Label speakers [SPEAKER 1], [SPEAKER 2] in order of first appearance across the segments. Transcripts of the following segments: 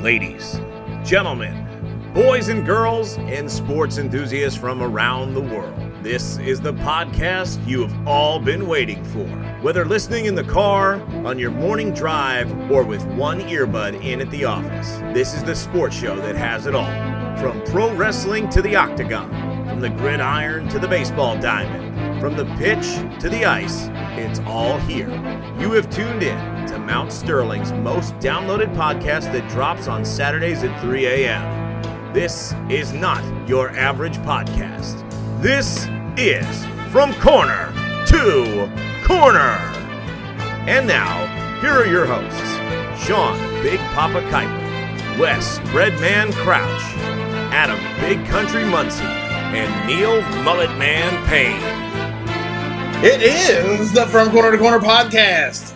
[SPEAKER 1] Ladies, gentlemen, boys and girls, and sports enthusiasts from around the world, this is the podcast you have all been waiting for. Whether listening in the car, on your morning drive, or with one earbud in at the office, this is the sports show that has it all. From pro wrestling to the octagon, from the gridiron to the baseball diamond, from the pitch to the ice, it's all here. You have tuned in to Mount Sterling's most downloaded podcast that drops on Saturdays at 3 a.m. This is not your average podcast. This is From Corner to Corner. And now, here are your hosts Sean Big Papa Kuiper, Wes Breadman Crouch, Adam Big Country Muncie, and Neil Mulletman Payne.
[SPEAKER 2] It is the From Corner to Corner podcast.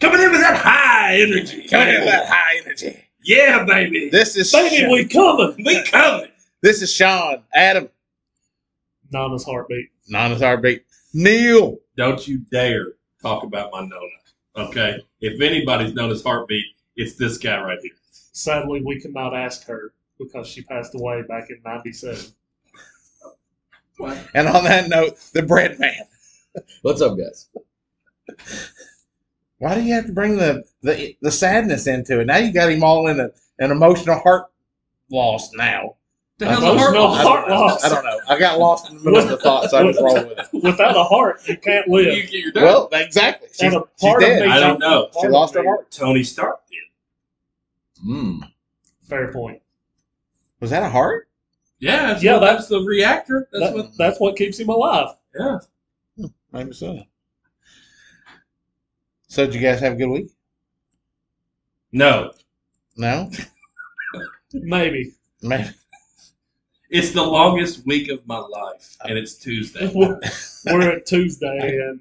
[SPEAKER 3] Coming in with that high energy.
[SPEAKER 2] Coming in with that high energy.
[SPEAKER 3] Yeah, baby.
[SPEAKER 2] This is
[SPEAKER 3] baby, we coming. We coming.
[SPEAKER 2] this is Sean, Adam,
[SPEAKER 4] Nana's heartbeat.
[SPEAKER 2] Nana's heartbeat, Neil.
[SPEAKER 3] Don't you dare talk about my Nona. Okay? If anybody's known his heartbeat, it's this guy right here.
[SPEAKER 4] Sadly, we could not ask her because she passed away back in '97.
[SPEAKER 2] And on that note, the bread man.
[SPEAKER 5] What's up, guys?
[SPEAKER 2] Why do you have to bring the the, the sadness into it? Now you got him all in a, an emotional heart loss now.
[SPEAKER 3] The
[SPEAKER 2] hell's
[SPEAKER 4] a heart loss? Heart
[SPEAKER 2] I don't,
[SPEAKER 4] loss.
[SPEAKER 2] I don't know. I got lost in the middle of the thought, so I just rolled with it.
[SPEAKER 4] Without a heart, you can't live.
[SPEAKER 3] you're
[SPEAKER 2] Well, exactly. She's,
[SPEAKER 4] and a
[SPEAKER 2] she's
[SPEAKER 4] part of me,
[SPEAKER 2] dead.
[SPEAKER 3] I don't know.
[SPEAKER 2] She lost her heart.
[SPEAKER 3] Tony Stark did.
[SPEAKER 5] Mm.
[SPEAKER 4] Fair point.
[SPEAKER 2] Was that a heart?
[SPEAKER 3] Yeah, that's,
[SPEAKER 4] Yeah,
[SPEAKER 3] what-
[SPEAKER 4] that-
[SPEAKER 3] that's the reactor. That's
[SPEAKER 4] That-
[SPEAKER 3] what.
[SPEAKER 4] that's what keeps him alive.
[SPEAKER 3] Yeah.
[SPEAKER 2] Maybe so. So, did you guys have a good week?
[SPEAKER 3] No.
[SPEAKER 2] No,
[SPEAKER 4] Maybe.
[SPEAKER 2] maybe.
[SPEAKER 3] It's the longest week of my life, and it's Tuesday.
[SPEAKER 4] We're we're at Tuesday, and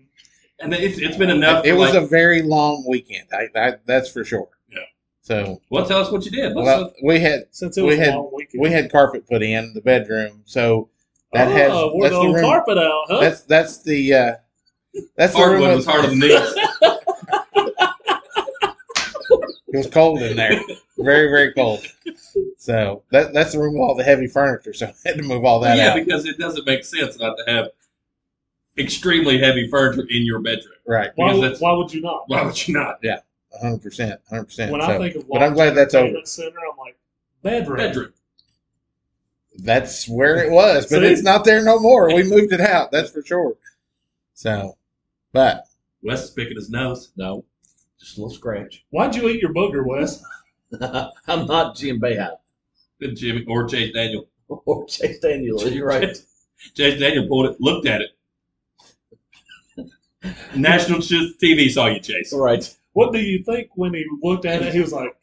[SPEAKER 3] and it's, it's been enough.
[SPEAKER 2] It
[SPEAKER 3] for,
[SPEAKER 2] was
[SPEAKER 3] like,
[SPEAKER 2] a very long weekend. I, I, that's for sure.
[SPEAKER 3] Yeah.
[SPEAKER 2] So
[SPEAKER 3] well, tell us what you did. Let's-
[SPEAKER 2] well, we had
[SPEAKER 4] since it
[SPEAKER 2] We
[SPEAKER 4] was
[SPEAKER 2] had-
[SPEAKER 4] a long weekend,
[SPEAKER 2] we had carpet put in the bedroom. So that
[SPEAKER 4] oh,
[SPEAKER 2] has that's
[SPEAKER 4] wore the
[SPEAKER 2] the
[SPEAKER 4] old
[SPEAKER 2] room.
[SPEAKER 4] carpet out, huh?
[SPEAKER 2] That's that's the uh, that's the room.
[SPEAKER 3] hardwood
[SPEAKER 2] that-
[SPEAKER 3] was harder than these.
[SPEAKER 2] It was cold in there, very very cold. So that that's the room with all the heavy furniture. So I had to move all that
[SPEAKER 3] yeah,
[SPEAKER 2] out.
[SPEAKER 3] because it doesn't make sense not to have extremely heavy furniture in your bedroom.
[SPEAKER 2] Right,
[SPEAKER 4] why,
[SPEAKER 3] because
[SPEAKER 4] would-
[SPEAKER 3] that's-
[SPEAKER 4] why would you not?
[SPEAKER 3] Why would you not?
[SPEAKER 2] hundred percent, hundred percent.
[SPEAKER 4] when I
[SPEAKER 2] So
[SPEAKER 4] think of
[SPEAKER 2] but I'm glad that's over.
[SPEAKER 4] entertainment center, I'm like bedroom.
[SPEAKER 3] Bedroom.
[SPEAKER 2] that's where it was, but
[SPEAKER 4] See?
[SPEAKER 2] it's not there no more. We moved it out. That's for sure. So, but
[SPEAKER 3] Wes is picking his nose.
[SPEAKER 5] No, just a little scratch.
[SPEAKER 4] Why'd you eat your booger, Wes?
[SPEAKER 5] I'm not Jim Behan
[SPEAKER 3] Good Jimmy or Chase Daniel.
[SPEAKER 5] or Chase Daniel. You're right.
[SPEAKER 3] Chase Daniel pulled it, looked at it. National Ch- TV saw you, Chase.
[SPEAKER 5] All right.
[SPEAKER 4] What do you think when he looked at it? He was like,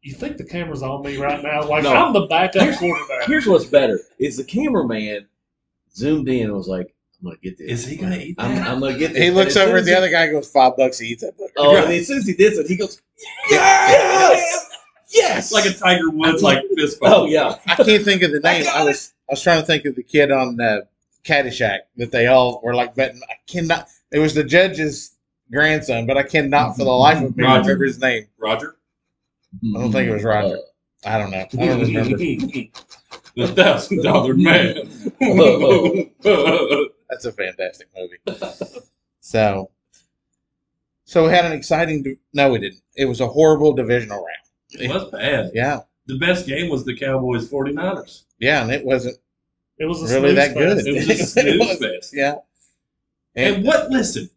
[SPEAKER 4] "You think the camera's on me right now? Like
[SPEAKER 5] No.
[SPEAKER 4] I'm the backup quarterback."
[SPEAKER 5] Here's what's better: is the cameraman zoomed in and was like, "I'm gonna get this.
[SPEAKER 3] Is he gonna eat
[SPEAKER 5] I'm,
[SPEAKER 3] that?
[SPEAKER 5] I'm gonna get this."
[SPEAKER 2] he looks
[SPEAKER 5] And as
[SPEAKER 2] over
[SPEAKER 5] soon
[SPEAKER 2] at the
[SPEAKER 5] as
[SPEAKER 2] other guy. and Goes five bucks. He eats that book.
[SPEAKER 5] he- Oh, and as soon as he did it, he goes, "Yes, yes!"
[SPEAKER 3] Like a Tiger Woods, like fist bump.
[SPEAKER 5] oh yeah,
[SPEAKER 2] I can't think of the
[SPEAKER 5] I
[SPEAKER 2] name.
[SPEAKER 5] got
[SPEAKER 2] I, was I was trying to think of the kid on uh, Caddyshack that they all were like betting. I cannot. It was the judge's grandson, but I cannot for the life of me
[SPEAKER 3] Roger.
[SPEAKER 2] remember his name.
[SPEAKER 3] Roger.
[SPEAKER 2] I don't think it was
[SPEAKER 5] Uh.
[SPEAKER 2] Roger. I don't know. I don't remember.
[SPEAKER 3] the thousand dollar man.
[SPEAKER 5] mm-hmm. Oh,
[SPEAKER 2] That's a fantastic movie. So, so we had an exciting. Di- no, we didn't. It was a horrible divisional round.
[SPEAKER 3] it was bad.
[SPEAKER 2] Yeah,
[SPEAKER 3] The best game was the Cowboys 49ers.
[SPEAKER 2] yeah, and it wasn't.
[SPEAKER 4] It was a
[SPEAKER 2] Really
[SPEAKER 4] snooze
[SPEAKER 2] that good?
[SPEAKER 4] fest.
[SPEAKER 3] It was a snooze fest.
[SPEAKER 2] Yeah,
[SPEAKER 3] And, what? Listen,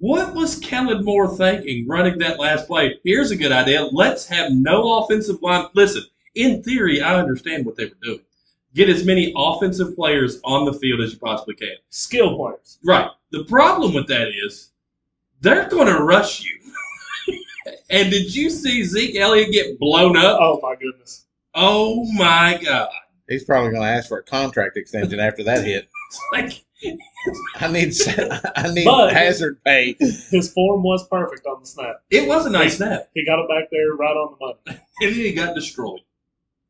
[SPEAKER 3] what was Kellen Moore thinking running that last play? Here's a good idea. Let's have no offensive line. Listen, in theory, I understand what they were doing. Get as many offensive players on the field as you possibly can.
[SPEAKER 4] Skill players.
[SPEAKER 3] Right. The problem with that is they're going to rush you. and did you see Zeke Elliott get blown up?
[SPEAKER 4] Oh my goodness.
[SPEAKER 3] Oh my God!
[SPEAKER 2] he's probably going to ask for a contract extension after that hit.
[SPEAKER 3] It's Like
[SPEAKER 2] I need I need
[SPEAKER 4] But-
[SPEAKER 2] hazard pay.
[SPEAKER 4] His form was perfect on the snap.
[SPEAKER 3] it was a nice snap,
[SPEAKER 4] He got it back there right on the money.
[SPEAKER 3] and then he got destroyed.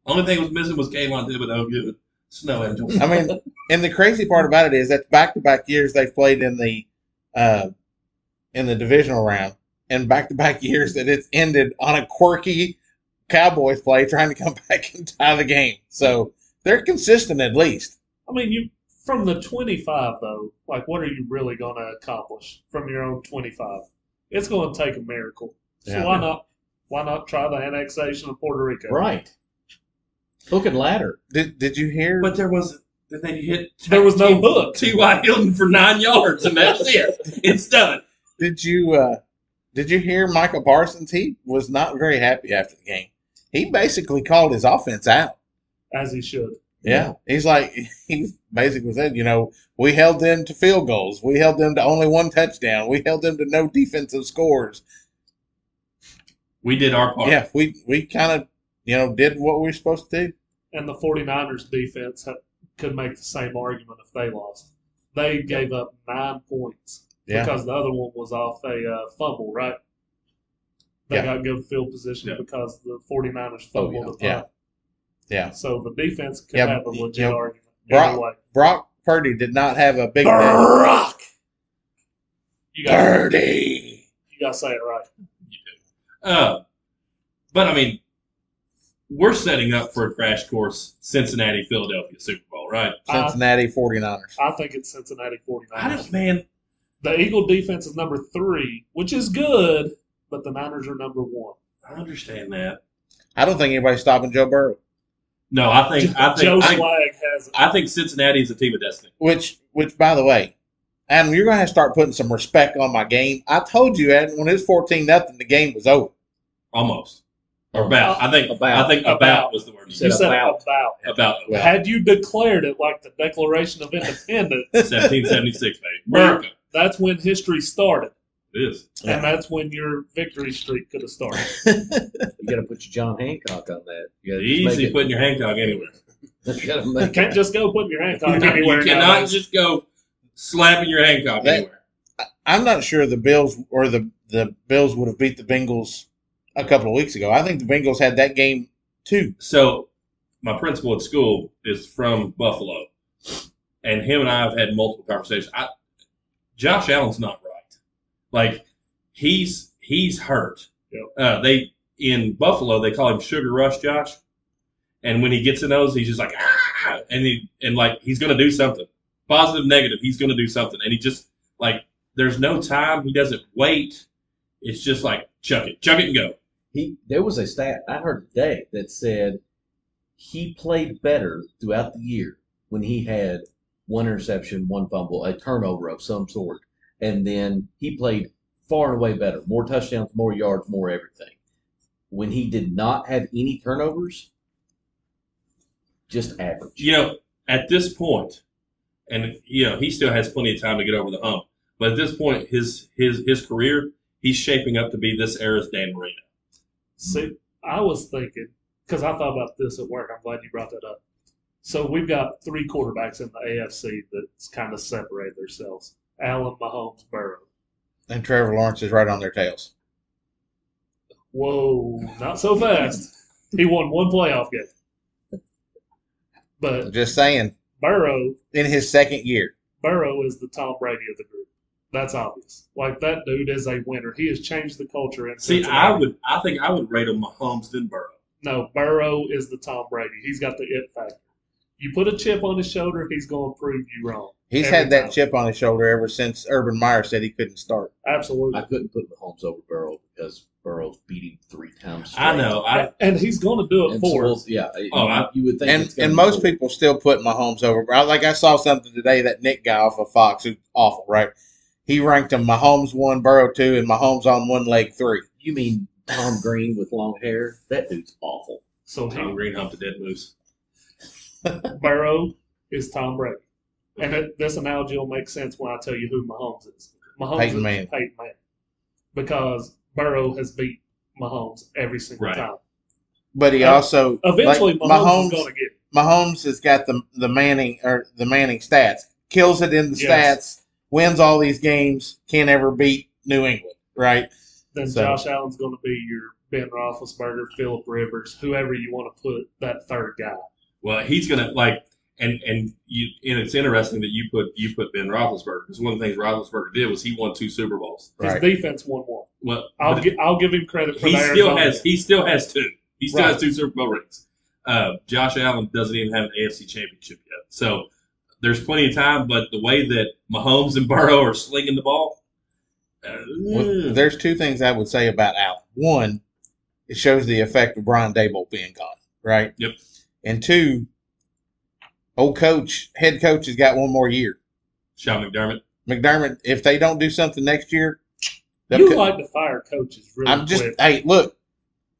[SPEAKER 3] Only thing that was missing was Kayvon Thibodeau giving snow angel.
[SPEAKER 2] I mean, and the crazy part about it is that's back to back years they've played in the uh, in the divisional round, in back to back years that it's ended on a quirky Cowboys play trying to come back and tie the game. So they're consistent at least.
[SPEAKER 4] I mean, you from the 25 though. Like, what are you really going to accomplish from your own 25? It's going to take a miracle. So
[SPEAKER 2] Yeah.
[SPEAKER 4] why not? Why not try the annexation of Puerto Rico?
[SPEAKER 5] oh. Right. Hook and ladder.
[SPEAKER 2] Did Did you hear?
[SPEAKER 3] But there was and then you hit
[SPEAKER 4] There was
[SPEAKER 3] T-
[SPEAKER 4] no hook.
[SPEAKER 3] T.Y. Hilton for nine yards and that's it. It's done.
[SPEAKER 2] Did you uh, Did you hear Michael Parsons? He was not very happy after the game. He basically called his offense out.
[SPEAKER 4] As he should.
[SPEAKER 2] Yeah. He's like, he basically said, you know, we held them to field goals. We held them to only one touchdown. We held them to no defensive scores.
[SPEAKER 3] We did our part.
[SPEAKER 2] Yeah. We, we kind of, you know, did what we were supposed to do.
[SPEAKER 4] And the 49ers defense ha- could make the same argument if they lost. They gave up nine points
[SPEAKER 2] Yeah.
[SPEAKER 4] because the other one was off a uh, fumble, right? They
[SPEAKER 2] Yeah. Oh,
[SPEAKER 4] got good field position
[SPEAKER 3] Yeah.
[SPEAKER 4] because the 49ers fumbled
[SPEAKER 5] yeah.
[SPEAKER 4] the punt.
[SPEAKER 2] Yeah. Yeah.
[SPEAKER 4] So the defense could
[SPEAKER 2] Yeah,
[SPEAKER 4] have a
[SPEAKER 2] but,
[SPEAKER 4] legit
[SPEAKER 2] you know,
[SPEAKER 4] argument.
[SPEAKER 2] Brock-
[SPEAKER 4] Either way.
[SPEAKER 2] Brock Purdy did not have a big day.
[SPEAKER 3] Brock.
[SPEAKER 4] You got
[SPEAKER 2] Purdy.
[SPEAKER 4] you got to say it right.
[SPEAKER 3] Uh, but I mean, we're setting up for a crash course Cincinnati Philadelphia Super Bowl, right?
[SPEAKER 4] I-
[SPEAKER 2] Cincinnati 49ers.
[SPEAKER 4] I think it's Cincinnati 49ers.
[SPEAKER 3] I don't, man.
[SPEAKER 4] The Eagle defense is number three, which is good, but the Niners are number one.
[SPEAKER 3] I understand that.
[SPEAKER 2] I don't think anybody's stopping Joe Burrow,
[SPEAKER 3] No, I think I
[SPEAKER 4] Joe
[SPEAKER 3] think I, think-
[SPEAKER 4] Swag has it.
[SPEAKER 3] I think Cincinnati is a team of destiny.
[SPEAKER 2] which, which by the way, Adam, you're going to have to start putting some respect on my game. I told you, Adam, when it was 14 nothing, the game was over.
[SPEAKER 3] Almost. Or about. I think
[SPEAKER 5] About.
[SPEAKER 3] I think about,
[SPEAKER 4] About.
[SPEAKER 3] was the word you
[SPEAKER 5] Said
[SPEAKER 4] You
[SPEAKER 3] used.
[SPEAKER 4] said
[SPEAKER 5] about.
[SPEAKER 4] about.
[SPEAKER 3] About
[SPEAKER 2] Well.
[SPEAKER 4] Had you declared it like the Declaration of Independence,
[SPEAKER 3] 1776, baby. America.
[SPEAKER 4] that's when history started,
[SPEAKER 3] It is.
[SPEAKER 2] Yeah.
[SPEAKER 4] and that's when your victory streak could have started.
[SPEAKER 5] You got to put your John Hancock on that. You gotta just
[SPEAKER 3] Easy
[SPEAKER 5] make
[SPEAKER 3] putting your Hancock anywhere.
[SPEAKER 5] it- you gotta
[SPEAKER 4] You
[SPEAKER 5] make
[SPEAKER 4] can't just go putting your hand on
[SPEAKER 3] You
[SPEAKER 4] anywhere.
[SPEAKER 3] cannot
[SPEAKER 4] nowadays.
[SPEAKER 3] just go slapping your Hancock
[SPEAKER 2] That-
[SPEAKER 3] anywhere.
[SPEAKER 2] I'm not sure the Bills or the the Bills would have beat the Bengals a couple of weeks ago. I think the Bengals had that game too.
[SPEAKER 3] So, my principal at school is from Buffalo, and him and I have had multiple conversations. I, Josh Allen's not right. Like he's he's hurt.
[SPEAKER 4] Yep.
[SPEAKER 3] Uh, they in Buffalo they call him Sugar Rush Josh, and when he gets in those, he's just like ah, and he and like he's gonna do something positive, negative. He's gonna do something, and he just like there's no time. He doesn't wait. It's just like chuck it, chuck it and go.
[SPEAKER 5] he. There was a stat I heard today that said he played better throughout the year when he had one interception, one fumble, a turnover of some sort, and then he played far and away better, more touchdowns, more yards, more everything. When he did not have any turnovers, just average.
[SPEAKER 3] you know, at this point, and you know, he still has plenty of time to get over the hump. But at this point, his his his career, he's shaping up to be this era's Dan Marino.
[SPEAKER 4] See, I was thinking because I thought about this at work. I'm glad you brought that up. So we've got three quarterbacks in the AFC that's kind of separated themselves: Allen, Mahomes, Burrow.
[SPEAKER 2] And Trevor Lawrence is right on their tails.
[SPEAKER 4] Whoa, not so fast. he won one playoff game. But
[SPEAKER 2] Just saying,
[SPEAKER 4] Burrow,
[SPEAKER 2] in his second year,
[SPEAKER 4] Burrow is the Tom Brady of the group. That's obvious. Like that dude is a winner. He has changed the culture. In
[SPEAKER 3] See, I
[SPEAKER 4] Cincinnati.
[SPEAKER 3] would, I think I would rate him Mahomes than Burrow.
[SPEAKER 4] no Burrow is the Tom Brady. He's got the it factor. You put a chip on his shoulder, he's going to prove you wrong.
[SPEAKER 2] he's
[SPEAKER 4] Every
[SPEAKER 2] had that
[SPEAKER 4] time.
[SPEAKER 2] chip on his shoulder ever since Urban Meyer said he couldn't start.
[SPEAKER 4] Absolutely.
[SPEAKER 5] I couldn't put Mahomes over Burrow because Burrow beat him three times.
[SPEAKER 3] I
[SPEAKER 5] straight.
[SPEAKER 3] know. I
[SPEAKER 4] and he's going to do it
[SPEAKER 5] And
[SPEAKER 4] for
[SPEAKER 5] so,
[SPEAKER 4] us.
[SPEAKER 5] yeah.
[SPEAKER 3] Oh, I-
[SPEAKER 5] you would think.
[SPEAKER 2] And
[SPEAKER 5] it's gonna
[SPEAKER 2] and
[SPEAKER 5] be
[SPEAKER 2] most
[SPEAKER 5] Burrow.
[SPEAKER 2] people still put Mahomes over. I- Like I saw something today that Nick guy off of Fox, who's awful, right? He ranked him Mahomes one, Burrow two, and Mahomes on one leg three.
[SPEAKER 5] You mean Tom Green with long hair? That dude's awful.
[SPEAKER 4] So
[SPEAKER 3] Tom
[SPEAKER 4] he,
[SPEAKER 3] Green humped a dead moose.
[SPEAKER 4] Burrow is Tom Brady. And it, this analogy will make sense when I tell you who Mahomes is. Mahomes
[SPEAKER 2] Peyton
[SPEAKER 4] is
[SPEAKER 2] Manning.
[SPEAKER 4] Peyton Manning. Because Burrow has beat Mahomes every single
[SPEAKER 3] Right.
[SPEAKER 4] time.
[SPEAKER 2] But he
[SPEAKER 4] Uh,
[SPEAKER 2] also
[SPEAKER 4] Eventually,
[SPEAKER 2] like,
[SPEAKER 4] Mahomes, is going to get it.
[SPEAKER 2] Mahomes has got the the Manning or the Manning stats. Kills it in the
[SPEAKER 4] Yes.
[SPEAKER 2] stats. Wins all these games. Can't ever beat New England, right?
[SPEAKER 4] Then
[SPEAKER 2] So-
[SPEAKER 4] Josh Allen's going to be your Ben Roethlisberger, Philip Rivers, whoever you want to put that third guy.
[SPEAKER 3] Well, he's gonna like, And and you and it's interesting that you put you put Ben Roethlisberger because one of the things Roethlisberger did was he won two Super Bowls.
[SPEAKER 4] His
[SPEAKER 2] Right.
[SPEAKER 4] defense won one.
[SPEAKER 3] Well,
[SPEAKER 4] I'll
[SPEAKER 3] but
[SPEAKER 4] gi- I'll give him credit for
[SPEAKER 3] he
[SPEAKER 4] that.
[SPEAKER 3] still
[SPEAKER 4] Arizona.
[SPEAKER 3] has he still has two. He still
[SPEAKER 4] Right.
[SPEAKER 3] has two Super Bowl rings. Uh, Josh Allen doesn't even have an AFC Championship yet, so there's plenty of time. But the way that Mahomes and Burrow are slinging the ball, uh,
[SPEAKER 2] Well, there's two things I would say about Allen. One, it shows the effect of Brian Dable being gone, right?
[SPEAKER 3] Yep.
[SPEAKER 2] And two, old coach, head coach has got one more year.
[SPEAKER 3] Sean McDermott.
[SPEAKER 2] McDermott, if they don't do something next year, they'll
[SPEAKER 4] You
[SPEAKER 2] co-
[SPEAKER 4] like to fire coaches really
[SPEAKER 2] I'm just
[SPEAKER 4] quick.
[SPEAKER 2] hey, look,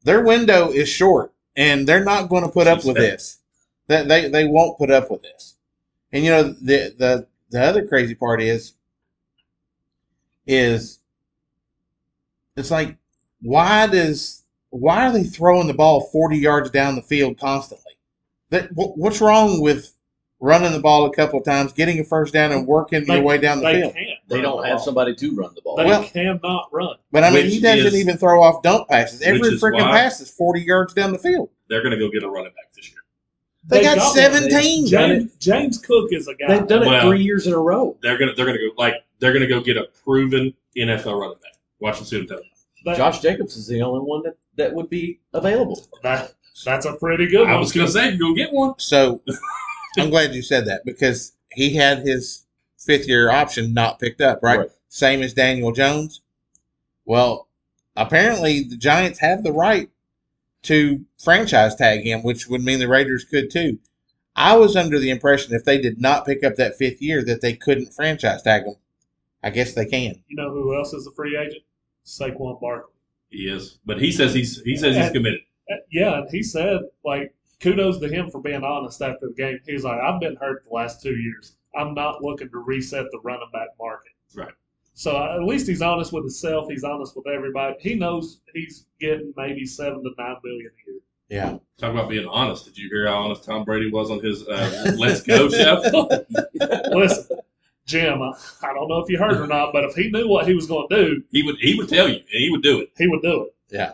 [SPEAKER 2] their window is short, and they're not going to put up with this. That they they won't put up with this. And you know the the the other crazy part is is it's like why does why are they throwing the ball 40 yards down the field constantly? That wh- what's wrong with running the ball a couple of times, getting a first down, and working your
[SPEAKER 4] They-
[SPEAKER 2] way down the
[SPEAKER 4] they
[SPEAKER 2] field?
[SPEAKER 4] can't.
[SPEAKER 5] They
[SPEAKER 4] run
[SPEAKER 5] don't
[SPEAKER 4] the
[SPEAKER 5] have
[SPEAKER 4] ball.
[SPEAKER 5] somebody to run the ball.
[SPEAKER 4] They
[SPEAKER 2] Well-
[SPEAKER 4] cannot run.
[SPEAKER 2] But I mean,
[SPEAKER 3] Which
[SPEAKER 2] he doesn't
[SPEAKER 3] is-
[SPEAKER 2] even throw off dump passes. Every
[SPEAKER 3] Which is
[SPEAKER 2] freaking
[SPEAKER 3] why-
[SPEAKER 2] pass is 40 yards down the field.
[SPEAKER 3] They're going to go get a running back this year.
[SPEAKER 2] They,
[SPEAKER 4] They
[SPEAKER 2] got,
[SPEAKER 4] got one.
[SPEAKER 2] 17.
[SPEAKER 5] They- Done
[SPEAKER 4] James, James Cook is a guy.
[SPEAKER 5] They've done it
[SPEAKER 3] Well-
[SPEAKER 5] three years in a row.
[SPEAKER 3] They're gonna they're gonna go like they're gonna go get a proven NFL running back. Watch and see what I'm telling
[SPEAKER 4] They-
[SPEAKER 5] Josh Jacobs is the only one that, that would be available.
[SPEAKER 4] that- that's a pretty
[SPEAKER 3] you.
[SPEAKER 4] good
[SPEAKER 3] I
[SPEAKER 4] one.
[SPEAKER 3] was gonna say if you're gonna get one.
[SPEAKER 2] So I'm glad you said that because he had his fifth year option not picked up, right?
[SPEAKER 5] Right.
[SPEAKER 2] Same as Daniel Jones. Well, apparently the Giants have the right to franchise tag him, which would mean the Raiders could too. I was under the impression if they did not pick up that fifth year that they couldn't franchise tag him. I guess they can.
[SPEAKER 4] you know who else is a free agent? Saquon Barkley.
[SPEAKER 3] He is, but he says he's he says he's committed.
[SPEAKER 4] Uh, Yeah, and he said, like, kudos to him for being honest after the game. He was like, I've been hurt the last two years. I'm not looking to reset the running back market.
[SPEAKER 3] Right.
[SPEAKER 4] So uh, at least he's honest with himself. He's honest with everybody. He knows he's getting maybe seven to nine million a year.
[SPEAKER 2] Yeah.
[SPEAKER 3] Talk about being honest. Did you hear how honest Tom Brady was on his uh, "Let's Go" show?
[SPEAKER 4] Listen, Jim, I, I don't know if you heard or not, but if he knew what he was going to do,
[SPEAKER 3] He would he would tell you, and he would do it.
[SPEAKER 4] he would do it.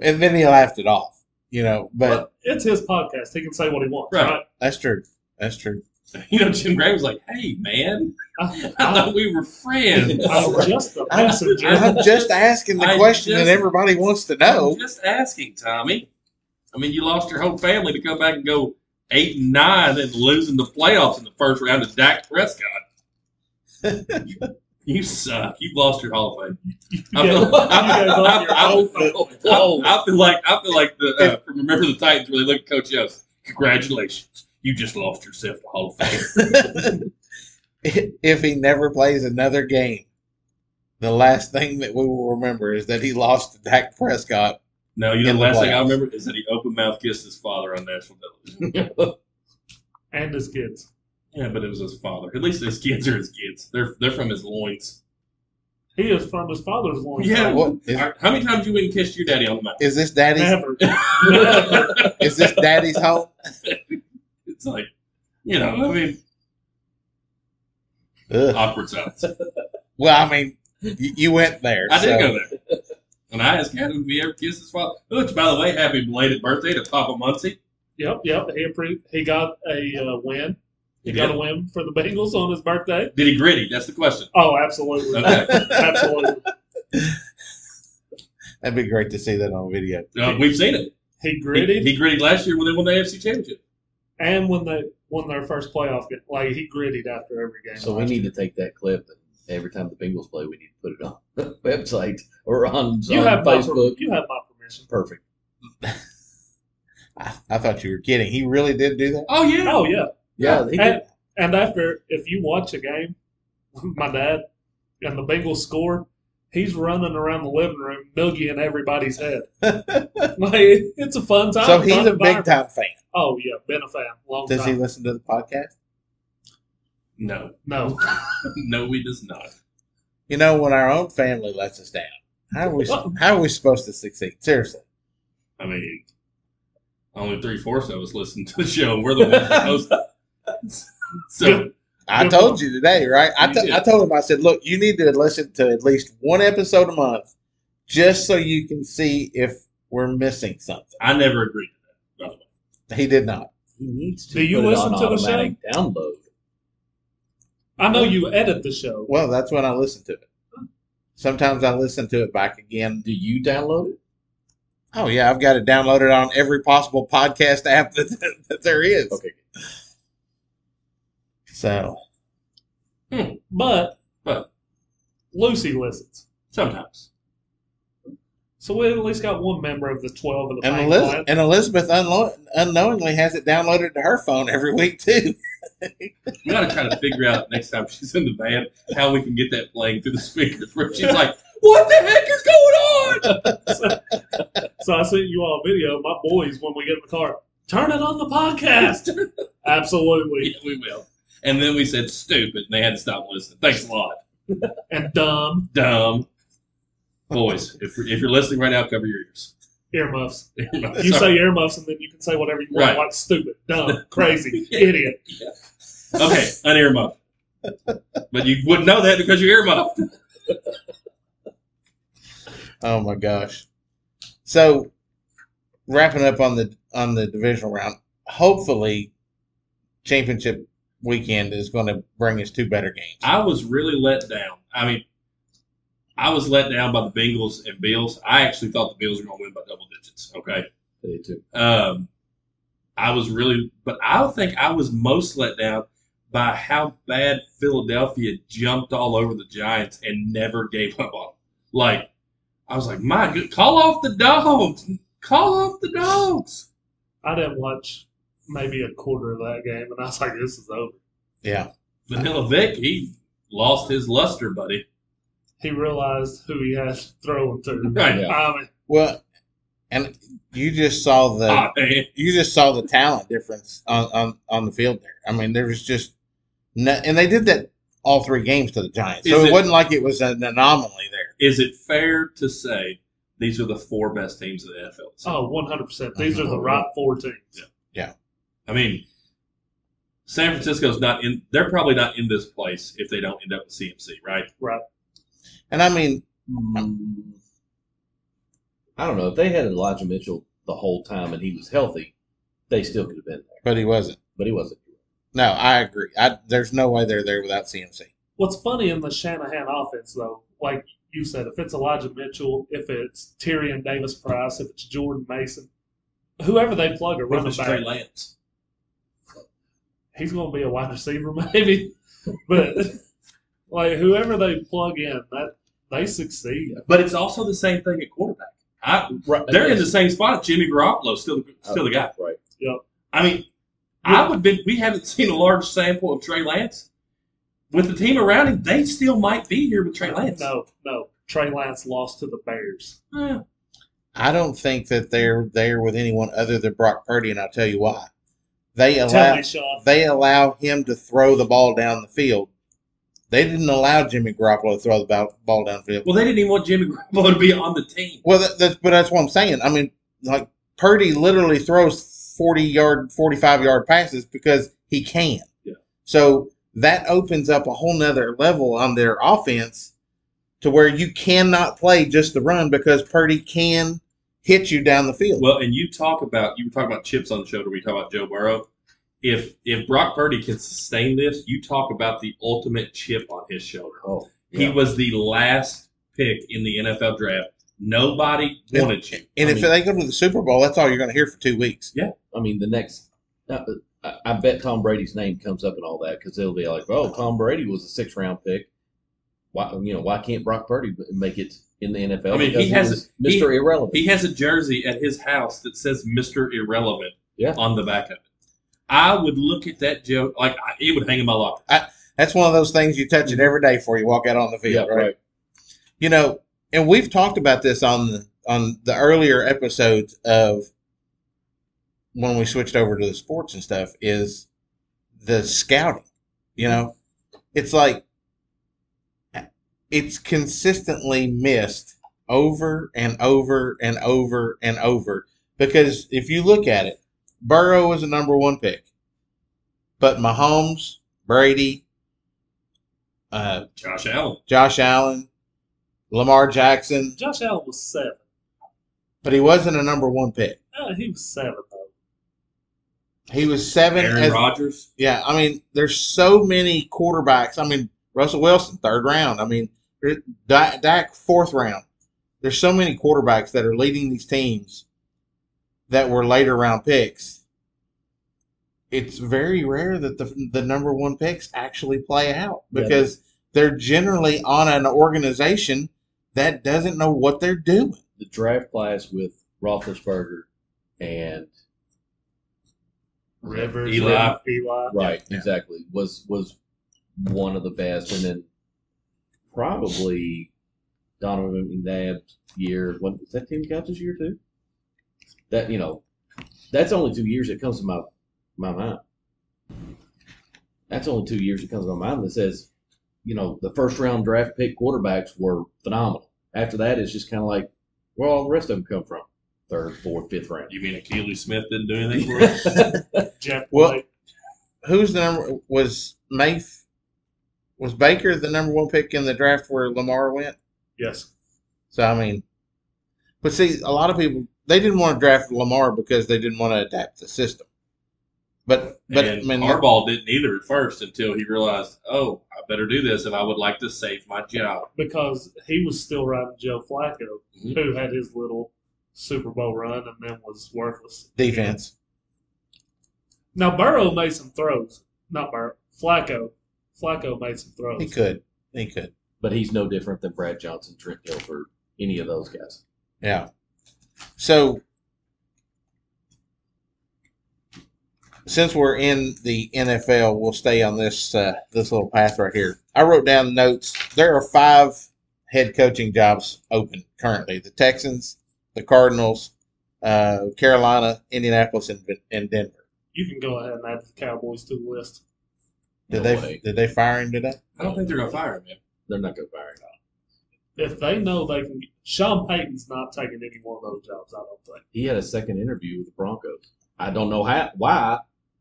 [SPEAKER 2] And then he laughed it off, you know, but
[SPEAKER 4] But it's his podcast. He can say what he wants.
[SPEAKER 3] Right.
[SPEAKER 4] Right.
[SPEAKER 2] that's true. That's true.
[SPEAKER 3] You know, Jim Gray was like, "Hey, man,
[SPEAKER 4] I,
[SPEAKER 3] I thought we were friends.
[SPEAKER 4] I'm
[SPEAKER 3] I'm
[SPEAKER 4] just a messenger.
[SPEAKER 2] I'm just asking the
[SPEAKER 3] I
[SPEAKER 2] question
[SPEAKER 3] just-
[SPEAKER 2] that everybody wants to know.
[SPEAKER 3] just asking, Tommy. I mean, you lost your whole family to come back and go eight and nine and losing the playoffs in the first round to Dak Prescott. you, you suck. You've lost your Hall of Fame. I
[SPEAKER 4] Yeah.
[SPEAKER 3] feel, I,
[SPEAKER 4] You gave up your
[SPEAKER 3] I-
[SPEAKER 4] whole
[SPEAKER 3] I- I- I feel like I feel like the uh, from remember the Titans really look at Coach Yost. Congratulations, you just lost yourself to Hall of Fame.
[SPEAKER 2] if he never plays another game, the last thing that we will remember is that he lost to Dak Prescott.
[SPEAKER 3] No, you know
[SPEAKER 2] In
[SPEAKER 3] the
[SPEAKER 2] the
[SPEAKER 3] last thing I
[SPEAKER 2] playoffs.
[SPEAKER 3] remember is that he open mouth kissed his father on national television.
[SPEAKER 4] and his kids.
[SPEAKER 3] yeah, but it was his father. At least his kids are his kids. They're they're from his loins.
[SPEAKER 4] He is from his father's loins.
[SPEAKER 3] Yeah.
[SPEAKER 2] What is,
[SPEAKER 3] All right, how many times you went and kissed your daddy on the mouth?
[SPEAKER 2] is this daddy's?
[SPEAKER 4] Never.
[SPEAKER 2] Is this daddy's home?
[SPEAKER 3] it's like, you know, I mean,
[SPEAKER 2] Ugh.
[SPEAKER 3] awkward silence.
[SPEAKER 2] Well, I mean, you, you went there.
[SPEAKER 3] I
[SPEAKER 2] so-
[SPEAKER 3] did go there. And I asked Adam if he ever kissed his father. Which, by the way, happy belated birthday to Papa Muncie.
[SPEAKER 4] Yep, yep. He approved. He got a uh, win. He
[SPEAKER 3] He
[SPEAKER 4] got a win for the Bengals on his birthday.
[SPEAKER 3] Did he gritty? That's the question.
[SPEAKER 4] Oh, absolutely,
[SPEAKER 3] Okay.
[SPEAKER 4] absolutely.
[SPEAKER 2] That'd be great to see that on video.
[SPEAKER 3] Uh, we've seen it.
[SPEAKER 4] He
[SPEAKER 3] He,
[SPEAKER 4] gritted,
[SPEAKER 3] he gritty last year when they won the AFC Championship.
[SPEAKER 4] and when they won their first playoff game, like he gritted after every game.
[SPEAKER 5] so we need to take that clip and every time the Bengals play, we need to put it on the website or on,
[SPEAKER 4] You
[SPEAKER 5] on
[SPEAKER 4] have my per-
[SPEAKER 5] Facebook.
[SPEAKER 4] you have my permission.
[SPEAKER 5] Perfect.
[SPEAKER 2] I, I thought you were kidding. He really did do that.
[SPEAKER 3] Oh, yeah.
[SPEAKER 4] Oh yeah,
[SPEAKER 5] Yeah, he
[SPEAKER 4] and,
[SPEAKER 5] did.
[SPEAKER 4] and after if you watch a game, my dad and the Bengals score. He's running around the living room, boogieing everybody's head. like, it's a fun time.
[SPEAKER 2] So he's
[SPEAKER 4] fun
[SPEAKER 2] a big
[SPEAKER 4] environment.
[SPEAKER 2] time fan.
[SPEAKER 4] Oh yeah, been a fan long
[SPEAKER 2] Does he
[SPEAKER 4] time.
[SPEAKER 2] listen to the podcast?
[SPEAKER 3] No.
[SPEAKER 4] no,
[SPEAKER 3] No, he does not.
[SPEAKER 2] You know, when our own family lets us down, how are we, how are we supposed to succeed? Seriously.
[SPEAKER 3] I mean, only three fourths of us listen to the show, and we're the ones that host it. So,
[SPEAKER 2] I
[SPEAKER 4] Good
[SPEAKER 2] told
[SPEAKER 4] point.
[SPEAKER 2] you today, right? I,
[SPEAKER 3] You
[SPEAKER 2] t-
[SPEAKER 3] did.
[SPEAKER 2] I told him, I said, look, you need to listen to at least one episode a month just so you can see if we're missing something.
[SPEAKER 3] I never agreed to that, by the way.
[SPEAKER 2] He did not.
[SPEAKER 5] He needs to
[SPEAKER 4] Do you
[SPEAKER 5] put
[SPEAKER 4] listen
[SPEAKER 5] it
[SPEAKER 4] to
[SPEAKER 5] on
[SPEAKER 4] the show?
[SPEAKER 5] automatic download.
[SPEAKER 4] I know you edit the show.
[SPEAKER 2] Well, that's when I listen to it. Sometimes I listen to it back again.
[SPEAKER 5] Do you download it?
[SPEAKER 2] Oh yeah, I've got it downloaded on every possible podcast app that, that there is.
[SPEAKER 5] Okay.
[SPEAKER 2] So
[SPEAKER 4] But
[SPEAKER 3] But
[SPEAKER 4] Lucy listens.
[SPEAKER 3] sometimes.
[SPEAKER 4] So we at least got one member of the 12 of the
[SPEAKER 2] and,
[SPEAKER 4] Pine
[SPEAKER 2] Eliz-
[SPEAKER 4] Clan.
[SPEAKER 2] and Elizabeth unlo- unknowingly has it downloaded to her phone every week too.
[SPEAKER 3] We gotta try to figure out next time she's in the van how we can get that playing through the speakers where she's like, What the heck is going on?
[SPEAKER 4] So I sent you all a video. My boys, when we get in the car, turn it on the podcast. Absolutely.
[SPEAKER 3] Yeah, we will. And then we said stupid and they had to stop listening. Thanks a lot.
[SPEAKER 4] And dumb
[SPEAKER 3] Dumb. Boys, if, if you're listening right now, cover your ears.
[SPEAKER 4] earmuffs.
[SPEAKER 3] Sorry.
[SPEAKER 4] You say earmuffs, and then you can say whatever you want,
[SPEAKER 3] Right.
[SPEAKER 4] like stupid, dumb, crazy,
[SPEAKER 3] Yeah.
[SPEAKER 4] idiot.
[SPEAKER 3] Okay, an earmuff. But you wouldn't know that because you're earmuffed.
[SPEAKER 2] Oh my gosh. So wrapping up on the on the divisional round, hopefully championship weekend is going to bring us two better games.
[SPEAKER 3] I was really let down. I mean, I was let down by the Bengals and Bills. I actually thought the Bills were going to win by double digits. Okay.
[SPEAKER 5] They do.
[SPEAKER 3] Um, I was really, but I think I was most let down by how bad Philadelphia jumped all over the Giants and never gave up on them. Like, I was like, my good, call off the dogs. Call off the dogs.
[SPEAKER 4] I didn't watch maybe a quarter of that game, and I was like, this is over.
[SPEAKER 2] Yeah.
[SPEAKER 3] Vanilla Vic, he lost his luster, buddy.
[SPEAKER 4] He realized who he has thrown to.
[SPEAKER 3] Right.
[SPEAKER 5] Yeah.
[SPEAKER 4] I mean,
[SPEAKER 2] Well, and you just saw the
[SPEAKER 3] Ah, man.
[SPEAKER 2] you just saw the talent difference on, on, on the field there. I mean, there was just no, and they did that all three games to the Giants. So
[SPEAKER 3] Is
[SPEAKER 2] it,
[SPEAKER 3] it-
[SPEAKER 2] wasn't like it was an anomaly there.
[SPEAKER 3] Is it fair to say these are the four best teams in the NFL?
[SPEAKER 4] oh, 100%. These are the right four teams. Oh.
[SPEAKER 3] I mean, San Francisco's not in. They're probably not in this place if they don't end up with CMC, right?
[SPEAKER 2] And I mean,
[SPEAKER 5] Mm, I don't know. If they had Elijah Mitchell the whole time and he was healthy, they still could have been there.
[SPEAKER 2] but he wasn't.
[SPEAKER 5] But he wasn't.
[SPEAKER 2] No, I agree. I, there's no way they're there without CMC.
[SPEAKER 4] What's funny in the Shanahan offense, though, like you said, if it's Elijah Mitchell, if it's Tyrion Davis Price, if it's Jordan Mason, whoever they plug a
[SPEAKER 3] What if
[SPEAKER 4] running
[SPEAKER 3] it's Trey
[SPEAKER 4] back,
[SPEAKER 3] Lance?
[SPEAKER 4] he's going to be a wide receiver maybe, but like whoever they plug in, that they succeed.
[SPEAKER 3] But it's also the same thing at quarterback. I, they're in the same spot. Jimmy Garoppolo still
[SPEAKER 4] Oh.
[SPEAKER 3] still the guy.
[SPEAKER 5] Oh, Right.
[SPEAKER 3] I mean, I would be. We haven't seen a large sample of Trey Lance. With the team around him, they still might be here with Trey Lance.
[SPEAKER 4] No, no, Trey Lance lost to the Bears.
[SPEAKER 3] Eh,
[SPEAKER 2] I don't think that they're there with anyone other than Brock Purdy, and I'll tell you why. They
[SPEAKER 4] Tell
[SPEAKER 2] allow
[SPEAKER 4] me, Sean,
[SPEAKER 2] they allow him to throw the ball down the field. They didn't allow Jimmy Garoppolo to throw the ball, ball down the field.
[SPEAKER 3] Well, they didn't even want Jimmy Garoppolo to be on the team.
[SPEAKER 2] Well, that, that's but that's what I'm saying. I mean, like Purdy literally throws forty yard, forty five yard passes because he can.
[SPEAKER 3] Yeah.
[SPEAKER 2] So that opens up a whole nother level on their offense to where you cannot play just the run because Purdy can hit you down the field.
[SPEAKER 3] Well, and you talk about you were talking about chips on the shoulder. We talk about Joe Burrow. If if Brock Purdy can sustain this, you talk about the ultimate chip on his shoulder.
[SPEAKER 5] Oh,
[SPEAKER 3] He was the last pick in the NFL draft. Nobody
[SPEAKER 2] Yeah.
[SPEAKER 3] wanted you.
[SPEAKER 2] and
[SPEAKER 5] I
[SPEAKER 2] if
[SPEAKER 5] mean-
[SPEAKER 2] they go to the Super Bowl, that's all you're going to hear for two weeks.
[SPEAKER 5] I mean, the next. I, I- I bet Tom Brady's name comes up and all that because they'll be like, "Oh, Tom Brady was a six-round pick. Why, you know, why can't Brock Purdy make it in the NFL?
[SPEAKER 3] I mean, he
[SPEAKER 5] Because
[SPEAKER 3] has-
[SPEAKER 5] was
[SPEAKER 3] he-
[SPEAKER 5] Mr. Irrelevant.
[SPEAKER 3] He has a jersey at his house that says Mister Irrelevant
[SPEAKER 5] Yeah.
[SPEAKER 3] on the back of it. I would look at that joke like I, it would hang in my locker.
[SPEAKER 2] That's one of those things you touch it every day before you walk out on the field,
[SPEAKER 5] yeah,
[SPEAKER 2] right?
[SPEAKER 5] right.
[SPEAKER 2] you know, and we've talked about this on the, on the earlier episodes of when we switched over to the sports and stuff is the scouting. You know, it's like it's consistently missed over and over and over and over because if you look at it, Burrow was a number one pick, but Mahomes, Brady, uh,
[SPEAKER 3] Josh Allen.
[SPEAKER 2] Josh Allen, Lamar Jackson,
[SPEAKER 4] Josh Allen was seven.
[SPEAKER 2] but he wasn't a number one pick.
[SPEAKER 4] Uh, he was seven though.
[SPEAKER 2] He was seven.
[SPEAKER 3] Aaron
[SPEAKER 2] as-
[SPEAKER 3] Rodgers.
[SPEAKER 2] yeah, I mean, there's so many quarterbacks. I mean, Russell Wilson, third round. I mean, there- Dak, Dak, fourth round. There's so many quarterbacks that are leading these teams that were later round picks. It's very rare that the the number one picks actually play out
[SPEAKER 5] Yeah.
[SPEAKER 2] because they're generally on an organization that doesn't know what they're doing.
[SPEAKER 5] the draft class with Roethlisberger and
[SPEAKER 4] Rivers,
[SPEAKER 3] Eli.
[SPEAKER 4] Eli.
[SPEAKER 5] right
[SPEAKER 2] Yeah.
[SPEAKER 5] exactly was was one of the best, and then probably Donovan McNabb's year. When does that team count this year too? That you know, that's only two years that comes to my my mind. That's only two years that comes to my mind that says, you know, the first round draft pick quarterbacks were phenomenal. After that, it's just kind of like, where all the rest of them come from? Third, fourth, fifth round.
[SPEAKER 3] You mean Akili Smith didn't do anything for us?
[SPEAKER 4] Jeff
[SPEAKER 2] Well-
[SPEAKER 4] Blake.
[SPEAKER 2] Who's the number? Was Mayf? Was Baker the number one pick in the draft where Lamar went?
[SPEAKER 4] Yes.
[SPEAKER 2] So I mean, but see, a lot of people they didn't want to draft Lamar because they didn't want to adapt the system. But but
[SPEAKER 3] and
[SPEAKER 2] I mean,
[SPEAKER 3] Harbaugh didn't either at first until he realized, oh, I better do this if I would like to save my job.
[SPEAKER 4] Because he was still riding Joe Flacco,
[SPEAKER 3] Mhm.
[SPEAKER 2] Mm-hmm.
[SPEAKER 4] who had his little Super Bowl run and then was worthless.
[SPEAKER 2] defense.
[SPEAKER 4] Now Burrow made some throws. Not Burrow. Flacco. Flacco made some throws.
[SPEAKER 2] He could, he could,
[SPEAKER 5] but he's no different than Brad Johnson, Trent Dilfer, any of those guys.
[SPEAKER 2] yeah. So since we're in the NFL, we'll stay on this uh, this little path right here. I wrote down notes. There are five head coaching jobs open currently: the Texans, the Cardinals, uh, Carolina, Indianapolis, and, and Denver.
[SPEAKER 4] You can go ahead and add the Cowboys to the list.
[SPEAKER 2] Did
[SPEAKER 5] No
[SPEAKER 2] they
[SPEAKER 5] way.
[SPEAKER 2] did they fire him today?
[SPEAKER 3] I don't think they're going to fire him, man.
[SPEAKER 5] They're not going to fire him.
[SPEAKER 4] If they know they can, Sean Payton's not taking any one of those jobs. I don't think.
[SPEAKER 5] He had a second interview with the Broncos. I don't know how, why.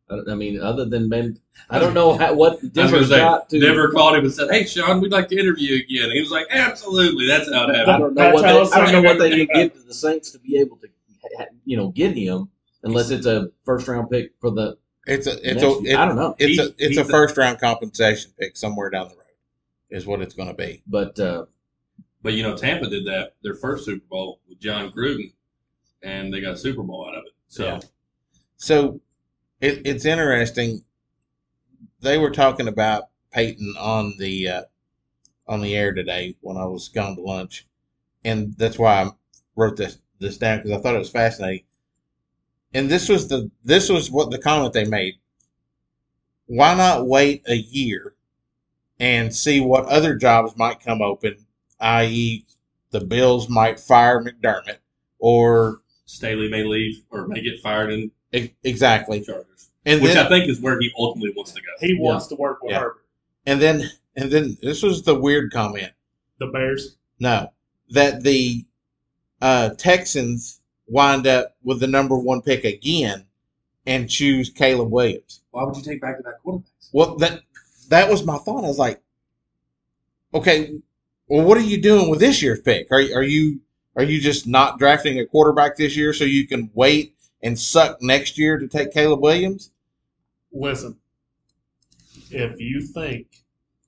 [SPEAKER 5] I, I mean, other than Ben, I don't know how, what
[SPEAKER 3] I
[SPEAKER 5] Denver
[SPEAKER 3] was gonna say,
[SPEAKER 5] got to.
[SPEAKER 3] Denver called him and said, hey, Sean, we'd like to interview you again. He was like, absolutely. That's how it
[SPEAKER 5] I
[SPEAKER 3] happened.
[SPEAKER 5] don't know what
[SPEAKER 4] That's
[SPEAKER 5] they, I
[SPEAKER 4] how
[SPEAKER 5] don't know what they
[SPEAKER 4] everything
[SPEAKER 5] can give to the Saints to be able to, you know, get him unless it's a first round pick for the.
[SPEAKER 2] It's a it's
[SPEAKER 5] next
[SPEAKER 2] a
[SPEAKER 5] year. I
[SPEAKER 2] it's,
[SPEAKER 5] don't know,
[SPEAKER 2] it's a
[SPEAKER 3] He-
[SPEAKER 2] it's a
[SPEAKER 3] he's a-
[SPEAKER 2] first round compensation pick somewhere down the road is what it's going to be.
[SPEAKER 5] but uh,
[SPEAKER 3] But, you know, Tampa did that their first Super Bowl with John Gruden, and they got a Super Bowl out of it. So,
[SPEAKER 2] Yeah. So it, it's interesting. They were talking about Peyton on the uh, on the air today when I was gone to lunch, and that's why I wrote this this down because I thought it was fascinating. And this was the this was what the comment they made. Why not wait a year and see what other jobs might come open, i.e., the Bills might fire McDermott or
[SPEAKER 3] Staley may leave or may get fired in
[SPEAKER 2] e-
[SPEAKER 3] the
[SPEAKER 2] exactly,
[SPEAKER 3] Chargers,
[SPEAKER 2] and
[SPEAKER 3] which
[SPEAKER 2] then-
[SPEAKER 3] I think is where he ultimately wants to go.
[SPEAKER 4] He wants to work with
[SPEAKER 2] Yeah.
[SPEAKER 4] Herbert.
[SPEAKER 2] And then and then this was the weird comment.
[SPEAKER 4] The Bears.
[SPEAKER 2] No. That the uh, Texans wind up with the number one pick again and choose Caleb Williams.
[SPEAKER 3] Why would you take back to that quarterbacks?
[SPEAKER 2] Well that that was my thought. I was like, Okay, well what are you doing with this year's pick? Are are you are you just not drafting a quarterback this year so you can wait and suck next year to take Caleb Williams?
[SPEAKER 4] Listen, if you think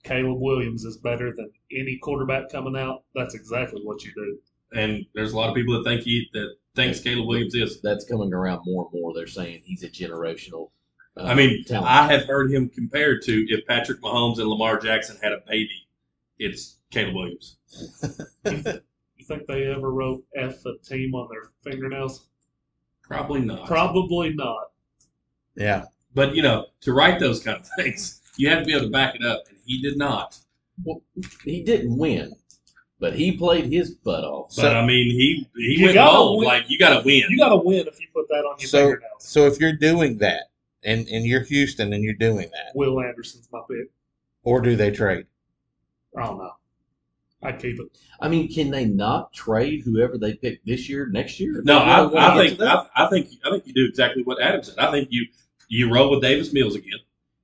[SPEAKER 4] Caleb Williams is better than any quarterback coming out, that's exactly what you do.
[SPEAKER 3] And there's a lot of people that think he that thinks Caleb Williams is.
[SPEAKER 5] that's coming around more and more. They're saying he's a generational. Uh,
[SPEAKER 3] I mean,
[SPEAKER 5] talent.
[SPEAKER 3] I have heard him compared to if Patrick Mahomes and Lamar Jackson had a baby, it's Caleb Williams.
[SPEAKER 4] You think they ever wrote F a team on their fingernails?
[SPEAKER 3] Probably not.
[SPEAKER 4] Probably not.
[SPEAKER 2] Yeah.
[SPEAKER 3] but you know, to write those kind of things, you have to be able to back it up, and he did not.
[SPEAKER 5] he didn't win, but he played his butt off.
[SPEAKER 3] But um,
[SPEAKER 2] So-
[SPEAKER 3] I mean, he he
[SPEAKER 4] You
[SPEAKER 3] went
[SPEAKER 4] gotta
[SPEAKER 3] home
[SPEAKER 4] win.
[SPEAKER 3] like you got to win.
[SPEAKER 4] You got to win if you put that on your
[SPEAKER 2] So-
[SPEAKER 4] fingernails.
[SPEAKER 2] So if you're doing that and, and you're Houston and you're doing that,
[SPEAKER 4] Will Anderson's my pick.
[SPEAKER 2] or do they trade?
[SPEAKER 4] I don't know. I keep it.
[SPEAKER 5] I mean, can they not trade whoever they pick this year, next year?
[SPEAKER 3] No,
[SPEAKER 5] Well,
[SPEAKER 3] I, I
[SPEAKER 5] well,
[SPEAKER 3] think I, I think I think you do exactly what Adam said. I think you you roll with Davis Mills again,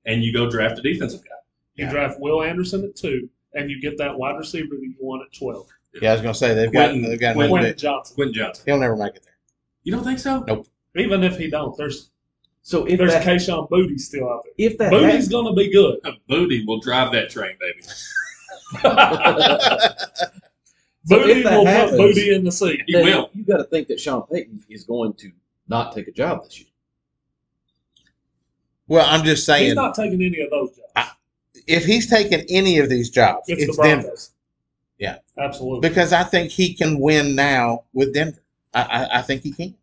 [SPEAKER 3] and you go draft a defensive guy.
[SPEAKER 4] You
[SPEAKER 2] Yeah.
[SPEAKER 4] draft Will Anderson at two, and you get that wide receiver that you want at twelve.
[SPEAKER 2] Yeah, I was gonna say they've got
[SPEAKER 3] Quentin-
[SPEAKER 2] they've got another
[SPEAKER 4] Quentin
[SPEAKER 2] bit.
[SPEAKER 4] Johnson.
[SPEAKER 3] Quentin Johnson.
[SPEAKER 2] He'll never make it there.
[SPEAKER 3] You don't think so?
[SPEAKER 2] Nope.
[SPEAKER 4] Even if he don't, there's
[SPEAKER 5] So if
[SPEAKER 4] There's
[SPEAKER 5] that
[SPEAKER 4] Kayshawn Booty still out there.
[SPEAKER 5] if that
[SPEAKER 4] Booty's gonna be good.
[SPEAKER 3] Booty will drive that train, baby.
[SPEAKER 5] So
[SPEAKER 4] Booty
[SPEAKER 5] if that
[SPEAKER 4] will
[SPEAKER 5] happens-
[SPEAKER 4] put Booty in the seat.
[SPEAKER 3] He
[SPEAKER 5] then
[SPEAKER 3] will.
[SPEAKER 5] You got to think that Sean Payton is going to not take a job this year.
[SPEAKER 2] Well, I'm just
[SPEAKER 4] He's
[SPEAKER 2] saying,
[SPEAKER 4] not taking any of those jobs.
[SPEAKER 2] if he's taking any of these jobs,
[SPEAKER 4] It's,
[SPEAKER 2] it's,
[SPEAKER 4] the
[SPEAKER 2] Denver
[SPEAKER 4] Broncos.
[SPEAKER 2] Yeah.
[SPEAKER 4] absolutely.
[SPEAKER 2] because I think he can win now with Denver. I, I, I think he can.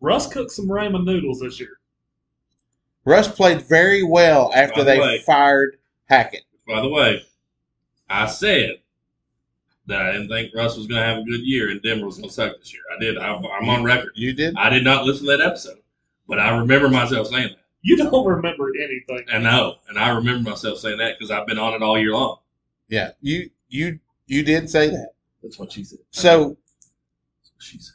[SPEAKER 4] Russ cooked some ramen noodles this year.
[SPEAKER 2] Russ played very well
[SPEAKER 3] By
[SPEAKER 2] after
[SPEAKER 3] the
[SPEAKER 2] they
[SPEAKER 3] way.
[SPEAKER 2] fired Hackett.
[SPEAKER 3] By the way, I said that I didn't think Russ was going to have a good year and Denver was going to suck this year. I did. I, I'm on record.
[SPEAKER 2] You did?
[SPEAKER 3] I did not listen to that episode, but I remember myself saying that.
[SPEAKER 4] You don't remember anything.
[SPEAKER 3] I know, and I remember myself saying that because I've been on it all year long.
[SPEAKER 2] Yeah. You you you did say that.
[SPEAKER 5] That's what she said.
[SPEAKER 2] So
[SPEAKER 3] Jeez.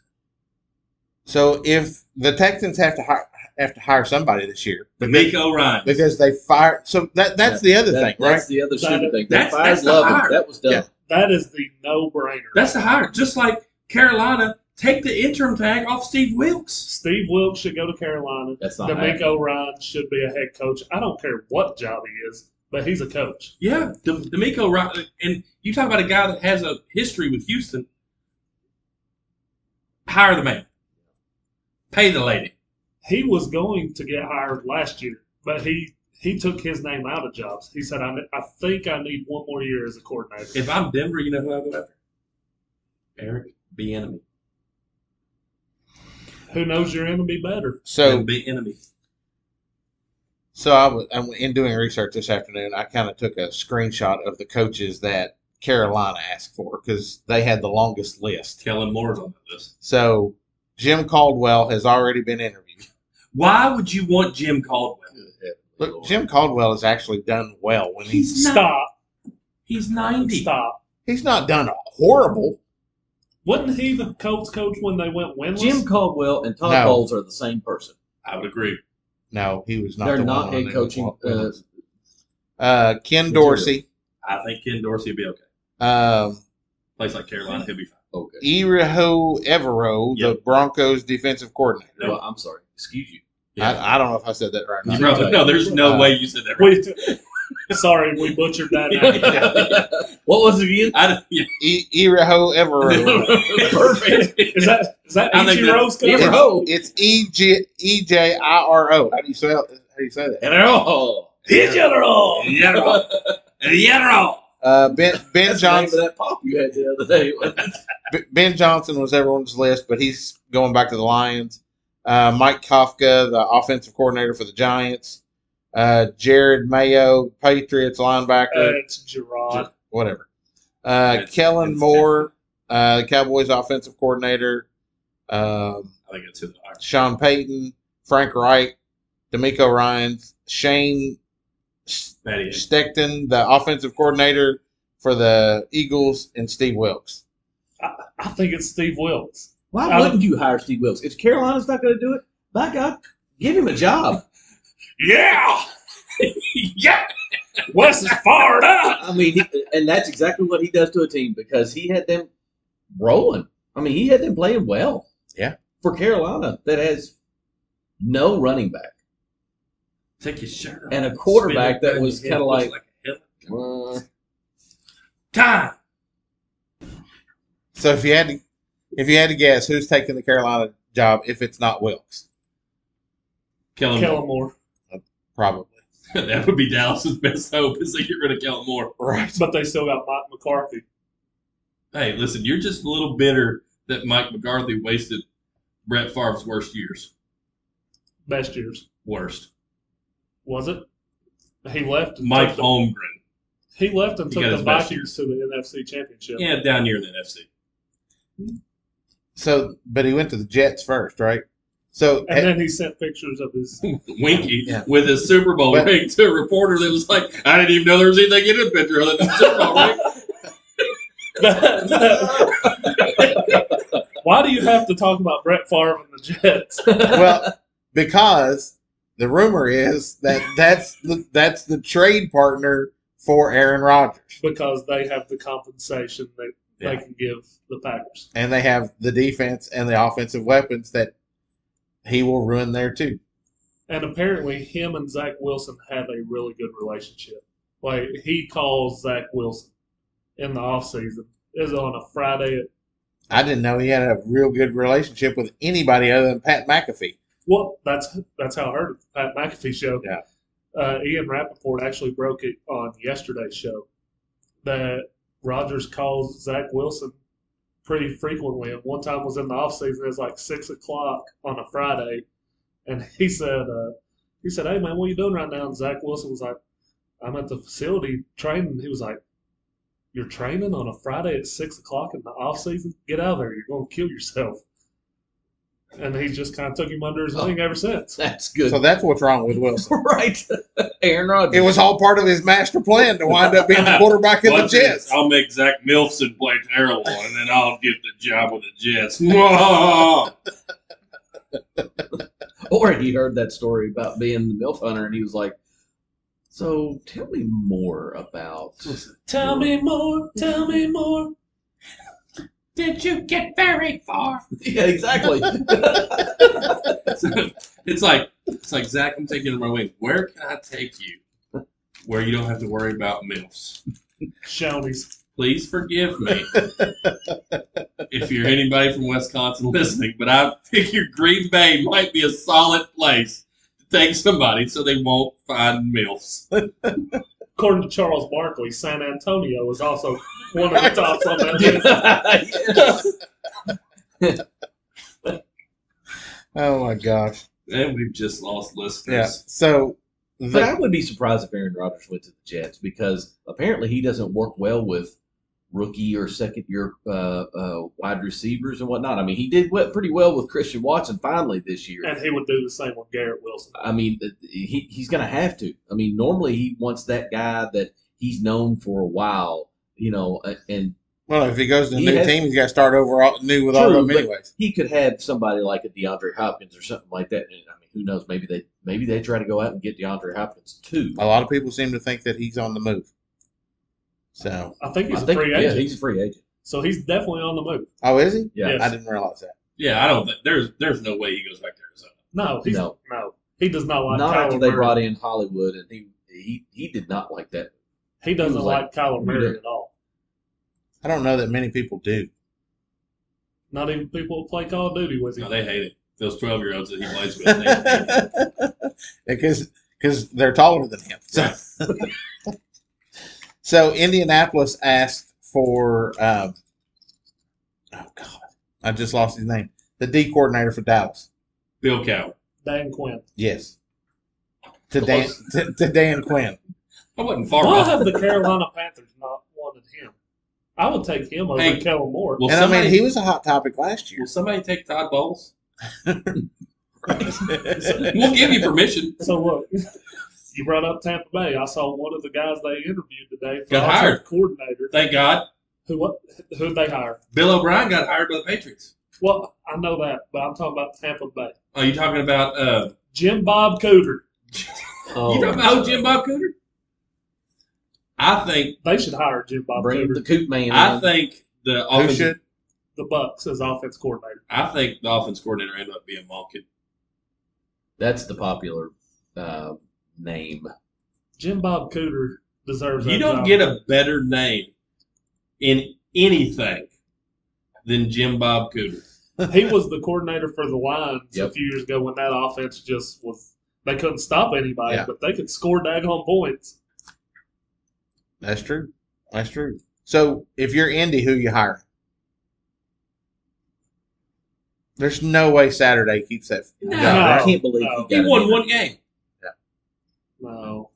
[SPEAKER 2] so if the Texans have to hire have to hire somebody this year
[SPEAKER 3] D'Amico Ryan.
[SPEAKER 2] because they fired so that that's the other
[SPEAKER 5] That-
[SPEAKER 2] thing, right?
[SPEAKER 5] That's the other
[SPEAKER 4] That-
[SPEAKER 5] stupid thing.
[SPEAKER 3] that's-
[SPEAKER 5] They fired
[SPEAKER 3] that's the
[SPEAKER 5] Lovin.
[SPEAKER 3] hire.
[SPEAKER 5] That was done.
[SPEAKER 2] Yeah.
[SPEAKER 4] That is the no-brainer.
[SPEAKER 3] That's the hire. Just like Carolina, take the interim tag off Steve Wilkes.
[SPEAKER 4] Steve Wilkes should go to Carolina.
[SPEAKER 5] That's not happening.
[SPEAKER 4] D'Amico Ryan should be a head coach. I don't care what job he is, but he's a coach.
[SPEAKER 3] Yeah, D- D'Amico Ryan. And you talk about a guy that has a history with Houston. Hire the man. Pay the lady.
[SPEAKER 4] He was going to get hired last year, but he he took his name out of jobs. He said, "I, I think I need one more year as a coordinator."
[SPEAKER 3] If I'm Denver, you know who I go after? Eric B. Enemy.
[SPEAKER 4] Who knows your enemy better?
[SPEAKER 2] So
[SPEAKER 3] B. Enemy.
[SPEAKER 2] So I was I'm in doing research this afternoon. I kind of took a screenshot of the coaches that Carolina asked for because they had the longest list.
[SPEAKER 3] Kellen Moore's on that list.
[SPEAKER 2] So Jim Caldwell has already been interviewed.
[SPEAKER 3] Why would you want Jim Caldwell?
[SPEAKER 5] Good heavens,
[SPEAKER 2] Look,
[SPEAKER 5] Lord.
[SPEAKER 2] Jim Caldwell has actually done well when he's
[SPEAKER 3] He's not.
[SPEAKER 4] Stop!
[SPEAKER 3] He's 90.
[SPEAKER 4] Stop!
[SPEAKER 2] he's not done horrible.
[SPEAKER 4] Wasn't he the Colts coach when they went winless?
[SPEAKER 5] Jim Caldwell and Todd
[SPEAKER 2] No.
[SPEAKER 5] Bowles are the same person.
[SPEAKER 3] I would agree.
[SPEAKER 2] No, he was not.
[SPEAKER 5] They're
[SPEAKER 2] the
[SPEAKER 5] not
[SPEAKER 2] one
[SPEAKER 5] head
[SPEAKER 2] on the-
[SPEAKER 5] coaching. Uh,
[SPEAKER 2] Uh, Ken
[SPEAKER 5] Material.
[SPEAKER 2] Dorsey,
[SPEAKER 3] I think Ken Dorsey would be okay.
[SPEAKER 2] um,
[SPEAKER 3] Place like Carolina, he'll be fine.
[SPEAKER 5] uh, okay.
[SPEAKER 2] Iriho Evero, the Broncos defensive coordinator.
[SPEAKER 3] No.
[SPEAKER 5] Well, I'm sorry. Excuse you.
[SPEAKER 2] I, I don't know if I said that right. or
[SPEAKER 3] You
[SPEAKER 2] not.
[SPEAKER 3] probably- no, there's no
[SPEAKER 2] Uh,
[SPEAKER 3] way you said that. Right.
[SPEAKER 4] We, sorry, we butchered that. name.
[SPEAKER 5] what was it again?
[SPEAKER 3] I, yeah,
[SPEAKER 2] I- Iriho E, Evero.
[SPEAKER 3] perfect.
[SPEAKER 4] Is that is that
[SPEAKER 3] I think that-
[SPEAKER 4] Ichiro's coach?
[SPEAKER 5] Yeah. Iro.
[SPEAKER 2] It's, it's E J E J I R O. How do you say how do you say that?
[SPEAKER 5] And they're all-
[SPEAKER 3] General, general, general.
[SPEAKER 2] Uh, ben Ben
[SPEAKER 5] That's the name of
[SPEAKER 2] Johnson
[SPEAKER 5] that pop you had the other day.
[SPEAKER 2] B- Ben Johnson was everyone's list, but he's going back to the Lions. Uh, Mike Kafka, the offensive coordinator for the Giants. Uh, Jared Mayo, Patriots
[SPEAKER 4] Uh,
[SPEAKER 2] linebacker,
[SPEAKER 4] it's Gerard.
[SPEAKER 2] whatever. Uh,
[SPEAKER 3] It's-
[SPEAKER 2] Kellen
[SPEAKER 3] it's
[SPEAKER 2] Moore, uh, the Cowboys offensive coordinator. Um,
[SPEAKER 3] I think it's who they are.
[SPEAKER 2] Sean Payton, Frank Reich, D'Amico Ryan's, Shane
[SPEAKER 3] That is.
[SPEAKER 2] Steckton, the offensive coordinator for the Eagles, and Steve Wilkes.
[SPEAKER 4] I think it's Steve Wilkes.
[SPEAKER 5] Why wouldn't you hire Steve Wilkes? If Carolina's not going to do it, by God, give him a job.
[SPEAKER 3] Yeah, yeah.
[SPEAKER 4] Wes is fired up.
[SPEAKER 5] I mean, he, and that's exactly what he does to a team because he had them rolling. I mean, he had them playing well.
[SPEAKER 2] Yeah.
[SPEAKER 5] For Carolina, that has no running back.
[SPEAKER 3] Take your shirt off.
[SPEAKER 5] And a quarterback
[SPEAKER 3] Spin it
[SPEAKER 5] that was
[SPEAKER 3] around your
[SPEAKER 5] kinda
[SPEAKER 3] head,
[SPEAKER 5] like-
[SPEAKER 3] looks
[SPEAKER 5] Uh,
[SPEAKER 3] a hell- time.
[SPEAKER 2] So if you had to, if you had to guess who's taking the Carolina job, if it's not Wilkes,
[SPEAKER 3] Kellen Moore.
[SPEAKER 4] Kellen Moore.
[SPEAKER 2] probably
[SPEAKER 3] that would be Dallas's best hope is they get rid of Kellen Moore.
[SPEAKER 2] right.
[SPEAKER 4] But they still got Mike McCarthy.
[SPEAKER 3] Hey, listen, you're just a little bitter that Mike McCarthy wasted Brett Favre's worst years.
[SPEAKER 4] Best years.
[SPEAKER 3] Worst.
[SPEAKER 4] Was it? He left and
[SPEAKER 3] Mike
[SPEAKER 4] took the-
[SPEAKER 3] Holmgren.
[SPEAKER 4] he left and
[SPEAKER 3] He
[SPEAKER 4] took
[SPEAKER 3] got
[SPEAKER 4] the
[SPEAKER 3] his best
[SPEAKER 4] Vikings to the NFC championship.
[SPEAKER 3] Yeah, down near the NFC.
[SPEAKER 2] So, but he went to the Jets first, right? So eh,
[SPEAKER 4] And then he sent pictures of his
[SPEAKER 3] Winky
[SPEAKER 2] Yeah.
[SPEAKER 3] with his Super Bowl
[SPEAKER 2] But-
[SPEAKER 3] ring to a reporter that was like, I didn't even know there was anything in a picture other than the Super Bowl ring.
[SPEAKER 4] Why do you have to talk about Brett Favre and the Jets?
[SPEAKER 2] well, because the rumor is that that's the, that's the trade partner for Aaron Rodgers,
[SPEAKER 4] Because they have the compensation that
[SPEAKER 3] Yeah.
[SPEAKER 4] they can give the Packers.
[SPEAKER 2] and they have the defense and the offensive weapons that he will ruin there too.
[SPEAKER 4] And apparently, him and Zach Wilson have a really good relationship. Like he calls Zach Wilson in the off season. Is on a Friday. At,
[SPEAKER 2] I didn't know he had a real good relationship with anybody other than Pat McAfee.
[SPEAKER 4] well, that's that's how I heard it. Pat McAfee show.
[SPEAKER 2] Yeah.
[SPEAKER 4] Uh, Ian Rappaport actually broke it on yesterday's show that Rogers calls Zach Wilson pretty frequently. And one time was in the offseason, it was like six o'clock on a Friday, and he said, uh, he said, Hey man, what you doing right now? And Zach Wilson was like, I'm at the facility training. He was like, You're training on a Friday at six o'clock in the offseason? Get out of there, you're gonna kill yourself. And he just kind of took him under his wing ever since.
[SPEAKER 5] That's good.
[SPEAKER 2] So that's what's wrong with Wilson.
[SPEAKER 5] right. Aaron Rodgers.
[SPEAKER 2] It was all part of his master plan to wind up being the quarterback of the
[SPEAKER 3] Watch this.
[SPEAKER 2] Jets.
[SPEAKER 3] I'll make Zach Milson play terrible, and then I'll get the job with the Jets. Whoa.
[SPEAKER 5] Or he heard that story about being the MILF hunter and he was like, So tell me more about.
[SPEAKER 4] Tell me more, tell me more.
[SPEAKER 6] Did you get very far?
[SPEAKER 5] Yeah, exactly.
[SPEAKER 3] it's like it's like Zach. I'm taking you under my wing. Where can I take you? Where you don't have to worry about milfs.
[SPEAKER 4] Shoney's.
[SPEAKER 3] Please forgive me if you're anybody from Wisconsin listening, but I figure Green Bay might be a solid place to take somebody so they won't find milfs.
[SPEAKER 4] According to Charles Barkley, San Antonio is also one of the tops on that list.
[SPEAKER 5] Yes.
[SPEAKER 2] Oh my gosh!
[SPEAKER 3] And we've just lost listeners.
[SPEAKER 2] Yeah. So
[SPEAKER 5] But
[SPEAKER 2] the,
[SPEAKER 5] I would be surprised if Aaron Rodgers went to the Jets because apparently he doesn't work well with rookie or second year uh, uh, wide receivers and whatnot. I mean, he did we- pretty well with Christian Watson finally this year.
[SPEAKER 4] And he would do the same with Garrett Wilson.
[SPEAKER 5] I mean, th- he, he's going to have to. I mean, normally he wants that guy that he's known for a while, you know, a- and
[SPEAKER 2] well, if he goes to a
[SPEAKER 5] He
[SPEAKER 2] new
[SPEAKER 5] has-
[SPEAKER 2] team, he's got to start over all, new with all
[SPEAKER 5] True,
[SPEAKER 2] of them,
[SPEAKER 5] but-
[SPEAKER 2] anyways.
[SPEAKER 5] he could have somebody like a DeAndre Hopkins or something like that. And, I mean, who knows? Maybe they maybe they try to go out and get DeAndre Hopkins too.
[SPEAKER 4] Oh,
[SPEAKER 2] A lot of people seem to think that he's on the move. So,
[SPEAKER 4] I think he's
[SPEAKER 5] I
[SPEAKER 4] a
[SPEAKER 5] think-
[SPEAKER 4] free
[SPEAKER 5] yeah,
[SPEAKER 4] agent,
[SPEAKER 5] he's a free agent.
[SPEAKER 4] so he's definitely on the move.
[SPEAKER 2] oh, is he?
[SPEAKER 5] Yeah.
[SPEAKER 4] Yes.
[SPEAKER 2] I didn't realize that.
[SPEAKER 3] Yeah, I don't think there's there's no way he goes back to Arizona.
[SPEAKER 4] No, he's, no,
[SPEAKER 5] No.
[SPEAKER 4] he does not like
[SPEAKER 5] not
[SPEAKER 4] Kyler
[SPEAKER 5] after they
[SPEAKER 4] Murray.
[SPEAKER 5] brought in Hollywood, and he he, he did not like that.
[SPEAKER 4] he doesn't
[SPEAKER 5] he was
[SPEAKER 4] like,
[SPEAKER 5] like,
[SPEAKER 4] Kyler
[SPEAKER 5] "You
[SPEAKER 4] Murray
[SPEAKER 5] did."
[SPEAKER 4] at all.
[SPEAKER 2] I don't know that many people do.
[SPEAKER 4] Not even people who play Call of Duty with him.
[SPEAKER 3] No, they hate it. Those twelve year olds that he plays with, they hate it.
[SPEAKER 2] because because they're taller than him. So, so Indianapolis asked for um, oh god, I just lost his name. The D coordinator for Dallas.
[SPEAKER 3] Bill Cowher.
[SPEAKER 4] Dan Quinn.
[SPEAKER 2] Yes. To Dan to, to Dan Quinn.
[SPEAKER 3] I wasn't far
[SPEAKER 4] Why
[SPEAKER 3] off.
[SPEAKER 4] have the Carolina Panthers not wanted him? I would take him over
[SPEAKER 3] Hey.
[SPEAKER 4] Kellen Moore.
[SPEAKER 3] Will
[SPEAKER 2] and I
[SPEAKER 3] somebody,
[SPEAKER 2] mean he was a hot topic last
[SPEAKER 3] will
[SPEAKER 2] year.
[SPEAKER 3] somebody take Todd Bowles? We'll give you permission.
[SPEAKER 4] So look, you brought up Tampa Bay. I saw one of the guys they interviewed today for
[SPEAKER 3] Got
[SPEAKER 4] offensive
[SPEAKER 3] hired.
[SPEAKER 4] coordinator.
[SPEAKER 3] Thank God.
[SPEAKER 4] Who what? Who they hire?
[SPEAKER 3] Bill O'Brien got hired by the Patriots.
[SPEAKER 4] Well, I know that, but I'm talking about Tampa Bay.
[SPEAKER 3] Are you talking about uh
[SPEAKER 4] Jim Bob Cooter.
[SPEAKER 5] Oh,
[SPEAKER 3] you talking about old Jim Bob Cooter? I think
[SPEAKER 4] They should hire Jim Bob
[SPEAKER 5] Bring
[SPEAKER 4] Cooter.
[SPEAKER 5] the Coop man.
[SPEAKER 3] I
[SPEAKER 5] in.
[SPEAKER 3] think the
[SPEAKER 2] uh, Who
[SPEAKER 3] offensive
[SPEAKER 2] should?
[SPEAKER 4] The Bucks as offense coordinator.
[SPEAKER 3] I think the offense coordinator ended up being Malkin.
[SPEAKER 5] that's the popular uh, name.
[SPEAKER 4] Jim Bob Cooter deserves.
[SPEAKER 3] You
[SPEAKER 4] that
[SPEAKER 3] don't
[SPEAKER 4] job.
[SPEAKER 3] get a better name in anything than Jim Bob Cooter.
[SPEAKER 4] He was the coordinator for the Lions a
[SPEAKER 5] Yep.
[SPEAKER 4] few years ago when that offense just was. They couldn't stop anybody,
[SPEAKER 2] Yeah.
[SPEAKER 4] but they could score daggone points.
[SPEAKER 2] That's true. That's true. So if you're Indy, who you hiring? There's no way Saturday keeps that
[SPEAKER 5] No,
[SPEAKER 2] job,
[SPEAKER 5] I
[SPEAKER 2] right?
[SPEAKER 5] can't believe
[SPEAKER 4] no.
[SPEAKER 5] he
[SPEAKER 3] He
[SPEAKER 5] got it
[SPEAKER 3] won
[SPEAKER 5] in.
[SPEAKER 3] one game.
[SPEAKER 4] No.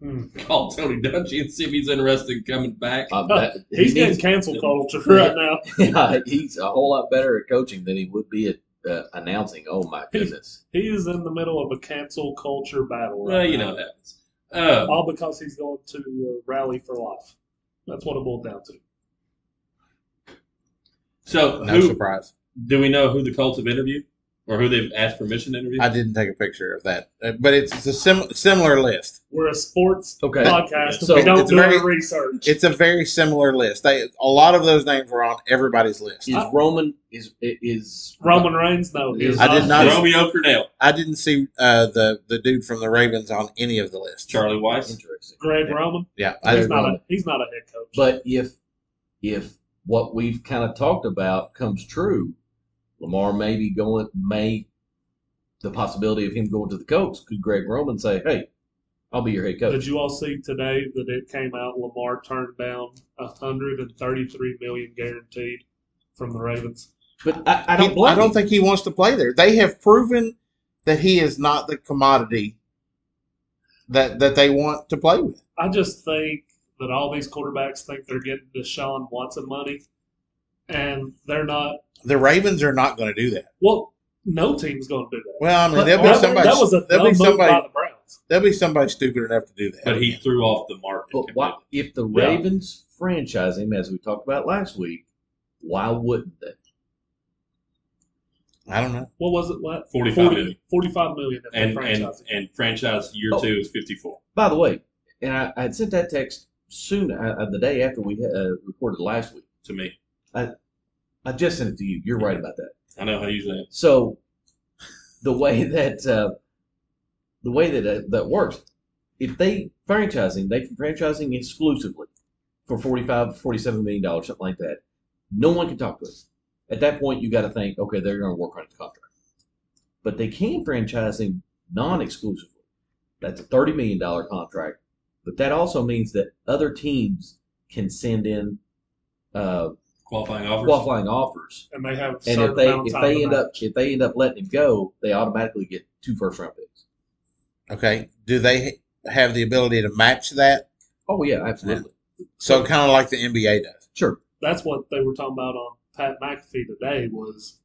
[SPEAKER 4] Hmm.
[SPEAKER 3] Call Tony Dungy and see if he's interested in coming back.
[SPEAKER 5] Uh, that, he
[SPEAKER 4] He's getting
[SPEAKER 5] needs-
[SPEAKER 4] cancel culture right now.
[SPEAKER 5] yeah, he's a whole lot better at coaching than he would be at uh, announcing. Oh my goodness!
[SPEAKER 4] He is in the middle of a cancel culture battle. Right
[SPEAKER 3] Well, you
[SPEAKER 4] now.
[SPEAKER 3] know what happens. Uh,
[SPEAKER 4] All because he's going to uh, rally for life. That's what it boiled down to.
[SPEAKER 3] so
[SPEAKER 2] No
[SPEAKER 3] who
[SPEAKER 2] surprise.
[SPEAKER 3] do we know who the Colts have interviewed? or who they've asked permission to interview.
[SPEAKER 2] I didn't take a picture of that, Uh, but it's, it's a sim- similar list.
[SPEAKER 4] We're a sports
[SPEAKER 5] Okay.
[SPEAKER 4] podcast.
[SPEAKER 5] So
[SPEAKER 4] we don't
[SPEAKER 2] it's
[SPEAKER 4] do
[SPEAKER 2] very-
[SPEAKER 4] our research.
[SPEAKER 2] It's a very similar list. They, a lot of those names were on everybody's list.
[SPEAKER 5] Is Roman is is
[SPEAKER 4] Roman Reigns, no, he is
[SPEAKER 2] I did not-
[SPEAKER 3] Romeo Cornell,
[SPEAKER 2] I didn't see uh, the the dude from the Ravens on any of the list.
[SPEAKER 3] Charlie Weiss.
[SPEAKER 5] interesting?
[SPEAKER 4] Greg Roman.
[SPEAKER 2] Yeah, I
[SPEAKER 4] He's
[SPEAKER 2] didn't.
[SPEAKER 4] not a he's not a head coach.
[SPEAKER 5] But if if what we've kind of talked about comes true, Lamar may be going may the possibility of him going to the Colts. Could Greg Roman say, "Hey, I'll be your head
[SPEAKER 2] uh,
[SPEAKER 4] Did
[SPEAKER 5] coach"?
[SPEAKER 4] you all see today that it came out Lamar turned down 133 million guaranteed from the Ravens?
[SPEAKER 5] But I, I
[SPEAKER 2] I
[SPEAKER 5] don't
[SPEAKER 2] don't,
[SPEAKER 5] blame.
[SPEAKER 2] I don't
[SPEAKER 5] him.
[SPEAKER 2] think he wants to play there. They have proven that he is not the commodity that that they want to play with.
[SPEAKER 4] I just think that all these quarterbacks think they're getting Deshaun Watson money, and they're not.
[SPEAKER 2] The Ravens are not going to do that.
[SPEAKER 4] Well, no team's going to do that.
[SPEAKER 2] Well, I mean,
[SPEAKER 4] But
[SPEAKER 2] there'll be
[SPEAKER 4] that,
[SPEAKER 2] somebody.
[SPEAKER 4] that was a dumb
[SPEAKER 2] there'll be
[SPEAKER 4] move by
[SPEAKER 2] somebody.
[SPEAKER 4] the Browns.
[SPEAKER 2] There'll be somebody stupid enough to do that.
[SPEAKER 3] But he threw off the mark.
[SPEAKER 5] But why, if the
[SPEAKER 4] Yeah.
[SPEAKER 5] Ravens franchise him, as we talked about last week, why wouldn't they?
[SPEAKER 2] I don't know.
[SPEAKER 4] What was it? What
[SPEAKER 3] 45 million.
[SPEAKER 4] 45 million if
[SPEAKER 3] And
[SPEAKER 4] they
[SPEAKER 3] and
[SPEAKER 4] franchise him.
[SPEAKER 3] and franchise year
[SPEAKER 5] Oh.
[SPEAKER 3] two is fifty four.
[SPEAKER 5] By the way, and I, I had sent that text soon uh, the day after we uh, recorded last week.
[SPEAKER 3] To me,
[SPEAKER 5] I just sent it to you. You're right about that.
[SPEAKER 3] I know how you say.
[SPEAKER 5] So the way that uh, the way that uh, that works, if they franchising, they can franchising exclusively for 45 47 million dollars, something like that. No one can talk to us. At that point, you got to think, okay, they're going to work on his contract. But they can franchising non-exclusively. That's a 30 million dollar contract, but that also means that other teams can send in uh,
[SPEAKER 3] Qualifying offers.
[SPEAKER 5] qualifying offers
[SPEAKER 4] And they have a
[SPEAKER 5] and if
[SPEAKER 4] certain
[SPEAKER 5] they
[SPEAKER 4] amount of
[SPEAKER 5] if
[SPEAKER 4] time
[SPEAKER 5] they
[SPEAKER 4] to
[SPEAKER 5] end
[SPEAKER 4] match.
[SPEAKER 5] up if they end up letting him go, they automatically get two first round picks.
[SPEAKER 2] Okay, do they have the ability to match that?
[SPEAKER 5] Oh yeah, absolutely,
[SPEAKER 2] So kind of like the NBA does.
[SPEAKER 5] sure.
[SPEAKER 4] that's what they were talking about on Pat McAfee today was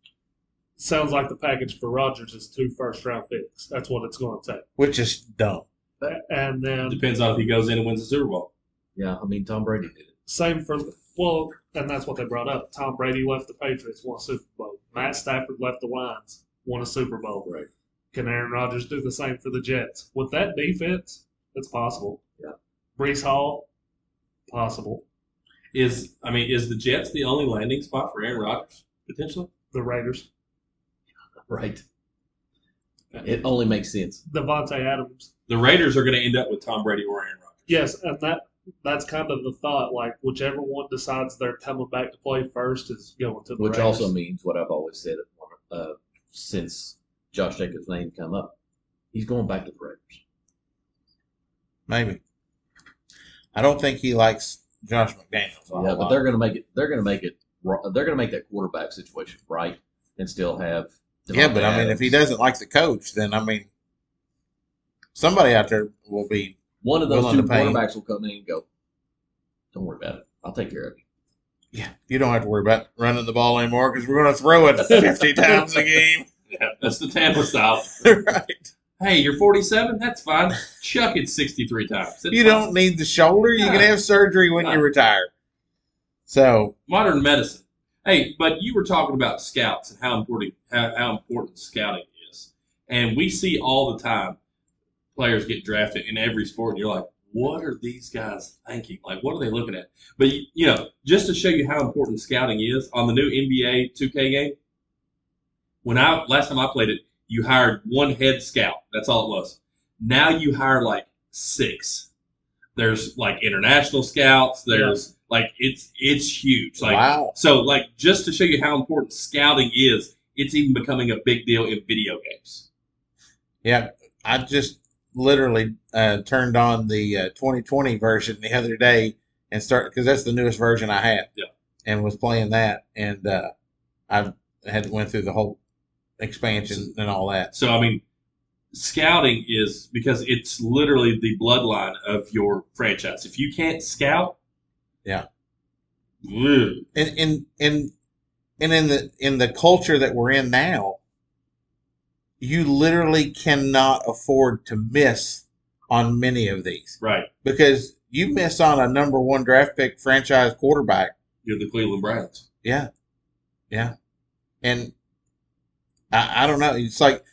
[SPEAKER 4] sounds like the package for Rodgers is two first round picks. That's what it's going to take.
[SPEAKER 2] Which is dumb.
[SPEAKER 4] A- And then
[SPEAKER 3] Depends on if he goes in and wins the Super Bowl.
[SPEAKER 5] Yeah, I mean Tom Brady did it.
[SPEAKER 4] same for well, and that's what they brought up. Tom Brady left the Patriots, won a Super Bowl. Matt Stafford left the Lions, won a Super Bowl.
[SPEAKER 5] Right.
[SPEAKER 4] Can Aaron Rodgers do the same for the Jets? With that defense, it's possible.
[SPEAKER 5] Yeah.
[SPEAKER 4] Brees Hall, possible.
[SPEAKER 3] Is I mean, is the Jets the only landing spot for Aaron Rodgers potentially?
[SPEAKER 4] The Raiders.
[SPEAKER 5] Right. It only makes sense.
[SPEAKER 4] Devontae Adams
[SPEAKER 3] The Raiders are going to end up with Tom Brady or Aaron Rodgers.
[SPEAKER 4] Yes, and that that's kind of the thought. Like whichever one decides they're coming back to play first is going to the
[SPEAKER 5] Which
[SPEAKER 4] Raiders.
[SPEAKER 5] also means what I've always said uh, since Josh Jacobs' name come up, he's going back to the Raiders.
[SPEAKER 2] Maybe. I don't think he likes Josh McDaniels. a whole
[SPEAKER 5] Yeah, Uh, but
[SPEAKER 2] lot.
[SPEAKER 5] they're going to make it. They're going to make it. ri- They're going to make that quarterback situation right and still have.
[SPEAKER 2] Yeah, but I mean, if he
[SPEAKER 5] Adams.
[SPEAKER 2] doesn't like the coach, then I mean, somebody out there will be.
[SPEAKER 5] one of those
[SPEAKER 2] willing
[SPEAKER 5] two
[SPEAKER 2] to pay him.
[SPEAKER 5] quarterbacks will come in and go, "Don't worry about it. I'll take care of it."
[SPEAKER 2] Yeah, you don't have to worry about running the ball anymore because we're going to throw it fifty times a game.
[SPEAKER 3] Yeah, that's the Tampa style.
[SPEAKER 2] right?
[SPEAKER 3] Hey, you're 47. That's fine. Chuck it 63 times. It's
[SPEAKER 2] You
[SPEAKER 3] fine.
[SPEAKER 2] don't need the shoulder. You can
[SPEAKER 3] Yeah.
[SPEAKER 2] have surgery when
[SPEAKER 3] Yeah.
[SPEAKER 2] you retire. So
[SPEAKER 3] modern medicine. Hey, but you were talking about scouts and how important how, how important scouting is, and we see all the time players get drafted in every sport. And you're like, what are these guys thinking? Like, what are they looking at? But you, you know, just to show you how important scouting is on the new NBA 2K game. When I last time I played it, you hired one head scout. That's all it was. Now you hire like six. There's like international scouts. There's like it's it's huge. Like
[SPEAKER 2] wow,
[SPEAKER 3] so like just to show you how important scouting is, it's even becoming a big deal in video games.
[SPEAKER 2] yeah. I just literally uh, turned on the uh, 2020 version the other day and start because that's the newest version I have.
[SPEAKER 3] Yeah.
[SPEAKER 2] and was playing that, and uh, I had went through the whole expansion and all that.
[SPEAKER 3] So I mean, scouting is because it's literally the bloodline of your franchise. If you can't scout,
[SPEAKER 2] Yeah.
[SPEAKER 3] Ugh.
[SPEAKER 2] and and and and in the in the culture that we're in now, you literally cannot afford to miss on many of these
[SPEAKER 3] right.
[SPEAKER 2] because you miss on a number one draft pick franchise quarterback.
[SPEAKER 3] You're the Cleveland Browns.
[SPEAKER 2] Yeah, yeah, and I, I don't know. It's like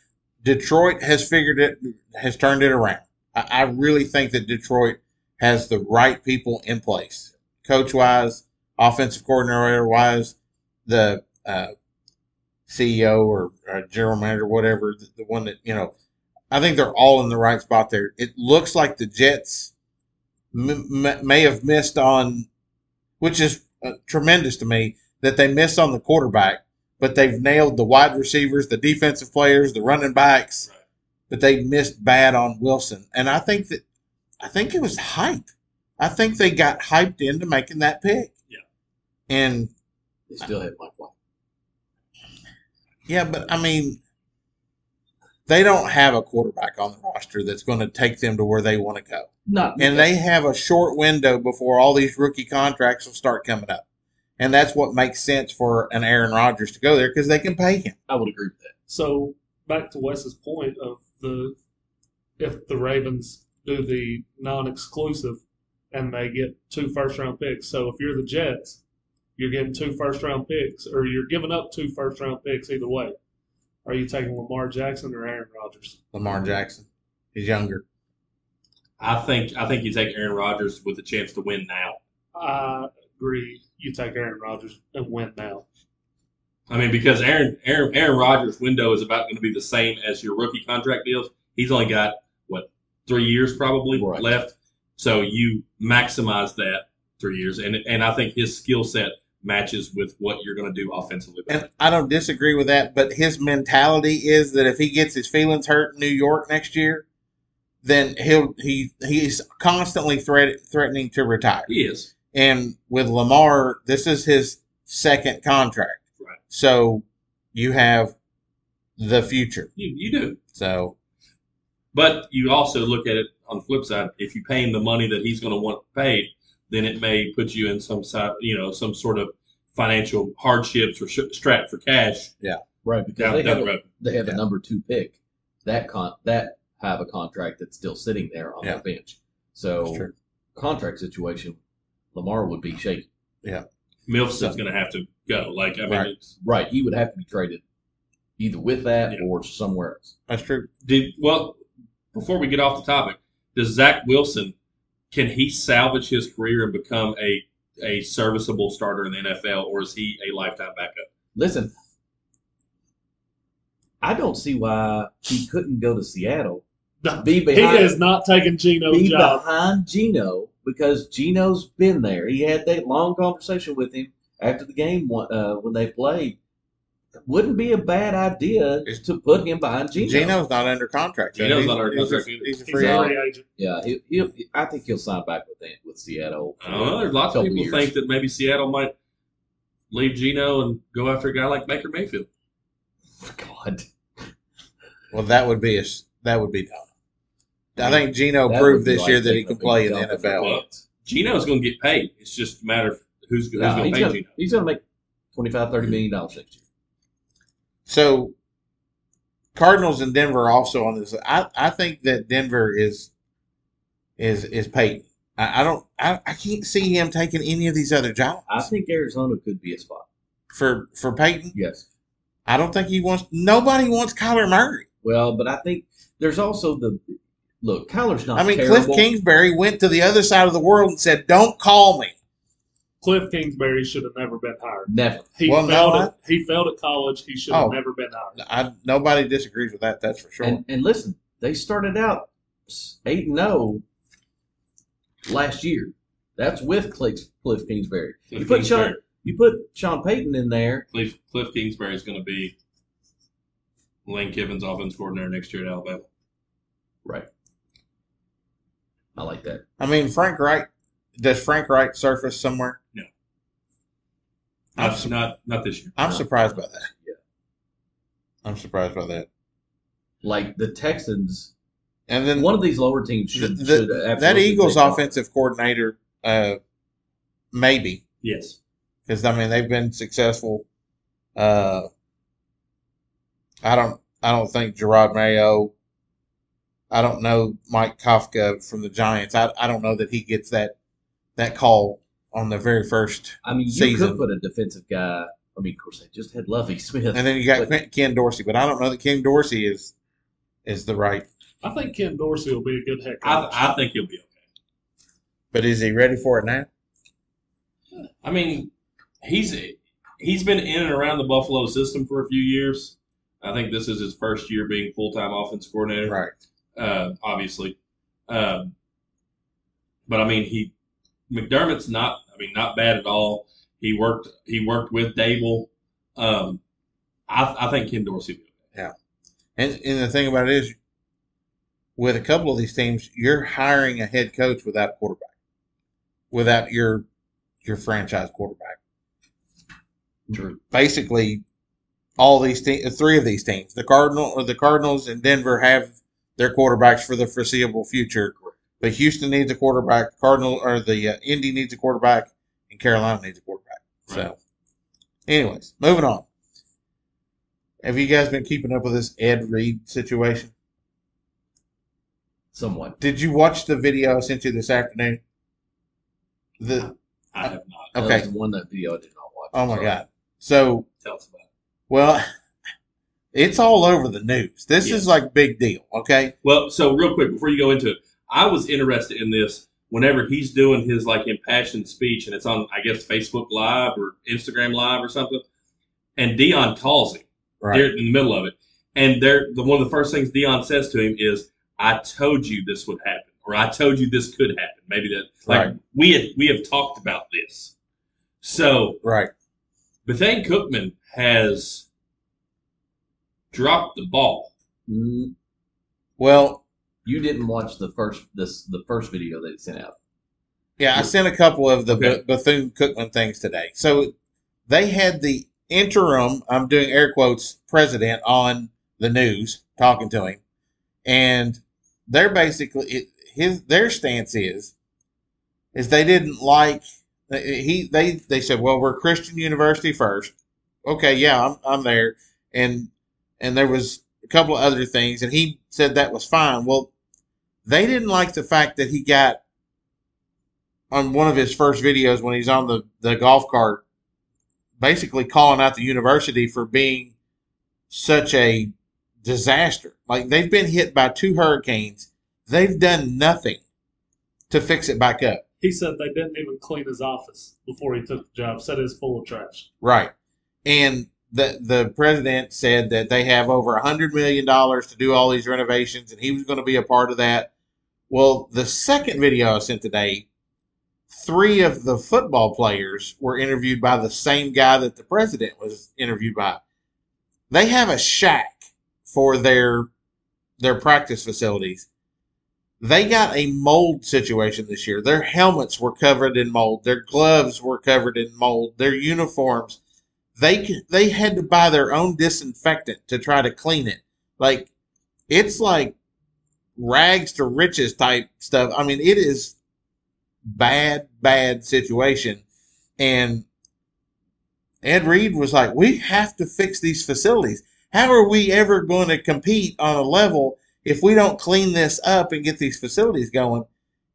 [SPEAKER 2] Detroit has figured it, has turned it around. I, I really think that Detroit has the right people in place, coach wise, offensive coordinator wise, the uh, CEO or, or general manager, whatever, the, the one that, you know, I think they're all in the right spot there. It looks like the Jets m- m- may have missed on, which is uh, tremendous to me, that they missed on the quarterback, but they've nailed the wide receivers, the defensive players, the running backs, but they missed bad on Wilson. And I think that, I think it was hype. I think they got hyped into making that pick.
[SPEAKER 3] Yeah.
[SPEAKER 2] And
[SPEAKER 5] They still have Mike White.
[SPEAKER 2] Yeah, but I mean, they don't have a quarterback on the roster that's going to take them to where they want to go.
[SPEAKER 5] Not
[SPEAKER 2] And they have a short window before all these rookie contracts will start coming up. And that's what makes sense for an Aaron Rodgers to go there because they can pay him.
[SPEAKER 5] I would agree with that.
[SPEAKER 4] So back to Wes's point of the if the Ravens do the non-exclusive and they get two first-round picks. So if you're the Jets, you're getting two first-round picks, or you're giving up two first-round picks either way. Are you taking Lamar Jackson or Aaron Rodgers?
[SPEAKER 2] Lamar Jackson. He's younger.
[SPEAKER 3] I think I think you take Aaron Rodgers with a chance to win now.
[SPEAKER 4] I agree. You take Aaron Rodgers and win now.
[SPEAKER 3] I mean, because Aaron Aaron Aaron Rodgers' window is about going to be the same as your rookie contract deals. He's only got what three years probably
[SPEAKER 5] Right.
[SPEAKER 3] left. So you maximize that three years, and and I think his skill set matches with what you're going to do offensively.
[SPEAKER 2] And I don't disagree with that, but his mentality is that if he gets his feelings hurt in New York next year, then he'll he he's constantly threat, threatening to retire.
[SPEAKER 3] he is.
[SPEAKER 2] And with Lamar, this is his second contract.
[SPEAKER 3] Right.
[SPEAKER 2] So you have the future.
[SPEAKER 3] You, you do,
[SPEAKER 2] So
[SPEAKER 3] but you also look at it on the flip side. If you pay him the money that he's going to want paid, then it may put you in some side, you know, some sort of financial hardships or sh- strapped for cash
[SPEAKER 5] Right, because
[SPEAKER 3] down,
[SPEAKER 5] they
[SPEAKER 3] down
[SPEAKER 5] have
[SPEAKER 3] the road.
[SPEAKER 5] they have
[SPEAKER 2] Yeah.
[SPEAKER 5] a number two pick. That con that have a contract that's still sitting there on
[SPEAKER 2] Yeah.
[SPEAKER 5] the bench.
[SPEAKER 2] That's
[SPEAKER 5] So
[SPEAKER 2] true.
[SPEAKER 5] contract situation, Lamar would be shaky.
[SPEAKER 3] Milson's going to have to go. Like I mean,
[SPEAKER 2] Right.
[SPEAKER 3] it's,
[SPEAKER 5] Right, he would have to be traded either with that
[SPEAKER 3] Yeah.
[SPEAKER 5] or somewhere else.
[SPEAKER 2] that's true.
[SPEAKER 3] did well. Before we get off the topic, does Zach Wilson can he salvage his career and become a a serviceable starter in the NFL, or is he a lifetime backup?
[SPEAKER 5] Listen, I don't see why he couldn't go to Seattle.
[SPEAKER 4] No,
[SPEAKER 5] Be
[SPEAKER 4] He
[SPEAKER 5] behind
[SPEAKER 4] is not taking Geno's
[SPEAKER 5] be
[SPEAKER 4] job.
[SPEAKER 5] behind Gino because Gino's been there. He had that long conversation with him after the game one- uh, when they played. Wouldn't be a bad idea to put him behind Gino.
[SPEAKER 2] Gino's not under contract. so
[SPEAKER 3] Gino's
[SPEAKER 2] he's-
[SPEAKER 3] not under
[SPEAKER 2] he's a-
[SPEAKER 3] contract either.
[SPEAKER 2] He's a
[SPEAKER 4] He's
[SPEAKER 2] free
[SPEAKER 4] a
[SPEAKER 2] agent.
[SPEAKER 4] free agent.
[SPEAKER 5] Yeah, he, he'll, I think he'll sign back with them, with Seattle.
[SPEAKER 3] I don't know. Oh, There's lots of
[SPEAKER 5] Couple
[SPEAKER 3] people
[SPEAKER 5] years.
[SPEAKER 3] think that maybe Seattle might leave Geno and go after a guy like Baker Mayfield.
[SPEAKER 5] God,
[SPEAKER 2] Well, that would be a, s- that would be dumb. I think Gino
[SPEAKER 5] That
[SPEAKER 2] proved
[SPEAKER 5] would be
[SPEAKER 2] this
[SPEAKER 5] like
[SPEAKER 2] year that he can
[SPEAKER 5] taking a
[SPEAKER 2] play in the
[SPEAKER 5] big dump
[SPEAKER 2] NFL.
[SPEAKER 3] Well, Geno's going to get paid. It's just a matter of who's, who's
[SPEAKER 5] Nah,
[SPEAKER 3] going
[SPEAKER 5] he's
[SPEAKER 3] to pay
[SPEAKER 5] gonna-
[SPEAKER 3] Geno.
[SPEAKER 5] he's going to make $25, $30 million dollars next year.
[SPEAKER 2] So Cardinals and Denver are also on this. I, I think that Denver is is is Peyton. I, I don't I, I can't see him taking any of these other jobs
[SPEAKER 5] I think Arizona could be a spot.
[SPEAKER 2] for for Peyton.
[SPEAKER 5] Yes.
[SPEAKER 2] I don't think he wants. Nobody wants Kyler Murray.
[SPEAKER 5] Well, but I think there's also the look. Kyler's not.
[SPEAKER 2] I mean,
[SPEAKER 5] terrible.
[SPEAKER 2] Cliff Kingsbury went to the other side of the world and said, "Don't call me."
[SPEAKER 4] Cliff Kingsbury should have never been hired.
[SPEAKER 5] Never.
[SPEAKER 4] He
[SPEAKER 2] Well, no,
[SPEAKER 4] failed.
[SPEAKER 2] I-
[SPEAKER 4] at, he failed at college. He should
[SPEAKER 2] Oh.
[SPEAKER 4] have never been hired.
[SPEAKER 2] I, nobody disagrees with that. That's for sure.
[SPEAKER 5] And, and listen, they started out eight and zero last year. That's with Cliff, Cliff Kingsbury.
[SPEAKER 3] Cliff
[SPEAKER 5] you put
[SPEAKER 3] Kingsbury,
[SPEAKER 5] Sean, you put Sean Payton in there.
[SPEAKER 3] Cliff, Cliff Kingsbury is going to be Lane Kiffin's offense coordinator next year at Alabama.
[SPEAKER 5] Right. I like that.
[SPEAKER 2] I mean, Frank Wright. Does Frank Wright surface somewhere?
[SPEAKER 3] No.
[SPEAKER 2] I'm
[SPEAKER 3] Not, not, not this year.
[SPEAKER 2] I'm
[SPEAKER 5] No.
[SPEAKER 2] surprised by that. I'm surprised by that.
[SPEAKER 5] Like the Texans,
[SPEAKER 2] And then
[SPEAKER 5] one of these lower teams should,
[SPEAKER 2] The- the-
[SPEAKER 5] should
[SPEAKER 2] that
[SPEAKER 5] absolutely
[SPEAKER 2] Eagles
[SPEAKER 5] take off.
[SPEAKER 2] offensive coordinator, uh, maybe
[SPEAKER 3] Yes.
[SPEAKER 2] because I mean they've been successful. Uh, I don't. I don't think Gerard Mayo. I don't know Mike Kafka from the Giants. I, I don't know that he gets that that call on the very first.
[SPEAKER 5] I mean, you
[SPEAKER 2] season.
[SPEAKER 5] could put a defensive guy I mean, of course, they just had Lovey Smith.
[SPEAKER 2] And then you got
[SPEAKER 5] But-
[SPEAKER 2] Ken- Ken Dorsey, but I don't know that Ken Dorsey is is the right.
[SPEAKER 4] I think Ken Dorsey will be a good head coach.
[SPEAKER 3] I, I think he'll be okay.
[SPEAKER 2] But is he ready for it now?
[SPEAKER 3] I mean, he's he's been in and around the Buffalo system for a few years. I think this is his first year being full time offense coordinator.
[SPEAKER 2] Right.
[SPEAKER 3] uh, obviously. Um, but I mean, he McDermott's not. I mean, not bad at all. He worked. He worked with Dable. Um, I, I think Ken Dorsey. will.
[SPEAKER 2] And and the thing about it is, with a couple of these teams, you're hiring a head coach without a quarterback, without your your franchise quarterback.
[SPEAKER 5] True.
[SPEAKER 2] Basically, all these te- three of these teams, the Cardinal or the Cardinals and Denver have their quarterbacks for the foreseeable future. But Houston needs a quarterback. Cardinal or the uh, Indy needs a quarterback, and Carolina needs a quarterback. So, anyways, moving on. Have you guys been keeping up with this Ed Reed situation?
[SPEAKER 5] Someone.
[SPEAKER 2] Did you watch the video I sent you this afternoon? The
[SPEAKER 3] I have not
[SPEAKER 5] That was
[SPEAKER 2] okay.
[SPEAKER 5] the one that video I did not watch.
[SPEAKER 2] Oh my
[SPEAKER 5] Sorry.
[SPEAKER 2] god. So
[SPEAKER 3] tell us about. It.
[SPEAKER 2] well, it's all over the news. This is
[SPEAKER 3] Yes.
[SPEAKER 2] like big deal. Okay.
[SPEAKER 3] Well, so real quick before you go into it, I was interested in this. Whenever he's doing his like impassioned speech, and it's on, I guess Facebook Live or Instagram Live or something, and Dion calls him.
[SPEAKER 2] Right.
[SPEAKER 3] They're in the middle of it. And they're the one of the first things Dion says to him is, "I told you this would happen, or I told you this could happen. Maybe that like
[SPEAKER 2] Right.
[SPEAKER 3] we had, we have talked about this." So
[SPEAKER 2] Right.
[SPEAKER 3] Bethane Cookman has dropped the ball.
[SPEAKER 5] Mm,
[SPEAKER 2] Well,
[SPEAKER 5] You didn't watch the first this the first video they sent out.
[SPEAKER 2] yeah, I sent a couple of the
[SPEAKER 3] Okay.
[SPEAKER 2] Bethune Cookman things today. So they had the interim, I'm doing air quotes, president on the news talking to him. And they're basically it, his their stance is is they didn't like uh, he they they said well we're Christian University first okay yeah I'm I'm there and and there was a couple of other things and he said that was fine well they didn't like the fact that he got on one of his first videos when he's on the the golf cart basically calling out the university for being such a disaster like they've been hit by two hurricanes they've done nothing to fix it back up
[SPEAKER 4] he said they didn't even clean his office before he took the job. Said it's full of trash.
[SPEAKER 2] Right. And the the president said that they have over a hundred million dollars to do all these renovations and he was going to be a part of that. Well, the second video I sent today, three of the football players were interviewed by the same guy that the president was interviewed by. They have a shack for their their practice facilities. They got a mold situation this year. Their helmets were covered in mold. Their gloves were covered in mold. Their uniforms, they c- they had to buy their own disinfectant to try to clean it. Like it's like rags to riches type stuff. I mean, it is bad, bad situation. And Ed Reed was like, "We have to fix these facilities. How are we ever going to compete on a level if we don't clean this up and get these facilities going?"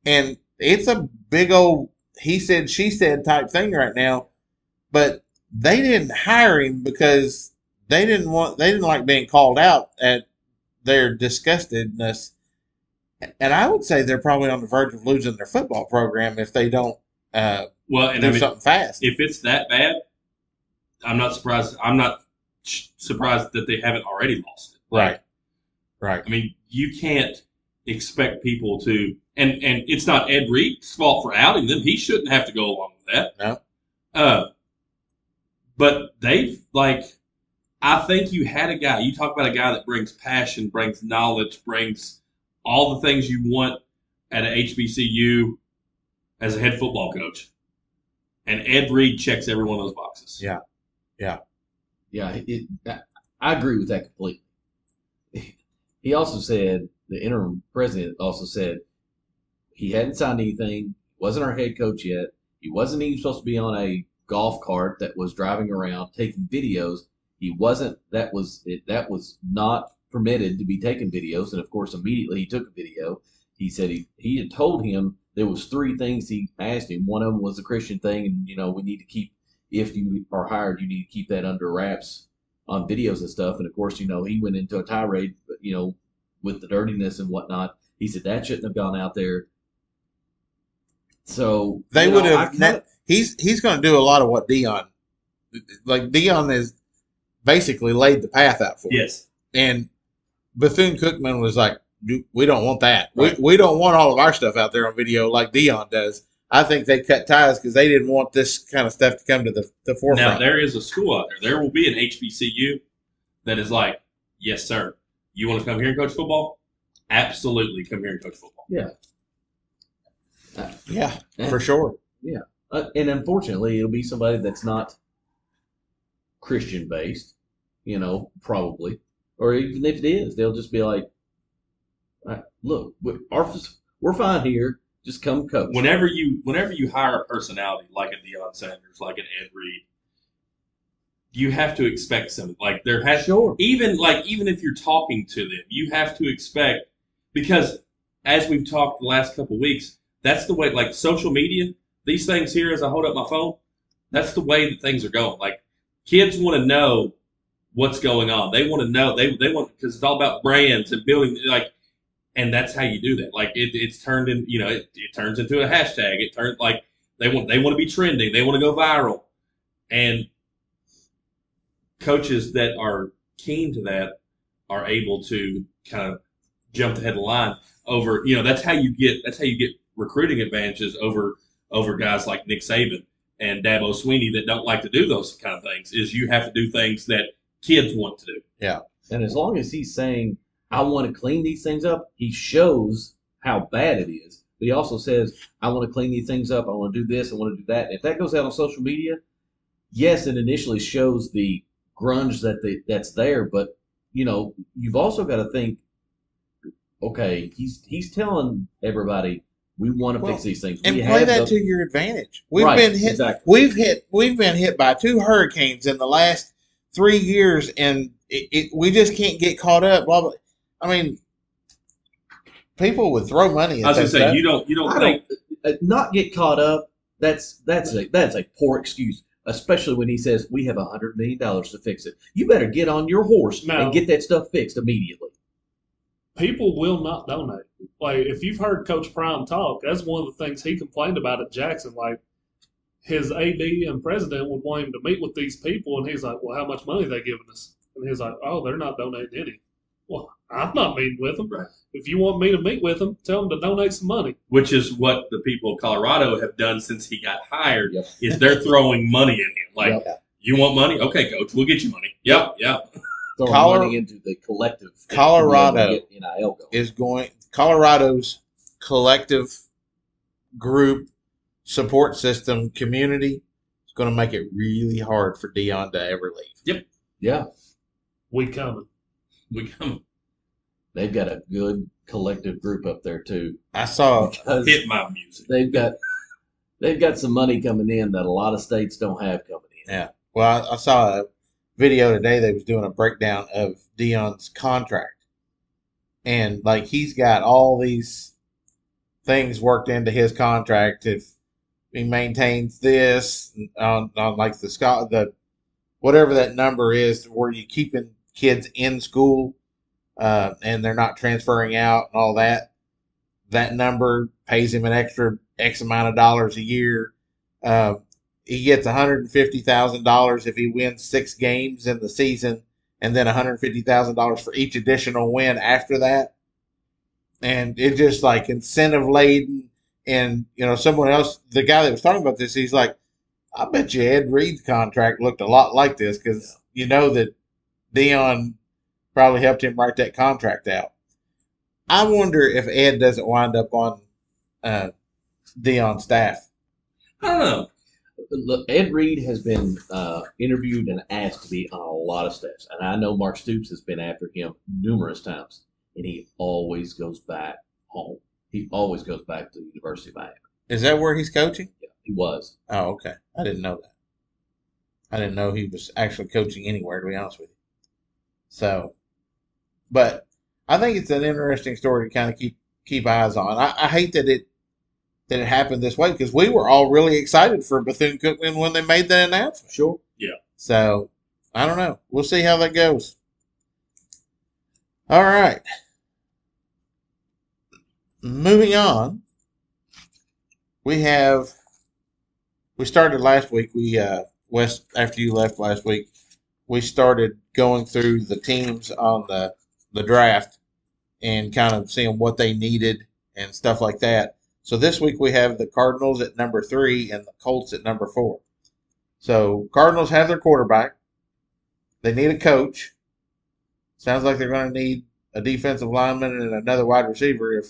[SPEAKER 2] And it's a big old he said she said type thing right now, but they didn't hire him because they didn't want they didn't like being called out at their disgustedness. And I would say they're probably on the verge of losing their football program if they don't uh,
[SPEAKER 3] Well, and
[SPEAKER 2] do
[SPEAKER 3] I mean,
[SPEAKER 2] something fast.
[SPEAKER 3] if it's that bad, I'm not surprised. I'm not sh- surprised that they haven't already lost it.
[SPEAKER 2] Right. Right.
[SPEAKER 3] I mean, you can't expect people to, and and it's not Ed Reed's fault for outing them. He shouldn't have to go along with that.
[SPEAKER 2] No.
[SPEAKER 3] Uh, but they've like, I think you had a guy. You talk about a guy that brings passion, brings knowledge, brings all the things you want at an HBCU as a head football coach. And Ed Reed checks every one of those boxes.
[SPEAKER 2] Yeah.
[SPEAKER 5] Yeah, it, I, I agree with that completely. He also said the interim president also said he hadn't signed anything, wasn't our head coach yet. He wasn't even supposed to be on a golf cart that was driving around taking videos. He wasn't. That was it, that was not permitted to be taking videos. And of course, immediately he took a video. He said he he had told him there was three things he asked him. One of them was a Christian thing, and you know we need to keep if you are hired, you need to keep that under wraps on videos and stuff. And of course, you know, he went into a tirade, but, you know, with the dirtiness and whatnot. He said that shouldn't have gone out there. So
[SPEAKER 2] They
[SPEAKER 5] you know,
[SPEAKER 2] would
[SPEAKER 5] I
[SPEAKER 2] have.
[SPEAKER 5] kinda-
[SPEAKER 2] that- he's he's going to do a lot of what Dion, like Dion has basically laid the path out for. him.
[SPEAKER 3] Yes.
[SPEAKER 2] And Bethune Cookman was like, "Do- "We don't want that.
[SPEAKER 5] Right.
[SPEAKER 2] We we don't want all of our stuff out there on video like Dion does." I think they cut ties because they didn't want this kind of stuff to come to the, the
[SPEAKER 3] Now
[SPEAKER 2] forefront.
[SPEAKER 3] there is a school out there. There will be an HBCU that is like, yes, sir. You want to come here and coach football? Absolutely, come here and coach football.
[SPEAKER 2] yeah, for sure.
[SPEAKER 5] Uh, and unfortunately, it'll be somebody that's not Christian based, you know, probably. Or even if it is, they'll just be like, "Uh, "Look, we- our, fac- we're fine here. Just come coach."
[SPEAKER 3] Whenever you whenever you hire a personality like a Deion Sanders, like an Ed Reed, you have to expect something. Like there has
[SPEAKER 5] sure,
[SPEAKER 3] even like even if you're talking to them, you have to expect because as we've talked the last couple weeks, that's the way like social media, these things here as I hold up my phone, that's the way that things are going. Like kids want to know what's going on. They want to know they they want because it's all about brands and building like and that's how you do that. Like it, it's turned in you know, it, it turns into a hashtag. It turns like they want they want to be trending. They want to go viral. And coaches that are keen to that are able to kind of jump the head of the line over you know that's how you get that's how you get recruiting advantages over over guys like Nick Saban and Dabo Sweeney that don't like to do those kind of things is you have to do things that kids want to do.
[SPEAKER 5] and as long as he's saying, "I want to clean these things up," he shows how bad it is. But he also says, "I want to clean these things up. I want to do this. I want to do that." And if that goes out on social media, yes, it initially shows the grunge that they, that's there, but you know, you've also got to think, okay, he's he's telling everybody we want to
[SPEAKER 2] Well,
[SPEAKER 5] fix these things.
[SPEAKER 2] And
[SPEAKER 5] we
[SPEAKER 2] play
[SPEAKER 5] have
[SPEAKER 2] that
[SPEAKER 5] the-
[SPEAKER 2] to your advantage. We've
[SPEAKER 5] Right,
[SPEAKER 2] been hit.
[SPEAKER 5] exactly.
[SPEAKER 2] We've hit. We've been hit by two hurricanes in the last three years, and it, it, we just can't get caught up. Blah, blah. I mean, people would throw money. At
[SPEAKER 3] I was gonna
[SPEAKER 2] that
[SPEAKER 3] say
[SPEAKER 2] stuff.
[SPEAKER 3] you don't you don't
[SPEAKER 5] I
[SPEAKER 3] think
[SPEAKER 5] don't uh, not get caught up. That's that's a that's a poor excuse, especially when he says we have a hundred million dollars to fix it. You better get on your horse
[SPEAKER 4] No.
[SPEAKER 5] and get that stuff fixed immediately.
[SPEAKER 4] people will not donate. Like if you've heard Coach Prime talk, that's one of the things he complained about at Jackson. Like his AD and president would want him to meet with these people, and he's like, "Well, how much money they giving us?" And he's like, "Oh, they're not donating any." Well, I'm not meeting with them.
[SPEAKER 3] Right.
[SPEAKER 4] If you want me to meet with them, tell them to donate some money.
[SPEAKER 3] which is what the people of Colorado have done since he got hired
[SPEAKER 5] Yep.
[SPEAKER 3] is they're throwing money at him like
[SPEAKER 5] Yep.
[SPEAKER 3] you want money okay coach we'll get you money yep yeah
[SPEAKER 5] Throwing
[SPEAKER 2] Color-
[SPEAKER 5] money into the collective. to be able to
[SPEAKER 2] Colorado.
[SPEAKER 5] get NIL going.
[SPEAKER 2] is going Colorado's collective group support system community is going to make it really hard for Dion to ever leave.
[SPEAKER 5] Yeah,
[SPEAKER 4] We coming.
[SPEAKER 3] we come
[SPEAKER 5] they've got a good collective group up there too.
[SPEAKER 2] I saw
[SPEAKER 5] Because
[SPEAKER 3] hit my music
[SPEAKER 5] they've got they've got some money coming in that a lot of states don't have coming in.
[SPEAKER 2] well, I, I saw a video today that was doing a breakdown of Dion's contract, and like he's got all these things worked into his contract if he maintains this on, on like the Scott the whatever that number is where you keeping kids in school uh, and they're not transferring out and all that that number pays him an extra x amount of dollars a year uh, he gets $150000 if he wins six games in the season and then $150000 for each additional win after that and it just like incentive laden and you know someone else the guy that was talking about this he's like i bet you ed reed's contract looked a lot like this because you know that dion probably helped him write that contract out i wonder if ed doesn't wind up on uh, dion's staff
[SPEAKER 3] I don't know
[SPEAKER 5] Look, Ed Reed has been uh, interviewed and asked to be on a lot of steps, and I know Mark Stoops has been after him numerous times, and he always goes back home. He always goes back to the University of Miami.
[SPEAKER 2] is that where he's coaching
[SPEAKER 5] He was.
[SPEAKER 2] oh okay i didn't know that i didn't know he was actually coaching anywhere to be honest with you so but i think it's an interesting story to kind of keep keep eyes on i, I hate that it that it happened this way because we were all really excited for Bethune Cookman when they made that announcement.
[SPEAKER 5] Sure.
[SPEAKER 2] So I don't know. We'll see how that goes. All right. Moving on. We have we started last week. We uh West after you left last week, we started going through the teams on the the draft and kind of seeing what they needed and stuff like that. So this week we have the Cardinals at number 3 and the Colts at number 4. So Cardinals have their quarterback. They need a coach. Sounds like they're going to need a defensive lineman and another wide receiver if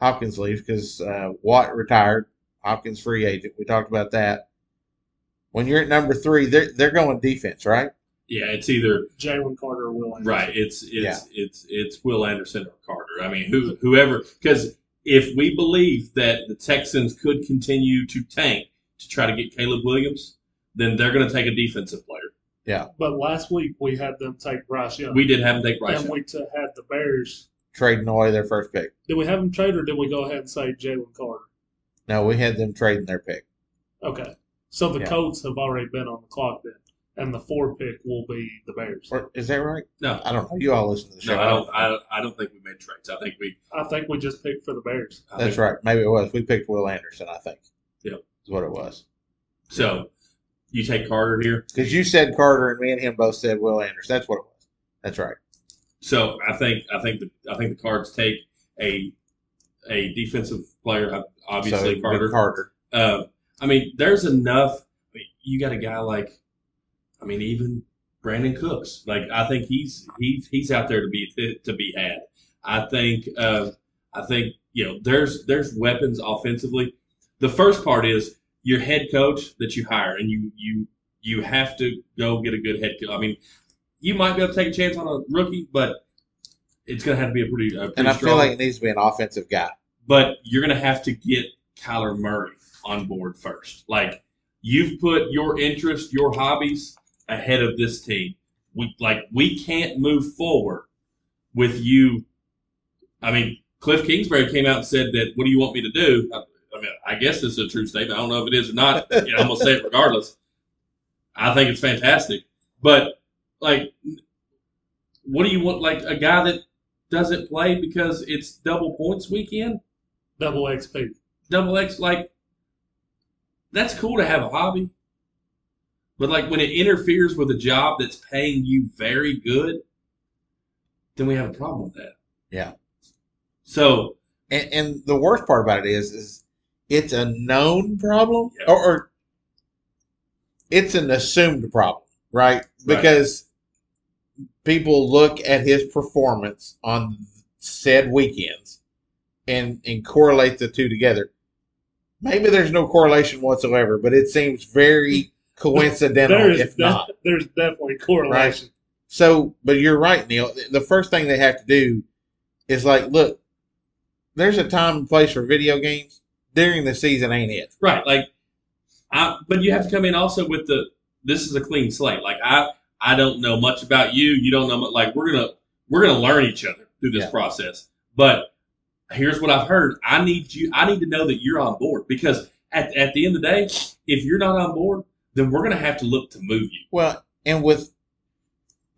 [SPEAKER 2] Hopkins leaves because uh, Watt retired. Hopkins free agent. We talked about that. When you're at number three, they're they're going defense, right?
[SPEAKER 3] Yeah, it's either
[SPEAKER 4] Jalen Carter or Will. Anderson.
[SPEAKER 3] right. It's it's it's it's Will Anderson or Carter. I mean, who whoever because if we believe that the Texans could continue to tank to try to get Caleb Williams, then they're going to take a defensive player.
[SPEAKER 4] But last week we had them take Bryce Young.
[SPEAKER 3] We did have him take Bryce.
[SPEAKER 4] and we t- had the Bears.
[SPEAKER 2] Trading away their first pick.
[SPEAKER 4] Did we have them trade or did we go ahead and say Jalen Carter?
[SPEAKER 2] No, we had them trading their pick.
[SPEAKER 4] Okay. So the
[SPEAKER 2] Yeah.
[SPEAKER 4] Colts have already been on the clock then, and the four pick will be the Bears.
[SPEAKER 2] Or is that right?
[SPEAKER 3] No.
[SPEAKER 2] I don't know. You all listen to the show.
[SPEAKER 3] No, I don't. I, I don't think we made trades. I think we.
[SPEAKER 4] I think we just picked for the Bears.
[SPEAKER 3] I
[SPEAKER 2] That's
[SPEAKER 3] think-
[SPEAKER 2] right. Maybe it was. We picked Will Anderson. I think.
[SPEAKER 3] Yep.
[SPEAKER 2] Is what it was.
[SPEAKER 3] So you take Carter here.
[SPEAKER 2] Because you said Carter, and me and him both said Will Anderson. That's what it was. That's right.
[SPEAKER 3] So I think I think the I think the Cards take a a defensive player.
[SPEAKER 2] So
[SPEAKER 3] Obviously,
[SPEAKER 2] it'd be
[SPEAKER 3] Carter.
[SPEAKER 2] Carter.
[SPEAKER 3] Uh, I mean, there's enough. I mean, you got a guy like, I mean, even Brandon Cooks. Like, I think he's he's he's out there to be to be had. I think uh, I think you know there's there's weapons offensively. The first part is your head coach that you hire, and you you you have to go get a good head coach. I mean, you might be able to take a chance on a rookie, but it's going to have to be a pretty, a pretty
[SPEAKER 2] And I
[SPEAKER 3] strong
[SPEAKER 2] feel like it needs to be an offensive guy.
[SPEAKER 3] but you're going to have to get Kyler Murray on board first. Like you've put your interests, your hobbies ahead of this team. We like we can't move forward with you. I mean, Cliff Kingsbury came out and said that. What do you want me to do? I, I mean, I guess this is a true statement. I don't know if it is or not. You know, I'm gonna say it regardless. I think it's fantastic, but like, what do you want? Like a guy that doesn't play because it's double points weekend
[SPEAKER 4] Double XP.
[SPEAKER 3] double X, like, that's cool to have a hobby. But, like, when it interferes with a job that's paying you very good, then we have a problem with that.
[SPEAKER 2] Yeah.
[SPEAKER 3] So,
[SPEAKER 2] And, and the worst part about it is, is it's a known problem,
[SPEAKER 3] Yeah.
[SPEAKER 2] or, or it's an assumed problem, right? Because people look at his performance on said weekends and and correlate the two together. Maybe there's no correlation whatsoever, but it seems very coincidental,
[SPEAKER 4] There is
[SPEAKER 2] if
[SPEAKER 4] de-
[SPEAKER 2] not.
[SPEAKER 4] there's definitely correlation.
[SPEAKER 2] So, but you're right, Neil. The first thing they have to do is like, look, there's a time and place for video games. During the season ain't it?
[SPEAKER 3] right, like, I, but you have to come in also with the, this is a clean slate. Like, I, I don't know much about you. You don't know, mu- like, we're going to, we're going to learn each other through this
[SPEAKER 2] Yeah.
[SPEAKER 3] process. But here's what I've heard. I need you, I need to know that you're on board because at, at the end of the day, if you're not on board, then we're going to have to look to move you.
[SPEAKER 2] Well, and with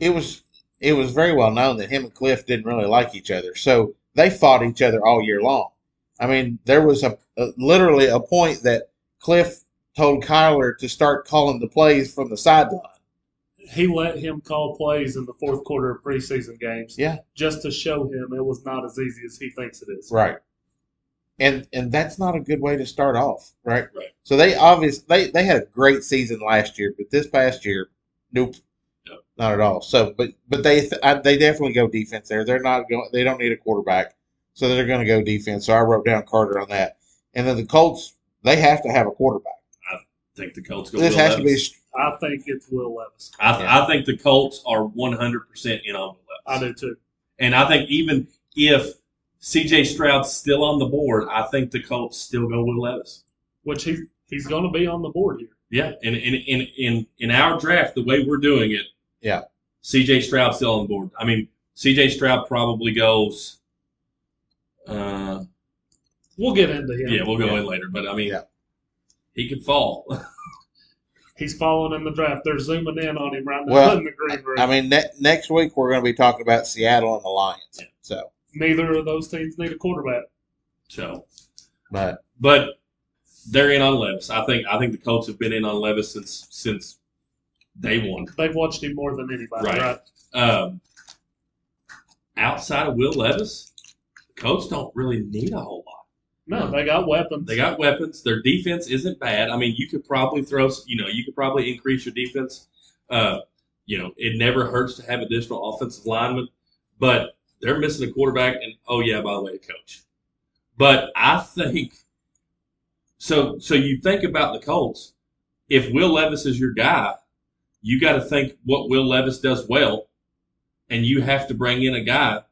[SPEAKER 2] it was it was very well known that him and Cliff didn't really like each other, so they fought each other all year long. I mean, there was a, a literally a point that Cliff told Kyler to start calling the plays from the sideline.
[SPEAKER 4] He let him call plays in the fourth quarter of preseason games.
[SPEAKER 2] Yeah.
[SPEAKER 4] Just to show him it was not as easy as he thinks it is.
[SPEAKER 2] Right. And and that's not a good way to start off, right?
[SPEAKER 3] Right.
[SPEAKER 2] So they obviously they, they had a great season last year, but this past year, nope,
[SPEAKER 3] Nope.
[SPEAKER 2] not at all. So, but but they th- I, they definitely go defense there. They're not going. They don't need a quarterback, so they're going to go defense. So I wrote down Carter on that, and then the Colts they have to have a quarterback.
[SPEAKER 3] think the Colts go.
[SPEAKER 2] This
[SPEAKER 3] Will
[SPEAKER 2] has to be
[SPEAKER 3] Levis.
[SPEAKER 4] I think it's Will Levis.
[SPEAKER 3] I, th-
[SPEAKER 2] Yeah.
[SPEAKER 3] I think the Colts are 100 percent in on Will
[SPEAKER 4] I
[SPEAKER 3] Levis,
[SPEAKER 4] do too.
[SPEAKER 3] and I think even if C.J. Stroud's still on the board, I think the Colts still go Will Levis.
[SPEAKER 4] Which he he's going to be on the board here.
[SPEAKER 3] Yeah, and in in in in our draft, the way we're doing it,
[SPEAKER 2] Yeah.
[SPEAKER 3] C.J. Stroud's still on the board. I mean, C.J. Stroud probably goes. Uh,
[SPEAKER 4] We'll get into him.
[SPEAKER 3] Yeah, we'll go in later, but I mean,
[SPEAKER 2] Yeah.
[SPEAKER 3] he could fall.
[SPEAKER 4] He's falling in the draft. They're zooming in on him right now
[SPEAKER 2] Well,
[SPEAKER 4] in the green room.
[SPEAKER 2] I mean, ne- next week we're going to be talking about Seattle and the Lions. So,
[SPEAKER 4] Neither of those teams need a quarterback.
[SPEAKER 3] so,
[SPEAKER 2] but
[SPEAKER 3] but they're in on Levis. I think I think the Colts have been in on Levis since since day one.
[SPEAKER 4] They've watched him more than anybody,
[SPEAKER 3] Right.
[SPEAKER 4] right?
[SPEAKER 3] Um, outside of Will Levis, the Colts don't really need a whole lot.
[SPEAKER 4] No, they got weapons.
[SPEAKER 3] They got weapons. Their defense isn't bad. I mean, you could probably throw. You know, you could probably increase your defense. Uh, you know, it never hurts to have additional offensive linemen, but they're missing a quarterback and oh yeah, by the way, a coach. But I think so. So you think about the Colts. If Will Levis is your guy, you got to think what Will Levis does well, and you have to bring in a guy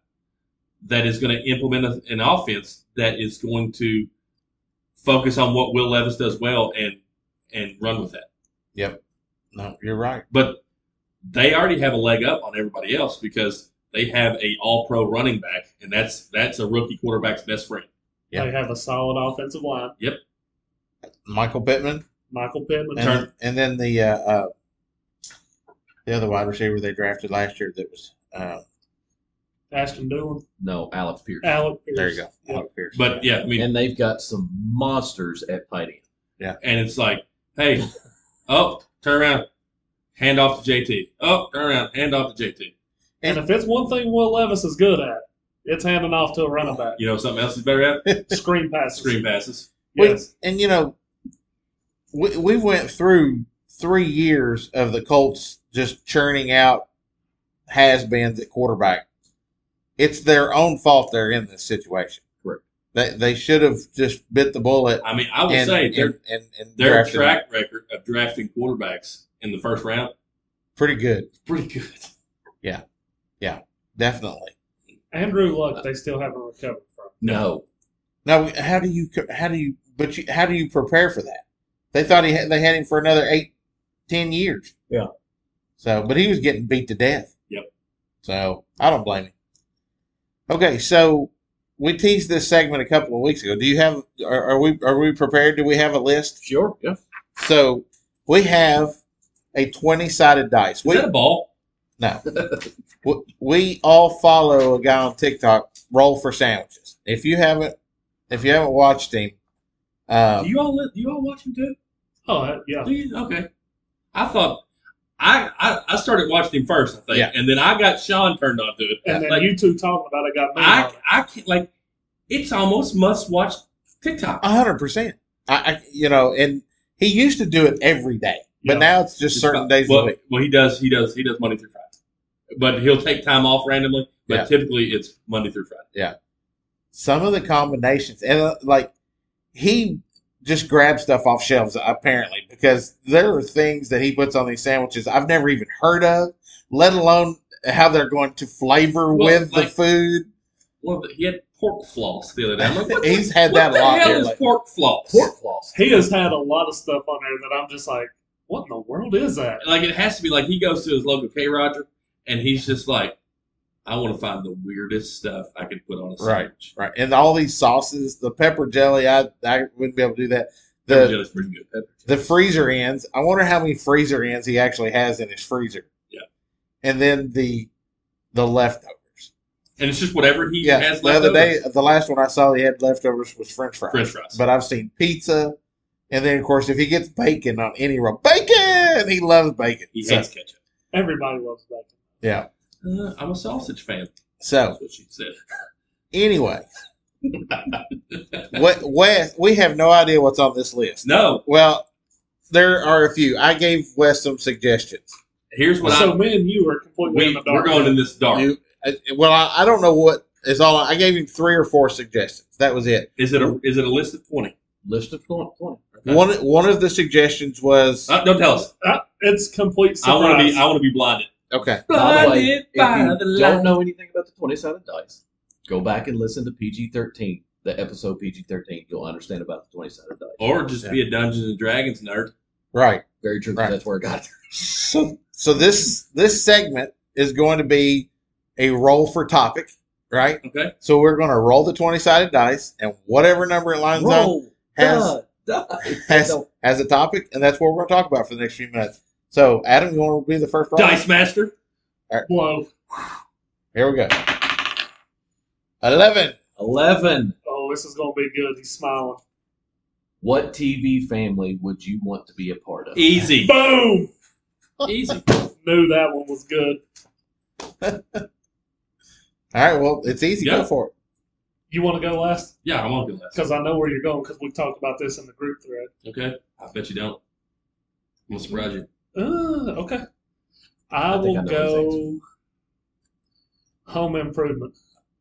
[SPEAKER 3] that is going to implement a- an offense that is going to focus on what Will Levis does well and and run with that.
[SPEAKER 2] no, you're right.
[SPEAKER 3] But they already have a leg up on everybody else because they have a All Pro running back, and that's that's a rookie quarterback's best friend.
[SPEAKER 2] Yeah.
[SPEAKER 4] They have a solid offensive line.
[SPEAKER 2] Michael Pittman,
[SPEAKER 4] Michael Pittman.
[SPEAKER 2] and, and then the uh, uh, the other wide receiver they drafted last year that was uh,
[SPEAKER 4] Ashton Dillon.
[SPEAKER 5] No, Alex Pierce.
[SPEAKER 4] Alec Pierce.
[SPEAKER 2] there you go,
[SPEAKER 4] Yeah.
[SPEAKER 2] Alec Pierce.
[SPEAKER 3] But yeah, I mean,
[SPEAKER 5] And they've got some monsters at tight end.
[SPEAKER 3] and it's like, hey, oh, turn around, hand off to JT. Oh, turn around, hand off to JT.
[SPEAKER 4] And if it's one thing Will Levis is good at, it's handing off to a running back.
[SPEAKER 3] You know something else is better at
[SPEAKER 4] Screen passes.
[SPEAKER 3] screen passes.
[SPEAKER 4] Yes.
[SPEAKER 2] and you know, we we went through three years of the Colts just churning out has beens at quarterback. It's their own fault they're in this situation.
[SPEAKER 5] Correct.
[SPEAKER 2] They they should have just bit the bullet.
[SPEAKER 3] I mean, I would
[SPEAKER 2] and,
[SPEAKER 3] say
[SPEAKER 2] and,
[SPEAKER 3] their
[SPEAKER 2] and, and
[SPEAKER 3] their
[SPEAKER 2] drafted
[SPEAKER 3] track record of drafting quarterbacks in the first round
[SPEAKER 2] pretty good,
[SPEAKER 3] is pretty good.
[SPEAKER 2] definitely.
[SPEAKER 4] Andrew Luck, they still haven't recovered from.
[SPEAKER 5] No.
[SPEAKER 2] Now, how do you how do you but you, how do you prepare for that? They thought he had, they had him for another eight, ten years.
[SPEAKER 5] Yeah.
[SPEAKER 2] So, but he was getting beat to death.
[SPEAKER 3] Yep.
[SPEAKER 2] So I don't blame him. Okay, so we teased this segment a couple of weeks ago. Do you have are, are we are we prepared? Do we have a list?
[SPEAKER 5] Sure. Yeah.
[SPEAKER 2] So we have a twenty sided dice.
[SPEAKER 3] Is
[SPEAKER 2] We
[SPEAKER 3] that a ball?
[SPEAKER 2] we- we all follow a guy on TikTok, Roll for Sandwiches. If you haven't, if you haven't watched him,
[SPEAKER 3] Do
[SPEAKER 2] um,
[SPEAKER 3] you all li- do you all watch him too?
[SPEAKER 4] Oh, that- yeah.
[SPEAKER 3] Do you? Okay. I thought I, I I started watching him first, I think,
[SPEAKER 2] Yeah.
[SPEAKER 3] and then I got Sean turned on to it.
[SPEAKER 4] And then
[SPEAKER 3] Like-
[SPEAKER 4] you two talking about it got me. on
[SPEAKER 3] I
[SPEAKER 4] it.
[SPEAKER 3] I can't like it's almost must watch TikTok.
[SPEAKER 2] a hundred percent. I, I, you know, and he used to do it every day, but
[SPEAKER 4] Yeah.
[SPEAKER 2] now it's just certain days
[SPEAKER 3] well,
[SPEAKER 2] of the week.
[SPEAKER 3] Well, he does he does he does Monday through Friday, but he'll take time off randomly. But
[SPEAKER 2] Yeah.
[SPEAKER 3] typically it's Monday through Friday.
[SPEAKER 2] Some of the combinations, and uh, like he just grabs stuff off shelves apparently because there are things that he puts on these sandwiches I've never even heard of, let alone how they're going to flavor
[SPEAKER 3] Well,
[SPEAKER 2] with
[SPEAKER 3] like-
[SPEAKER 2] the food.
[SPEAKER 3] Well, he had pork floss the other day. I'm like, what,
[SPEAKER 2] He's had
[SPEAKER 3] what
[SPEAKER 2] that
[SPEAKER 3] the
[SPEAKER 2] a lot
[SPEAKER 3] hell
[SPEAKER 2] here
[SPEAKER 3] is
[SPEAKER 2] lately.
[SPEAKER 3] pork floss?
[SPEAKER 5] Pork floss.
[SPEAKER 4] He has had a lot of stuff on there that I'm just like, what in the world is that?
[SPEAKER 3] like it has to be like he goes to his local K Roger and he's just like, I want to find the weirdest stuff I can put on a
[SPEAKER 2] Right.
[SPEAKER 3] sandwich.
[SPEAKER 2] Right, and all these sauces, the pepper jelly, I I wouldn't be able to do that.
[SPEAKER 3] Pepper
[SPEAKER 2] The
[SPEAKER 3] jelly's pretty good. Pepper
[SPEAKER 2] the freezer ends. I wonder how many freezer ends he actually has in his freezer.
[SPEAKER 3] Yeah.
[SPEAKER 2] And then the the leftovers.
[SPEAKER 3] And it's just whatever he
[SPEAKER 2] Yeah.
[SPEAKER 3] has
[SPEAKER 2] the
[SPEAKER 3] left
[SPEAKER 2] other
[SPEAKER 3] over.
[SPEAKER 2] day, the last one I saw he had leftovers was French fries.
[SPEAKER 3] French fries.
[SPEAKER 2] But I've seen pizza, and then of course if he gets bacon on any roll, bacon. He loves bacon.
[SPEAKER 3] he
[SPEAKER 2] So,
[SPEAKER 3] hates ketchup.
[SPEAKER 4] Everybody loves that.
[SPEAKER 2] yeah.
[SPEAKER 3] Uh, I'm a sausage fan.
[SPEAKER 2] So
[SPEAKER 3] That's what she said.
[SPEAKER 2] anyway, what Wes? We have no idea what's on this list.
[SPEAKER 3] No,
[SPEAKER 2] Well, there are a few. I gave Wes some suggestions.
[SPEAKER 3] here's what
[SPEAKER 4] so
[SPEAKER 3] I.
[SPEAKER 4] me and you are completely in
[SPEAKER 3] We,
[SPEAKER 4] the
[SPEAKER 3] we're
[SPEAKER 4] dark.
[SPEAKER 3] going in this dark.
[SPEAKER 2] You- I- well, I, I don't know what is all. I gave him three or four suggestions. That was it.
[SPEAKER 3] Is it a is it a list of twenty?
[SPEAKER 5] List of 20. 20.
[SPEAKER 3] Okay.
[SPEAKER 2] One one of the suggestions was
[SPEAKER 3] Uh, don't tell us.
[SPEAKER 4] Ah, it's complete
[SPEAKER 3] I
[SPEAKER 4] surprise.
[SPEAKER 3] want to be I want to be blinded.
[SPEAKER 2] okay.
[SPEAKER 5] By the way, if you don't know anything about the 20 sided dice, go back and listen to PG 13, the episode PG 13. You'll understand about the 20 sided dice.
[SPEAKER 3] Or just be a Dungeons and Dragons nerd.
[SPEAKER 2] Right.
[SPEAKER 5] Very true, 'cause
[SPEAKER 2] Right.
[SPEAKER 5] that's where I got there.
[SPEAKER 2] So so this this segment is going to be a roll for topic. right?
[SPEAKER 3] Okay.
[SPEAKER 2] So we're going to roll the 20 sided dice, and whatever number it lines up
[SPEAKER 5] Roll,
[SPEAKER 2] has,
[SPEAKER 5] duh, duh.
[SPEAKER 2] has,
[SPEAKER 5] No.
[SPEAKER 2] has a topic, and that's what we're going to talk about for the next few minutes. So, Adam, you want to be the first roll?
[SPEAKER 3] Dice Master.
[SPEAKER 4] Blow.
[SPEAKER 2] Here we go. 11.
[SPEAKER 5] Eleven.
[SPEAKER 4] Oh, this is gonna be good. He's smiling.
[SPEAKER 5] What TV family would you want to be a part of?
[SPEAKER 3] Easy.
[SPEAKER 4] Boom!
[SPEAKER 3] Easy.
[SPEAKER 4] Knew that one was good.
[SPEAKER 2] All right, well, it's easy.
[SPEAKER 3] Yeah.
[SPEAKER 2] Go for it.
[SPEAKER 4] You want to go last?
[SPEAKER 3] Yeah, I'm on good last.
[SPEAKER 4] Because I know where you're going. Because we talked about this in the group thread.
[SPEAKER 3] Okay. I bet you don't. I'm gonna surprise you.
[SPEAKER 4] Uh, okay. I,
[SPEAKER 5] I
[SPEAKER 4] will
[SPEAKER 5] think I know his
[SPEAKER 4] go. Home improvement.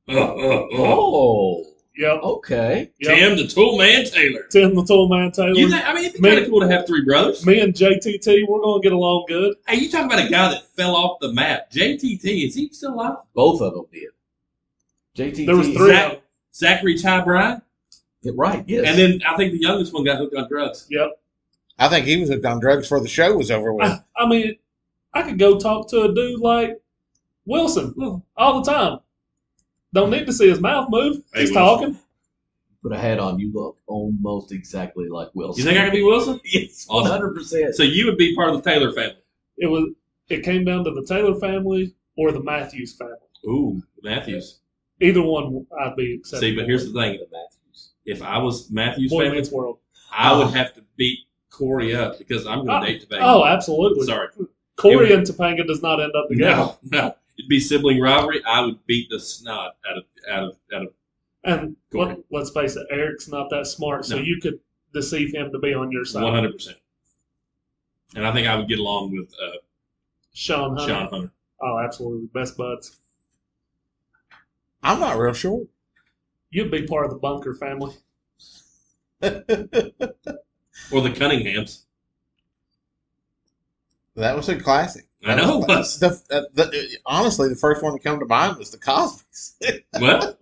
[SPEAKER 3] Uh, uh, uh.
[SPEAKER 5] Oh,
[SPEAKER 4] Yep.
[SPEAKER 5] okay.
[SPEAKER 4] yep.
[SPEAKER 3] Tim the Tool Man Taylor.
[SPEAKER 4] Tim the Tool Man Taylor.
[SPEAKER 3] You think, I mean, it'd be
[SPEAKER 4] Man.
[SPEAKER 3] kind of cool to have three brothers.
[SPEAKER 4] Me and JTT, we're gonna get along good.
[SPEAKER 3] Hey, you talking about a guy that fell off the map? JTT is he still alive?
[SPEAKER 5] Both of them did. JT
[SPEAKER 4] There was three.
[SPEAKER 3] Zach-
[SPEAKER 4] of them.
[SPEAKER 3] Zachary Ty Bryan,
[SPEAKER 5] Right. Yes.
[SPEAKER 3] and then I think the youngest one got hooked on drugs.
[SPEAKER 2] I think he was hooked on drugs before the show was over
[SPEAKER 3] Uh.
[SPEAKER 2] with.
[SPEAKER 4] I, I mean, I could go talk to a dude like Wilson all the time. Don't need to see his mouth move.
[SPEAKER 3] Hey,
[SPEAKER 4] He's
[SPEAKER 3] Wilson.
[SPEAKER 4] talking.
[SPEAKER 5] put a hat on, you look almost exactly like Wilson.
[SPEAKER 3] You think I can be Wilson?
[SPEAKER 5] Yes, one
[SPEAKER 3] Awesome.
[SPEAKER 5] hundred percent.
[SPEAKER 3] So you would be part of the Taylor family.
[SPEAKER 4] It was. It came down to the Taylor family or the Matthews family.
[SPEAKER 3] Ooh, Matthews.
[SPEAKER 4] Either one, I'd be accepted.
[SPEAKER 3] See, but here's the thing: if I was Matthews'
[SPEAKER 4] Boy
[SPEAKER 3] family,
[SPEAKER 4] Meets World.
[SPEAKER 3] I would have to beat Corey up because I'm going
[SPEAKER 4] Oh.
[SPEAKER 3] to date Topanga.
[SPEAKER 4] Oh, absolutely.
[SPEAKER 3] sorry,
[SPEAKER 4] Corey
[SPEAKER 3] It
[SPEAKER 4] and Topanga does not end up together.
[SPEAKER 3] no, no, it'd be sibling rivalry. I would beat the snot out of out of out of.
[SPEAKER 4] And let,
[SPEAKER 3] Corey.
[SPEAKER 4] let's face it, Eric's not that smart, so
[SPEAKER 3] No.
[SPEAKER 4] you could deceive him to be on your side.
[SPEAKER 3] One hundred percent. And I think I would get along with uh,
[SPEAKER 4] Sean Hunter.
[SPEAKER 3] Sean Hunter.
[SPEAKER 4] Oh, absolutely. Best buds.
[SPEAKER 2] I'm not real sure.
[SPEAKER 4] You'd be part of the Bunker family.
[SPEAKER 2] that
[SPEAKER 3] or the Cunninghams.
[SPEAKER 2] was a classic.
[SPEAKER 3] I know it was.
[SPEAKER 2] The, uh, the, honestly, the first one to come to mind was the Cosby's.
[SPEAKER 3] Well,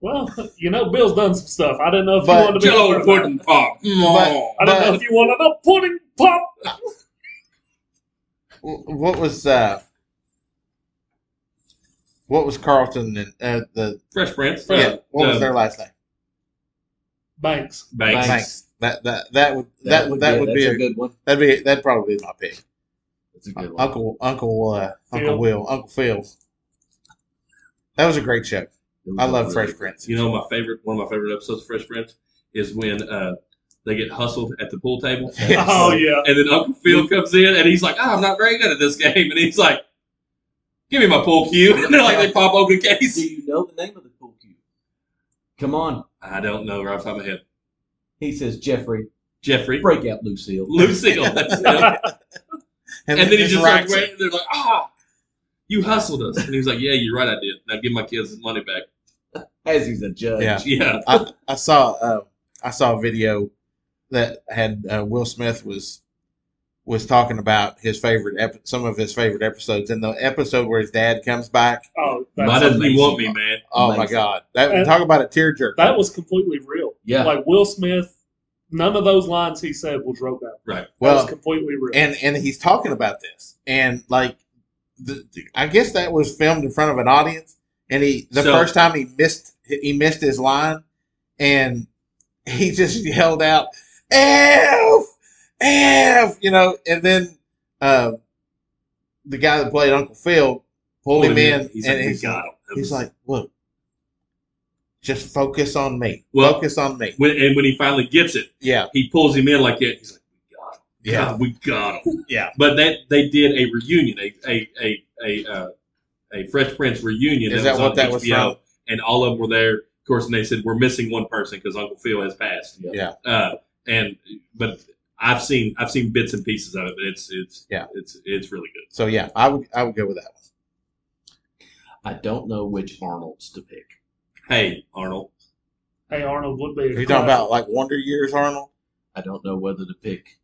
[SPEAKER 4] Well, you know, Bill's done some stuff. I didn't know if
[SPEAKER 2] But-
[SPEAKER 4] you wanted to be.
[SPEAKER 3] Jello
[SPEAKER 4] a
[SPEAKER 3] and
[SPEAKER 4] part of
[SPEAKER 3] pudding
[SPEAKER 4] that.
[SPEAKER 3] pop. Mm.
[SPEAKER 4] I didn't know if you wanted a pudding pop.
[SPEAKER 2] what was uh, what was Carlton and uh, the
[SPEAKER 3] Fresh Prince.
[SPEAKER 2] yeah, what was
[SPEAKER 3] Uh,
[SPEAKER 2] their last name?
[SPEAKER 4] Banks.
[SPEAKER 3] Banks.
[SPEAKER 5] Banks.
[SPEAKER 2] That that that would that, that would that would be
[SPEAKER 5] that's
[SPEAKER 2] a,
[SPEAKER 5] a good one.
[SPEAKER 2] that'd be that'd probably be my pick.
[SPEAKER 5] That's a good one.
[SPEAKER 2] Uncle Uncle uh,
[SPEAKER 4] Phil.
[SPEAKER 2] Uncle Will Uncle Phil. That was a great show. I love Fresh Prince.
[SPEAKER 3] You know, my favorite one of my favorite episodes of Fresh Prince is when uh, they get hustled at the pool table,
[SPEAKER 2] Yes.
[SPEAKER 4] Oh, yeah.
[SPEAKER 3] and then Uncle Phil comes in and he's like, "Ah, "I'm not very good at this game," and he's like, "Give me my pool cue," and they're like, "They pop open the
[SPEAKER 5] Do
[SPEAKER 3] case."
[SPEAKER 5] you know the name of the pool cue? Come on,
[SPEAKER 3] I don't know right off the top of my head.
[SPEAKER 5] he says, Jeffrey,
[SPEAKER 3] Jeffrey,
[SPEAKER 5] break out Lucille.
[SPEAKER 3] Lucille, that's it. and, then he just like,
[SPEAKER 2] rocks
[SPEAKER 3] ran,
[SPEAKER 2] it.
[SPEAKER 3] they're like, "Ah, you hustled us," and he was like, "Yeah, you're right, I did. Now give my kids the money back."
[SPEAKER 5] As he's a judge.
[SPEAKER 2] Yeah.
[SPEAKER 3] Yeah,
[SPEAKER 2] I, I saw uh, I saw a video that had uh, Will Smith was was talking about his favorite ep- some of his favorite episodes and the episode where his dad comes back.
[SPEAKER 4] Oh,
[SPEAKER 3] why
[SPEAKER 4] that's,
[SPEAKER 3] doesn't he
[SPEAKER 5] amazing.
[SPEAKER 3] want me, man?
[SPEAKER 2] Oh my
[SPEAKER 5] Amazing.
[SPEAKER 2] god, that
[SPEAKER 4] And-
[SPEAKER 2] talk about a tearjerker.
[SPEAKER 4] that was completely real.
[SPEAKER 5] Yeah.
[SPEAKER 4] Like Will Smith, none of those lines he said was wrote down. that
[SPEAKER 2] well,
[SPEAKER 4] was completely real.
[SPEAKER 2] and and he's talking about this and like the, the- I guess that was filmed in front of an audience and he the
[SPEAKER 3] So-
[SPEAKER 2] first time he missed he missed his line and he just yelled out F F you know and then uh, the guy that played Uncle Phil pulled him in
[SPEAKER 3] He's
[SPEAKER 2] and
[SPEAKER 3] like, "We
[SPEAKER 2] he's,
[SPEAKER 3] got him." That
[SPEAKER 2] he's
[SPEAKER 3] was-
[SPEAKER 2] like look just focus on me
[SPEAKER 3] Well-
[SPEAKER 2] focus on me
[SPEAKER 3] when, and when he finally gets it,
[SPEAKER 2] yeah
[SPEAKER 3] he pulls him in like that. He's like, "We
[SPEAKER 2] yeah
[SPEAKER 3] got him. God, we got him."
[SPEAKER 2] Yeah.
[SPEAKER 3] But that they did a reunion, a a a a, uh, a Fresh Prince reunion.
[SPEAKER 2] is that
[SPEAKER 3] was
[SPEAKER 2] what
[SPEAKER 3] on
[SPEAKER 2] that was
[SPEAKER 3] HBO,
[SPEAKER 2] from
[SPEAKER 3] And all of them were there, of course. And they said we're missing one person because Uncle Phil has passed.
[SPEAKER 2] Yeah.
[SPEAKER 3] Uh, and but I've seen I've seen bits and pieces of it, but it's it's
[SPEAKER 2] Yeah.
[SPEAKER 3] it's it's really good.
[SPEAKER 2] so yeah I would I would go with that one
[SPEAKER 5] I don't know which Arnold's to pick.
[SPEAKER 3] Hey Arnold,
[SPEAKER 4] hey, Arnold would be.
[SPEAKER 2] Are
[SPEAKER 4] A
[SPEAKER 2] you talking
[SPEAKER 4] classic.
[SPEAKER 2] about like Wonder Years, Arnold?
[SPEAKER 5] I don't know whether to pick.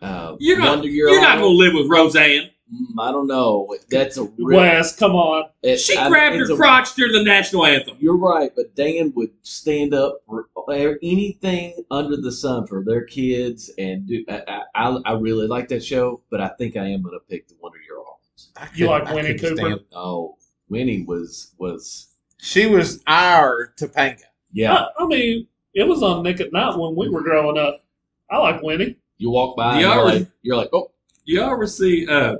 [SPEAKER 5] Uh,
[SPEAKER 3] You're not-
[SPEAKER 5] Wonder Year
[SPEAKER 3] you're not gonna
[SPEAKER 5] Arnold.
[SPEAKER 3] live with Roseanne.
[SPEAKER 5] Mm, I don't know. That's a real.
[SPEAKER 4] Wes? Come on.
[SPEAKER 5] it-
[SPEAKER 3] She
[SPEAKER 5] I-
[SPEAKER 3] grabbed
[SPEAKER 5] it's
[SPEAKER 3] your
[SPEAKER 5] a-
[SPEAKER 3] crotch during the national anthem.
[SPEAKER 5] You're right, but Dan would stand up for er, anything under the sun for their kids, and do. I, I, I really like that show, but I think I am going to pick the Wonder Year Arnold.
[SPEAKER 2] I
[SPEAKER 4] You
[SPEAKER 2] couldn't-
[SPEAKER 4] like
[SPEAKER 2] I
[SPEAKER 4] Winnie
[SPEAKER 2] couldn't
[SPEAKER 4] Cooper?
[SPEAKER 2] stand-
[SPEAKER 5] Oh, Winnie was was
[SPEAKER 2] She was our Topanga.
[SPEAKER 3] Uh,
[SPEAKER 5] yeah.
[SPEAKER 4] I, I mean, it was on Nick at Night when we were growing up. I like Winnie.
[SPEAKER 5] You walk by, and
[SPEAKER 3] The
[SPEAKER 5] you're
[SPEAKER 3] hours-
[SPEAKER 5] like, you're like, oh,
[SPEAKER 3] Do y'all ever see? Uh,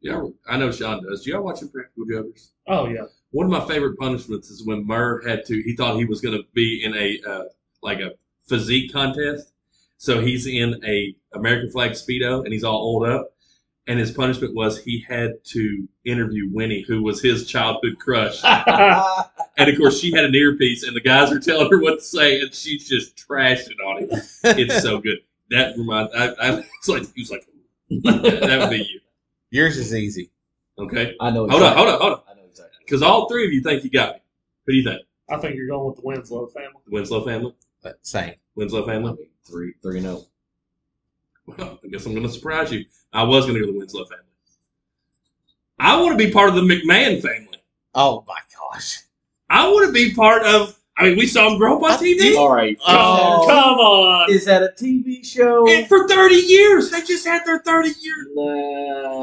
[SPEAKER 3] y'all, I know Sean does. Do y'all watch Impractical Jokers?
[SPEAKER 4] Oh yeah,
[SPEAKER 3] One of my favorite punishments is when Murr had to. He thought he was going to be in a uh, like a physique contest, so he's in a American flag speedo and he's all old up. And his punishment was he had to interview Winnie, who was his childhood crush. and of course, she had an earpiece, and the guys are telling her what to say, and she's just trashing on him. It's so good. That reminds. I, I it's like he was like, that would be you.
[SPEAKER 2] Yours is easy.
[SPEAKER 3] Okay,
[SPEAKER 5] I know.
[SPEAKER 3] Hold on, hold on, hold on.
[SPEAKER 5] I know exactly.
[SPEAKER 3] because all three of you think you got me. Who do you think?
[SPEAKER 4] I think you're going with the Winslow family.
[SPEAKER 3] The Winslow family.
[SPEAKER 2] But same.
[SPEAKER 3] Winslow
[SPEAKER 5] I
[SPEAKER 3] family.
[SPEAKER 5] mean, three, three and oh.
[SPEAKER 3] Well, I guess I'm going to surprise you. I was going to go to the Winslow family. I want to be part of the McMahon family.
[SPEAKER 2] Oh my gosh.
[SPEAKER 3] I want to be part of. I mean, we saw him grow up on TV.
[SPEAKER 5] All right.
[SPEAKER 4] Oh,
[SPEAKER 2] Oh,
[SPEAKER 4] come on!
[SPEAKER 5] Is that a TV show?
[SPEAKER 3] And for 30 years, they just had their 30 year,
[SPEAKER 5] Nah,
[SPEAKER 3] the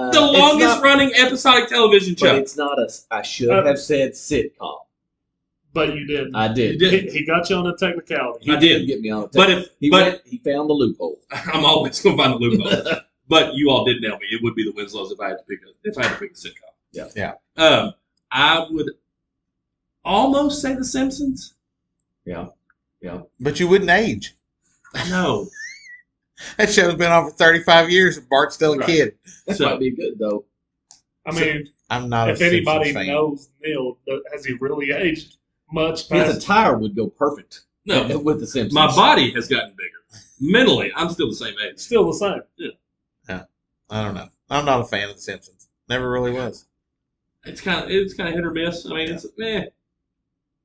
[SPEAKER 5] Uh, it's
[SPEAKER 3] longest
[SPEAKER 5] not-
[SPEAKER 3] running episodic television
[SPEAKER 5] But
[SPEAKER 3] show.
[SPEAKER 5] it's not a. I should
[SPEAKER 4] Uh,
[SPEAKER 5] have said sitcom.
[SPEAKER 4] But you did.
[SPEAKER 5] I did.
[SPEAKER 3] You
[SPEAKER 4] He,
[SPEAKER 3] did.
[SPEAKER 4] he got you on a technicality.
[SPEAKER 5] He
[SPEAKER 3] I did.
[SPEAKER 5] get me on the.
[SPEAKER 3] But
[SPEAKER 5] tape.
[SPEAKER 3] if-
[SPEAKER 5] he
[SPEAKER 3] but-
[SPEAKER 5] went, he found the loophole.
[SPEAKER 3] I'm always going to find a loophole. but you all did nail me. It would be the Winslows if I had to pick a if I had to pick a sitcom.
[SPEAKER 5] Yeah.
[SPEAKER 2] Yeah.
[SPEAKER 3] Um, I would almost say The Simpsons.
[SPEAKER 2] but you wouldn't age.
[SPEAKER 3] No.
[SPEAKER 2] That show's been on for 35 years and Bart's still a
[SPEAKER 3] Right.
[SPEAKER 2] kid.
[SPEAKER 5] That
[SPEAKER 3] So-
[SPEAKER 5] might be good though.
[SPEAKER 4] I mean,
[SPEAKER 2] I'm not
[SPEAKER 4] if
[SPEAKER 2] a Simpsons
[SPEAKER 4] anybody
[SPEAKER 2] fan.
[SPEAKER 4] knows Neil, has he really aged much
[SPEAKER 5] His
[SPEAKER 4] past?
[SPEAKER 5] attire would go perfect
[SPEAKER 3] No.
[SPEAKER 5] with the Simpsons.
[SPEAKER 3] My body has gotten bigger. Mentally, I'm still the same age.
[SPEAKER 4] Still the same.
[SPEAKER 2] I don't know. I'm not a fan of The Simpsons. Never really was.
[SPEAKER 3] It's kind of it's kind of hit or miss. I mean, it's meh.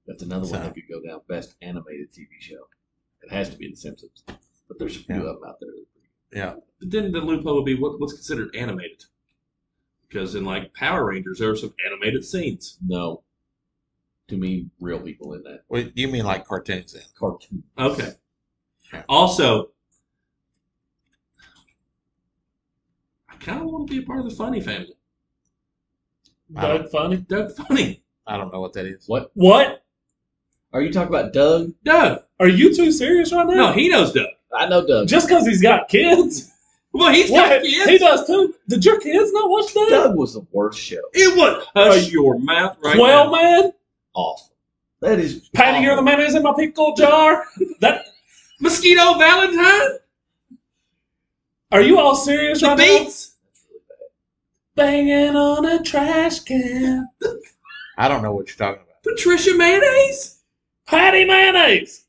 [SPEAKER 5] That's another one
[SPEAKER 2] So-
[SPEAKER 5] that could go down. Best animated TV show. It has to be The Simpsons. But there's a few
[SPEAKER 2] Yeah.
[SPEAKER 5] of them out there.
[SPEAKER 3] But then the loophole would be what, what's considered animated, because in like Power Rangers, there are some animated scenes.
[SPEAKER 5] No. To me, real people in that
[SPEAKER 2] Well, you mean like cartoons then?
[SPEAKER 5] cartoon.
[SPEAKER 3] Okay. Also, I kind of want to be a part of the Funny family.
[SPEAKER 2] I don't-
[SPEAKER 4] Doug Funny.
[SPEAKER 3] Doug Funny,
[SPEAKER 2] I don't know what that is.
[SPEAKER 5] What
[SPEAKER 4] What?
[SPEAKER 5] are you talking about, Doug?
[SPEAKER 3] Doug.
[SPEAKER 4] Are you too serious right
[SPEAKER 3] No,
[SPEAKER 4] now?
[SPEAKER 3] he knows Doug.
[SPEAKER 5] I know Doug.
[SPEAKER 4] Just because he's got kids?
[SPEAKER 3] Well, he's got
[SPEAKER 4] What? He
[SPEAKER 3] kids.
[SPEAKER 4] does too. Did your kids not watch that?
[SPEAKER 5] Doug was the worst show.
[SPEAKER 3] It would hush your mouth right
[SPEAKER 4] well,
[SPEAKER 3] now.
[SPEAKER 4] man,
[SPEAKER 5] Awful. That is
[SPEAKER 4] Patty,
[SPEAKER 5] awful.
[SPEAKER 4] you're the mayonnaise in my pickle jar. That
[SPEAKER 3] Mosquito Valentine,
[SPEAKER 4] are you all serious
[SPEAKER 3] the
[SPEAKER 4] right now?
[SPEAKER 3] Beats.
[SPEAKER 4] Banging on a trash can.
[SPEAKER 2] I don't know what you're talking about.
[SPEAKER 3] Patricia Mayonnaise?
[SPEAKER 4] Patty mayonnaise.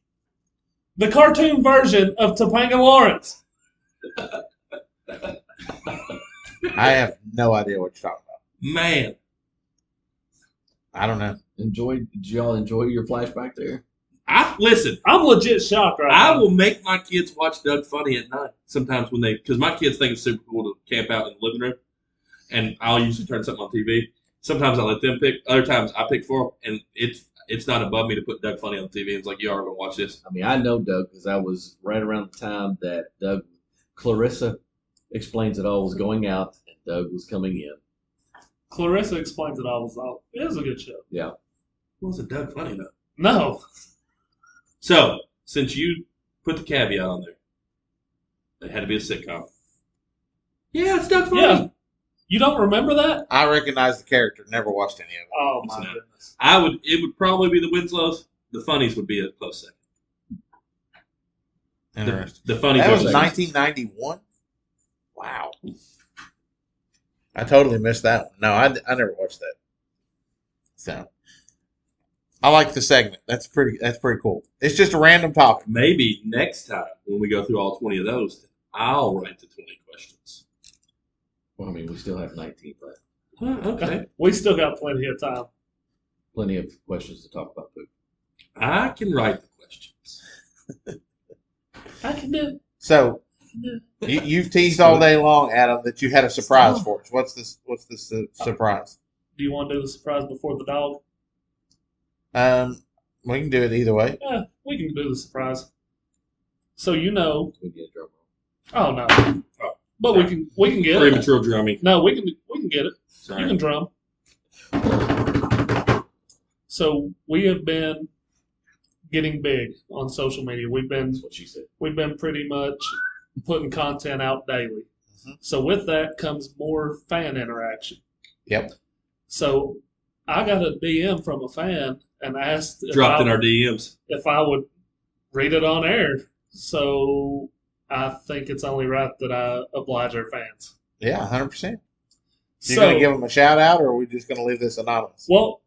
[SPEAKER 4] The cartoon version of Topanga Lawrence.
[SPEAKER 2] I have no idea what you're talking
[SPEAKER 3] Man,
[SPEAKER 2] about. I don't know.
[SPEAKER 5] Enjoy. Did y'all enjoy your flashback there?
[SPEAKER 3] I listen.
[SPEAKER 4] I'm legit shocked right
[SPEAKER 3] I
[SPEAKER 4] now.
[SPEAKER 3] will make my kids watch Doug Funny at night sometimes when they because my kids think it's super cool to camp out in the living room, and I'll usually turn something on TV. Sometimes I let them pick. Other times I pick for them, and it's it's not above me to put Doug Funny on TV. It's like you are gonna watch this.
[SPEAKER 5] I mean, I know Doug because I was right around the time that Doug, Clarissa explains it all, was going out and Doug was coming in.
[SPEAKER 4] Clarissa explains it all. was all- It is a good show.
[SPEAKER 3] It wasn't Doug Funny though.
[SPEAKER 4] No.
[SPEAKER 3] So since you put the caveat on there, it had to be a sitcom. Yeah, it's Doug Funny.
[SPEAKER 4] Yeah. You don't remember that?
[SPEAKER 2] I recognize the character. Never watched any of it.
[SPEAKER 4] Oh
[SPEAKER 3] It's
[SPEAKER 4] my
[SPEAKER 3] not.
[SPEAKER 4] goodness.
[SPEAKER 3] I would. It would probably be the Winslows. The Funnies would be a close second. The,
[SPEAKER 2] Interesting.
[SPEAKER 3] the Funnies.
[SPEAKER 2] That
[SPEAKER 3] are
[SPEAKER 2] was
[SPEAKER 3] second.
[SPEAKER 2] 1991. Wow. I totally missed that one. No, I, I never watched that. So, I like the segment. That's pretty. That's pretty cool. It's just a random topic.
[SPEAKER 3] maybe next time when we go through all 20 of those, I'll write the 20 questions.
[SPEAKER 5] Well, I mean, we still have 19 left.
[SPEAKER 3] okay.
[SPEAKER 4] We still got plenty of time.
[SPEAKER 5] Plenty of questions to talk about. But
[SPEAKER 3] I can write the questions.
[SPEAKER 4] I can do it.
[SPEAKER 2] So, you, you've teased all day long, Adam, that you had a surprise for us. What's this? What's the su- surprise?
[SPEAKER 4] Do you want to do the surprise before the dog?
[SPEAKER 2] Um, we can do it either way.
[SPEAKER 4] Yeah, we can do the surprise. So you know,
[SPEAKER 5] we need a drum roll.
[SPEAKER 4] oh no, but we can we can get it.
[SPEAKER 3] Premature drumming.
[SPEAKER 4] No, we can we can get it. You
[SPEAKER 3] Sorry.
[SPEAKER 4] can drum. So we have been getting big on social media. We've been
[SPEAKER 5] what she said.
[SPEAKER 4] we've been pretty much putting content out daily.
[SPEAKER 3] Mm-hmm.
[SPEAKER 2] Mhm.
[SPEAKER 4] So with that comes more fan interaction.
[SPEAKER 2] Yep.
[SPEAKER 4] So I got a DM from a fan and asked if
[SPEAKER 3] Dropped
[SPEAKER 4] I,
[SPEAKER 3] in our DMs.
[SPEAKER 4] if I would read it on air. So I think it's only right that I oblige our fans.
[SPEAKER 2] Yeah, hundred percent. You
[SPEAKER 4] so,
[SPEAKER 2] gonna give them a shout out, or are we just gonna leave this anonymous?
[SPEAKER 4] well,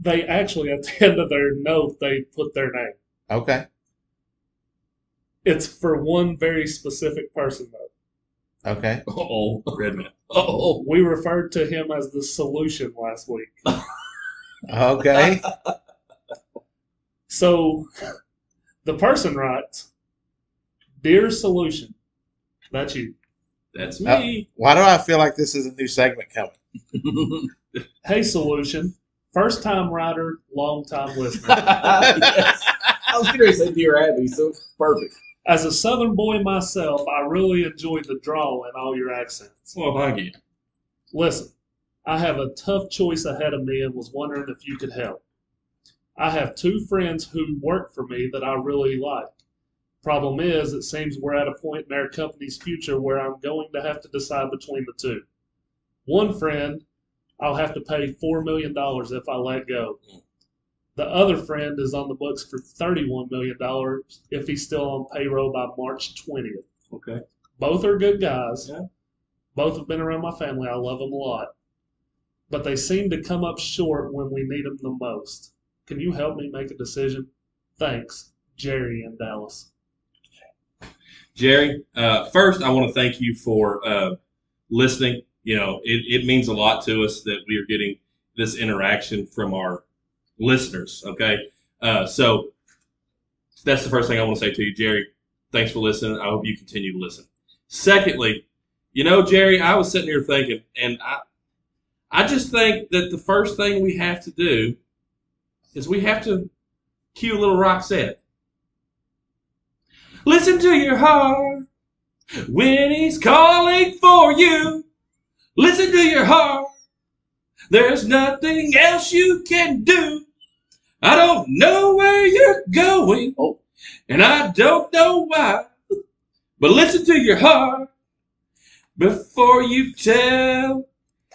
[SPEAKER 4] they actually at the end of their note they put their name.
[SPEAKER 2] Okay.
[SPEAKER 4] It's for one very specific person though.
[SPEAKER 2] Okay.
[SPEAKER 3] Uh oh, Redman. Uh oh.
[SPEAKER 4] We referred to him as the solution last week.
[SPEAKER 2] Okay.
[SPEAKER 4] So the person writes, Dear Solution, that's you.
[SPEAKER 3] That's me.
[SPEAKER 2] Why do I feel like this is a new segment coming?
[SPEAKER 4] Hey, Solution, first time writer, long time listener.
[SPEAKER 5] Yes. I was going to say Dear Abby, so it's perfect.
[SPEAKER 4] As a Southern boy myself, I really enjoy the drawl and all your accents.
[SPEAKER 3] well, thank you.
[SPEAKER 4] Listen, I have a tough choice ahead of me and was wondering if you could help. I have two friends who work for me that I really like. Problem is, it seems we're at a point in our company's future where I'm going to have to decide between the two. One friend, I'll have to pay $4 million if I let go. The other friend is on the books for $31 million if he's still on payroll by March 20th.
[SPEAKER 3] Okay.
[SPEAKER 4] Both are good guys.
[SPEAKER 3] Yeah.
[SPEAKER 4] Both have been around my family. I love them a lot. But they seem to come up short when we need them the most. Can you help me make a decision? Thanks, Jerry in Dallas.
[SPEAKER 3] Jerry, uh, first, I want to thank you for uh, listening. You know, it, it means a lot to us that we are getting this interaction from our listeners. Okay. Uh, so that's the first thing I want to say to you, Jerry. Thanks for listening. I hope you continue to listen. Secondly, you know, Jerry, I was sitting here thinking, and I, I just think that the first thing we have to do is we have to cue little Roxette. Listen to your heart when he's calling for you. Listen to your heart. There's nothing else you can do. I don't know where you're going,
[SPEAKER 5] Oh.
[SPEAKER 3] and I don't know why. But listen to your heart before you tell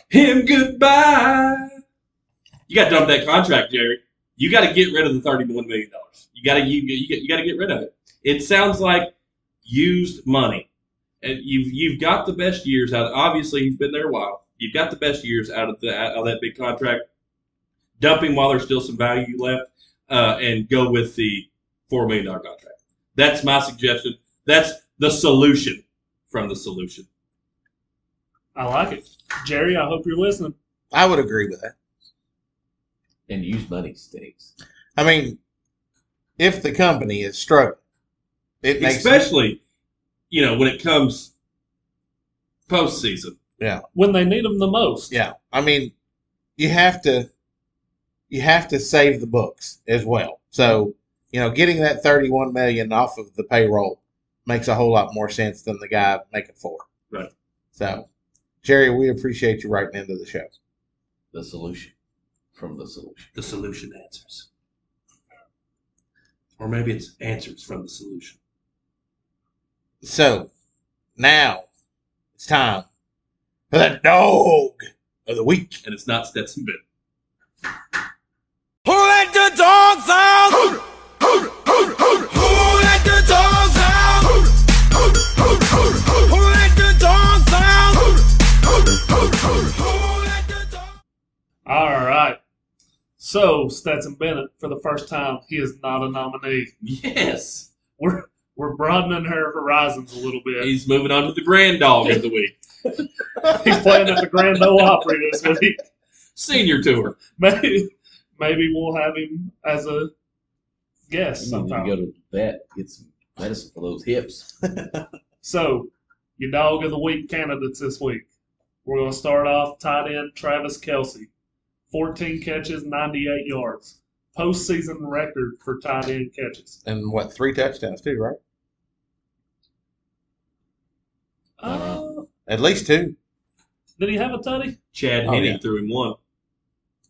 [SPEAKER 3] him goodbye. You got to dump that contract, Jerry. You got to get rid of the thirty-one million dollars. You got to you, you, you got to get rid of it. It sounds like used money. And you've you've got the best years out. Obviously, you've been there a while. You've got the best years out of the out of that big contract. Dumping while there's still some value left, uh, and go with the four million dollar contract. That's my suggestion. That's the solution from the solution.
[SPEAKER 4] I like it. Jerry, I hope you're listening.
[SPEAKER 2] I would agree with that.
[SPEAKER 5] And use money stinks.
[SPEAKER 2] I mean, if the company is struggling, it makes
[SPEAKER 3] Especially, you know, when it comes postseason.
[SPEAKER 4] When they need them the most.
[SPEAKER 2] yeah. I mean, you have to you have to save the books as well. So you know, getting that thirty-one million off of the payroll makes a whole lot more sense than the guy making four.
[SPEAKER 3] Right.
[SPEAKER 2] So, Jerry, we appreciate you writing into the show.
[SPEAKER 5] The solution from the solution.
[SPEAKER 3] the solution answers. Or maybe it's answers from the solution.
[SPEAKER 2] So now it's time for the dog of the week.
[SPEAKER 3] And it's not Stetson Bennett.
[SPEAKER 7] Who let the dogs out? Who, who, who, who, who let the dogs out? Who, who, who, who, who, who let the dogs out? Who, who, who, who, who let the dogs out?
[SPEAKER 4] All right. So, Stetson Bennett, for the first time, he is not a nominee.
[SPEAKER 3] Yes.
[SPEAKER 4] We're, we're broadening her horizons a little bit.
[SPEAKER 3] He's moving on to the grand dog of the week.
[SPEAKER 4] He's playing at the Grand Ole Opry this week.
[SPEAKER 3] Senior tour.
[SPEAKER 4] maybe maybe we'll have him as a guest
[SPEAKER 5] You need to
[SPEAKER 4] sometime.
[SPEAKER 5] go to that. Get some medicine for those hips.
[SPEAKER 4] So, your dog of the week candidates this week. We're going to start off tight end Travis Kelsey, 14 catches, 98 yards, postseason record for tight end catches.
[SPEAKER 2] And what, three touchdowns too, right?
[SPEAKER 4] Uh,
[SPEAKER 2] At least two.
[SPEAKER 4] Uh, did he have a tutty?
[SPEAKER 3] Chad
[SPEAKER 2] Oh,
[SPEAKER 3] Henning
[SPEAKER 2] yeah.
[SPEAKER 3] threw him one.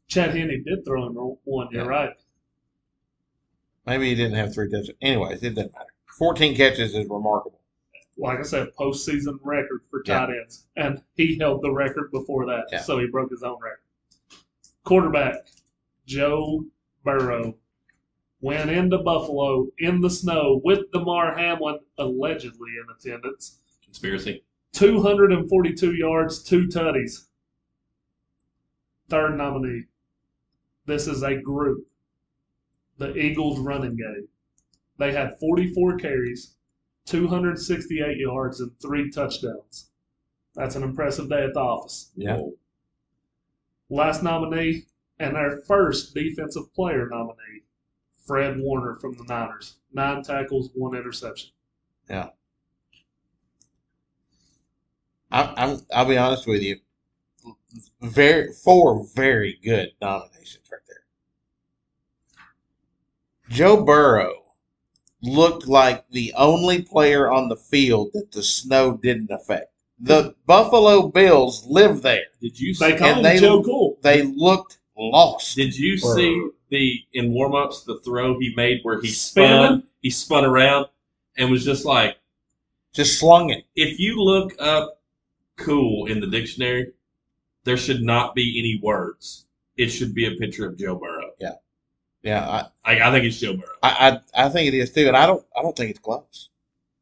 [SPEAKER 4] Chad Henne did throw in one. You're
[SPEAKER 2] Yeah.
[SPEAKER 4] right.
[SPEAKER 2] Maybe he didn't have three touchdowns. Anyways, it doesn't matter. 14 catches is remarkable.
[SPEAKER 4] Like I said, postseason record for
[SPEAKER 2] Yeah.
[SPEAKER 4] tight ends, and he held the record before that,
[SPEAKER 2] Yeah.
[SPEAKER 4] so he broke his own record. Quarterback Joe Burrow went into Buffalo in the snow with DeMar Hamlin allegedly in attendance.
[SPEAKER 3] Conspiracy.
[SPEAKER 4] 242 yards, two tutties. Third nominee. This is a group. The Eagles running game. They had 44 carries, 268 yards, and three touchdowns. That's an impressive day at the office.
[SPEAKER 2] Yeah.
[SPEAKER 4] Last nominee and their first defensive player nominee, Fred Warner from the Niners. Nine tackles, one interception.
[SPEAKER 2] I, I'm, I'll be honest with you. Very four very good nominations right there. Joe Burrow looked like the only player on the field that the snow didn't affect. The Buffalo Bills live there.
[SPEAKER 3] Did you
[SPEAKER 4] They
[SPEAKER 3] see,
[SPEAKER 4] call him
[SPEAKER 2] they-
[SPEAKER 4] Joe Cool.
[SPEAKER 2] They looked lost.
[SPEAKER 3] did you
[SPEAKER 5] Or-
[SPEAKER 3] see the in warm ups the throw he made where he
[SPEAKER 4] Spinning?
[SPEAKER 3] spun he spun around and was just like
[SPEAKER 2] Just slung it.
[SPEAKER 3] if you look up cool in the dictionary, there should not be any words. It should be a picture of Joe Burrow.
[SPEAKER 2] Yeah, I,
[SPEAKER 3] I, I think it's Joe Burrow.
[SPEAKER 2] I, I, I think it is too, and I don't, I don't think it's close.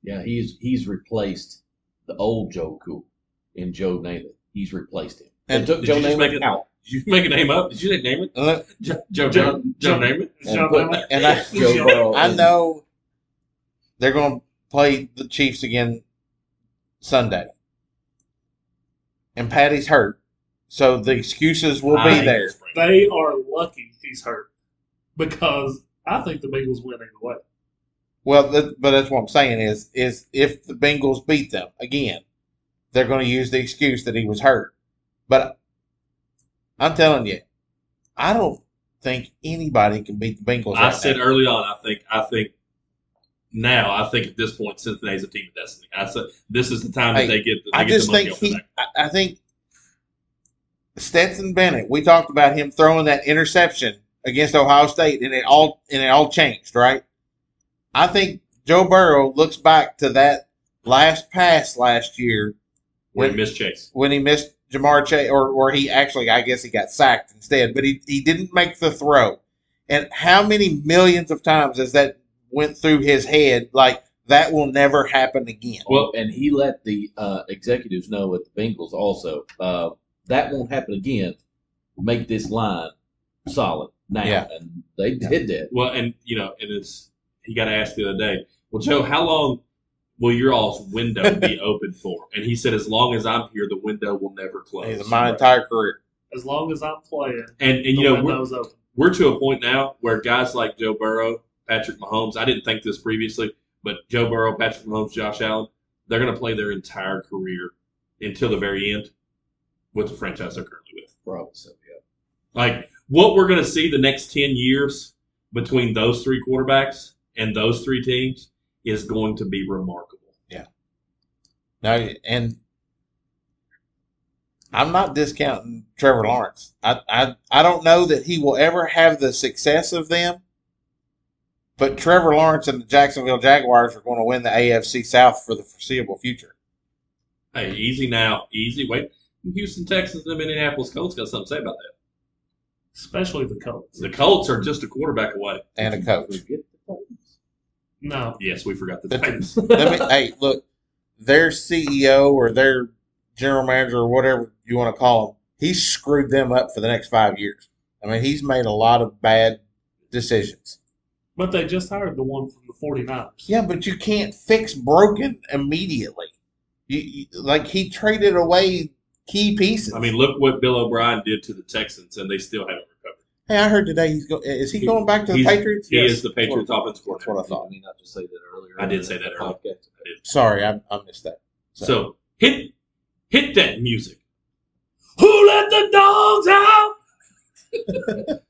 [SPEAKER 5] Yeah, he's he's replaced the old Joe Cool in Joe Nathan. He's replaced him.
[SPEAKER 2] And
[SPEAKER 5] And took
[SPEAKER 3] did
[SPEAKER 5] Joe
[SPEAKER 3] you just
[SPEAKER 5] Nathan
[SPEAKER 3] make it-
[SPEAKER 5] out.
[SPEAKER 3] Did you make a name up? Did you name it?
[SPEAKER 2] And
[SPEAKER 3] Joe Joe
[SPEAKER 4] Joe-
[SPEAKER 3] Joe, Joe,
[SPEAKER 4] Joe-
[SPEAKER 3] Namath?
[SPEAKER 4] Is
[SPEAKER 5] And
[SPEAKER 4] Joe
[SPEAKER 5] put-
[SPEAKER 4] Burrow-
[SPEAKER 2] I,
[SPEAKER 5] Joe Burrow.
[SPEAKER 2] I
[SPEAKER 5] in.
[SPEAKER 2] know they're going to play the Chiefs again Sunday, and Patty's hurt, so the excuses will
[SPEAKER 3] I
[SPEAKER 2] be
[SPEAKER 3] think
[SPEAKER 2] there.
[SPEAKER 3] it's Frank.
[SPEAKER 4] They are lucky he's hurt because I think the Bengals win either way.
[SPEAKER 2] Well, that, but that's what I'm saying is is if the Bengals beat them again, they're going to use the excuse that he was hurt. But I'm telling you, I don't think anybody can beat the Bengals.
[SPEAKER 3] I
[SPEAKER 2] right
[SPEAKER 3] said
[SPEAKER 2] now.
[SPEAKER 3] early on, I think, I think now, I think at this point, Cincinnati's a team of destiny. I said this is the time that
[SPEAKER 2] Hey,
[SPEAKER 3] they get. They
[SPEAKER 2] I
[SPEAKER 3] get
[SPEAKER 2] just
[SPEAKER 3] the monkey
[SPEAKER 2] think
[SPEAKER 3] off their
[SPEAKER 2] he.
[SPEAKER 3] back.
[SPEAKER 2] I, I think Stetson Bennett. We talked about him throwing that interception against Ohio State, and it all and it all changed, right? I think Joe Burrow looks back to that last pass last year
[SPEAKER 3] When
[SPEAKER 2] when-
[SPEAKER 3] Miss Chase,
[SPEAKER 2] when he missed Jamar Chase, or or he actually, I guess he got sacked instead, but he he didn't make the throw. And how many millions of times has that went through his head? Like that will never happen again.
[SPEAKER 3] well,
[SPEAKER 5] and he let the uh, executives know at the Bengals also uh, that won't happen again. Make this line solid now,
[SPEAKER 2] Yeah.
[SPEAKER 5] and they did that.
[SPEAKER 3] well, and you know, and it's he got asked the other day. Well, Joe, how long will your all's window be open for? And he said, as long as I'm here, the window will never close.
[SPEAKER 2] my entire career.
[SPEAKER 4] As long as I'm playing,
[SPEAKER 3] and and
[SPEAKER 4] the
[SPEAKER 3] you know, we're,
[SPEAKER 4] window's open.
[SPEAKER 3] we're to a point now where guys like Joe Burrow, Patrick Mahomes, I didn't think this previously, but Joe Burrow, Patrick Mahomes, Josh Allen, they're going to play their entire career until the very end with the franchise they're currently with.
[SPEAKER 5] Probably so. Yeah.
[SPEAKER 3] Like what we're going to see the next 10 years between those three quarterbacks and those three teams is going to be remarkable.
[SPEAKER 2] No, and I'm not discounting Trevor Lawrence. I, I I don't know that he will ever have the success of them, but Trevor Lawrence and the Jacksonville Jaguars are going to win the AFC South for the foreseeable future.
[SPEAKER 3] Hey, easy now. Easy. Wait. Houston Texans and Indianapolis Colts got something to say about that.
[SPEAKER 4] especially the Colts.
[SPEAKER 3] The Colts are just a quarterback away.
[SPEAKER 2] And a coach.
[SPEAKER 5] Forget the Titans.
[SPEAKER 4] No,
[SPEAKER 3] Yes, we forgot the
[SPEAKER 2] The
[SPEAKER 3] Titans.
[SPEAKER 2] Let me, hey, look, their CEO or their general manager or whatever you want to call him, he's screwed them up for the next five years. I mean, he's made a lot of bad decisions.
[SPEAKER 4] but they just hired the one from the 49ers.
[SPEAKER 2] Yeah, but you can't fix broken immediately. You, you, like he traded away key pieces.
[SPEAKER 3] I mean, look what Bill O'Brien did to the Texans, and they still haven't recovered.
[SPEAKER 2] hey, I heard today he's go, is he
[SPEAKER 3] He-
[SPEAKER 2] going back to the
[SPEAKER 3] he's-
[SPEAKER 2] Patriots?
[SPEAKER 3] He
[SPEAKER 2] Yes.
[SPEAKER 3] is the Patriots offense
[SPEAKER 2] That's what
[SPEAKER 3] coordinator.
[SPEAKER 2] I thought.
[SPEAKER 5] Did we not just say that earlier?
[SPEAKER 3] I did say that earlier.
[SPEAKER 5] Podcast?
[SPEAKER 2] Sorry, I, I missed that.
[SPEAKER 3] So hit hit that music.
[SPEAKER 4] Who let the dogs out?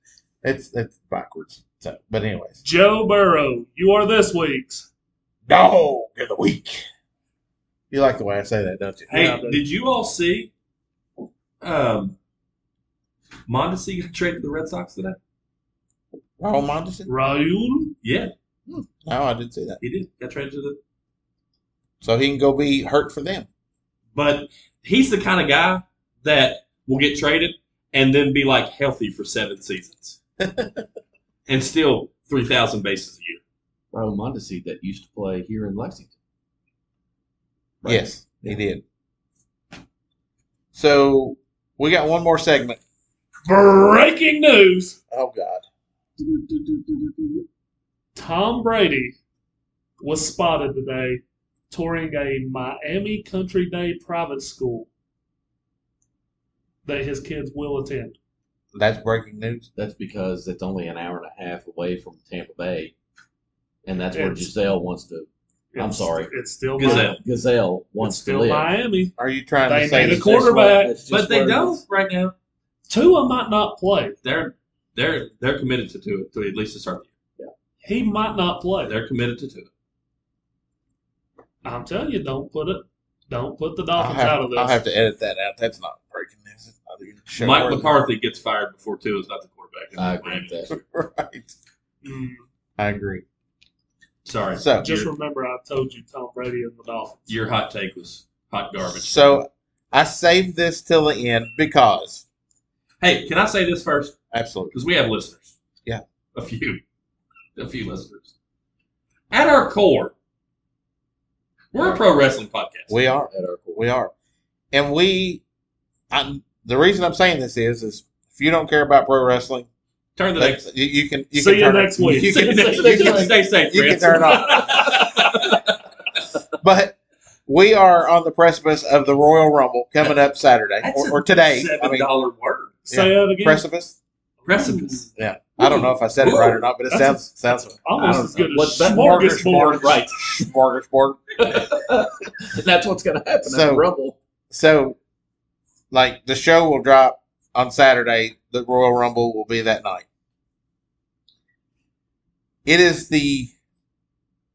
[SPEAKER 2] It's it's backwards. So, but anyways,
[SPEAKER 4] Joe Burrow, you are this week's.
[SPEAKER 2] dog of the week. You like the way I say that, don't you?
[SPEAKER 3] Hey,
[SPEAKER 4] Yeah, but-
[SPEAKER 3] did you all see um, Mondesi got traded to the Red Sox today?
[SPEAKER 2] Raul Mondesi?
[SPEAKER 4] Raul?
[SPEAKER 3] Yeah,
[SPEAKER 2] No, I didn't see that.
[SPEAKER 3] he did. Got traded to the
[SPEAKER 2] So he can go be hurt for them.
[SPEAKER 3] But he's the kind of guy that will get traded and then be like healthy for seven seasons and still 3,000 bases a year.
[SPEAKER 5] Raul Mondesi that used to play here in Lexington. Right.
[SPEAKER 2] Yes, he did. So we got one more segment.
[SPEAKER 4] Breaking news:
[SPEAKER 2] Oh God.
[SPEAKER 4] Tom Brady was spotted today touring a Miami Country Day private school that his kids will attend.
[SPEAKER 2] That's breaking news.
[SPEAKER 5] That's because it's only an hour and a half away from Tampa Bay, and that's where
[SPEAKER 4] It's-
[SPEAKER 5] Giselle wants to. I'm
[SPEAKER 4] It's-
[SPEAKER 5] sorry.
[SPEAKER 4] It's still
[SPEAKER 3] Gazelle.
[SPEAKER 4] Miami.
[SPEAKER 5] Gazelle wants
[SPEAKER 4] It's
[SPEAKER 5] to
[SPEAKER 4] still
[SPEAKER 5] live.
[SPEAKER 4] Miami.
[SPEAKER 2] Are you trying
[SPEAKER 4] They
[SPEAKER 2] to say
[SPEAKER 4] need
[SPEAKER 2] that
[SPEAKER 4] a quarterback,
[SPEAKER 5] That's just
[SPEAKER 3] But they
[SPEAKER 5] where it
[SPEAKER 3] don't
[SPEAKER 5] is.
[SPEAKER 3] right now.
[SPEAKER 4] Tua might not play.
[SPEAKER 3] They're they're they're committed to two to at least the start of
[SPEAKER 4] He might not
[SPEAKER 3] the
[SPEAKER 4] play.
[SPEAKER 3] year. They're committed to two.
[SPEAKER 4] I'm telling you, don't put it. Don't put the
[SPEAKER 2] I'll
[SPEAKER 4] Dolphins
[SPEAKER 2] have,
[SPEAKER 4] out of this.
[SPEAKER 2] I'll have to edit that out. That's not breaking news. It's not even sure
[SPEAKER 3] Mike
[SPEAKER 2] where-
[SPEAKER 3] McCarthy gets fired before two is not the quarterback.
[SPEAKER 5] I agree with that.
[SPEAKER 2] right.
[SPEAKER 4] Mm,
[SPEAKER 2] I agree.
[SPEAKER 3] Sorry,
[SPEAKER 2] So
[SPEAKER 4] just
[SPEAKER 3] You're-
[SPEAKER 4] remember, I told you Tom Brady and the Dolphins.
[SPEAKER 3] your hot take was hot garbage.
[SPEAKER 2] So I saved this till the end because
[SPEAKER 3] Hey, can I say this first?
[SPEAKER 2] absolutely.
[SPEAKER 3] because we have listeners.
[SPEAKER 2] Yeah.
[SPEAKER 3] a few, a few listeners. At our core, we're a pro wrestling podcast.
[SPEAKER 2] We are.
[SPEAKER 5] At our core.
[SPEAKER 2] We are. And we I, the reason I'm saying this is is if you don't care about pro wrestling,
[SPEAKER 3] Turn the next.
[SPEAKER 2] that's, you, you can you
[SPEAKER 4] See
[SPEAKER 2] can
[SPEAKER 4] you
[SPEAKER 2] turn it-
[SPEAKER 4] next week.
[SPEAKER 2] You
[SPEAKER 3] See
[SPEAKER 2] can,
[SPEAKER 3] you next-
[SPEAKER 2] you can-
[SPEAKER 3] stay safe.
[SPEAKER 2] you can
[SPEAKER 3] Fritz.
[SPEAKER 2] turn but we are on the precipice of the Royal Rumble coming up Saturday
[SPEAKER 3] That's
[SPEAKER 2] or,
[SPEAKER 3] a
[SPEAKER 2] or today. I
[SPEAKER 3] Seven
[SPEAKER 2] mean,
[SPEAKER 3] dollar word.
[SPEAKER 4] Say that again.
[SPEAKER 2] precipice.
[SPEAKER 3] Precipice.
[SPEAKER 2] Yeah, I don't know if I said it right or not, but it sounds sounds
[SPEAKER 4] Almost
[SPEAKER 2] I
[SPEAKER 4] as good as
[SPEAKER 5] What's that?
[SPEAKER 4] smorgasbord.
[SPEAKER 5] Smorgasbord, right?
[SPEAKER 2] smorgasbord.
[SPEAKER 5] That's what's going to happen at
[SPEAKER 2] So-
[SPEAKER 5] the Rumble.
[SPEAKER 2] So, like the show will drop on Saturday. The Royal Rumble will be that night. It is the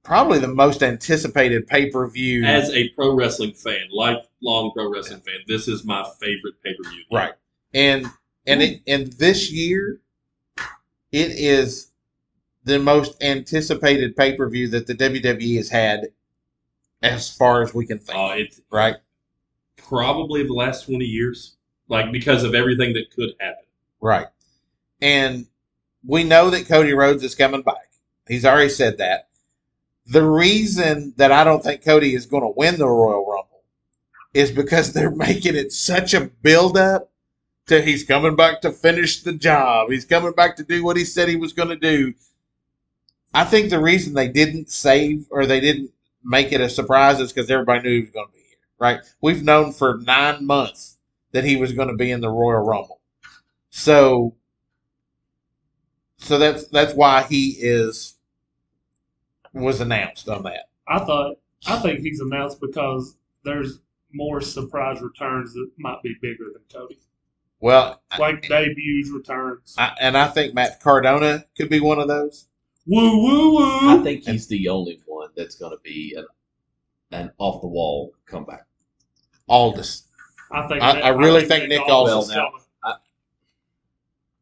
[SPEAKER 2] probably the most anticipated pay per view.
[SPEAKER 3] As a pro wrestling fan, lifelong pro wrestling fan, this is my favorite pay per view.
[SPEAKER 2] Right. and and it, and this year, it is the most anticipated pay per view that the WWE has had, as far as we can think.
[SPEAKER 3] Oh, it's
[SPEAKER 2] right.
[SPEAKER 3] probably the last twenty years, like because of everything that could happen.
[SPEAKER 2] Right. And we know that Cody Rhodes is coming back. He's already said that. The reason that I don't think Cody is going to win the Royal Rumble is because they're making it such a buildup to he's coming back to finish the job. He's coming back to do what he said he was going to do. I think the reason they didn't save or they didn't make it a surprise is because everybody knew he was going to be here, right? We've known for nine months that he was going to be in the Royal Rumble. So so that's that's why he is was announced on that.
[SPEAKER 4] I thought. I think he's announced because there's more surprise returns that might be bigger than Cody,
[SPEAKER 2] Well, I,
[SPEAKER 4] like debuts, returns.
[SPEAKER 2] I, and I think Matt Cardona could be one of those.
[SPEAKER 4] Woo woo
[SPEAKER 5] I
[SPEAKER 4] woo.
[SPEAKER 5] think he's the only one that's going to be an, an off the wall comeback.
[SPEAKER 2] Aldous.
[SPEAKER 4] I think.
[SPEAKER 2] I-
[SPEAKER 4] Nick-
[SPEAKER 2] I really think Nick
[SPEAKER 4] Aldis
[SPEAKER 5] Aldis
[SPEAKER 4] is
[SPEAKER 5] now.
[SPEAKER 4] coming.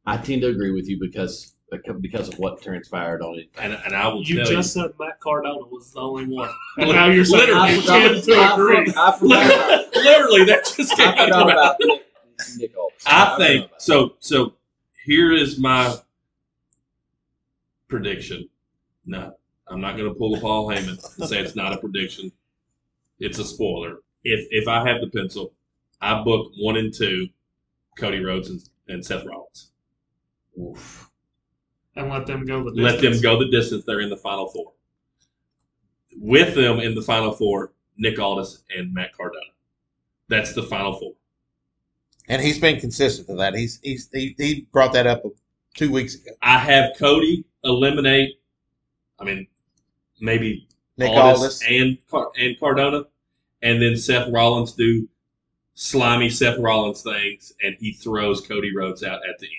[SPEAKER 5] I tend to agree with you because because of what transpired on it.
[SPEAKER 3] And, and I will
[SPEAKER 4] You
[SPEAKER 3] tell
[SPEAKER 4] just said Matt Cardona was the only one, and now you're saying
[SPEAKER 3] Literally.
[SPEAKER 4] you tend to agree.
[SPEAKER 5] I forgot about-
[SPEAKER 3] you, literally that just came
[SPEAKER 5] I
[SPEAKER 3] out of
[SPEAKER 5] forgot
[SPEAKER 3] my
[SPEAKER 5] about Nick, Nick Aldis.
[SPEAKER 3] I
[SPEAKER 5] forgot
[SPEAKER 3] think
[SPEAKER 5] about that.
[SPEAKER 3] so. So here is my prediction. No, I'm not going to pull a Paul Heyman and say it's not a prediction. It's a spoiler. If if I have the pencil, I book one and two, Cody Rhodes and, and Seth Rollins.
[SPEAKER 5] Oof.
[SPEAKER 4] And let them go the
[SPEAKER 3] Let them
[SPEAKER 4] distance.
[SPEAKER 3] go the distance. They're in the final four. With them in the final four, Nick Aldis and Matt Cardona. That's the final four.
[SPEAKER 2] And he's been consistent with that. He's he's he, he brought that up two weeks ago.
[SPEAKER 3] I have Cody eliminate. I mean, maybe
[SPEAKER 2] Nick
[SPEAKER 3] Aldis
[SPEAKER 2] Aldis.
[SPEAKER 3] and Car- and Cardona, and then Seth Rollins do slimy Seth Rollins things, and he throws Cody Rhodes out at the end.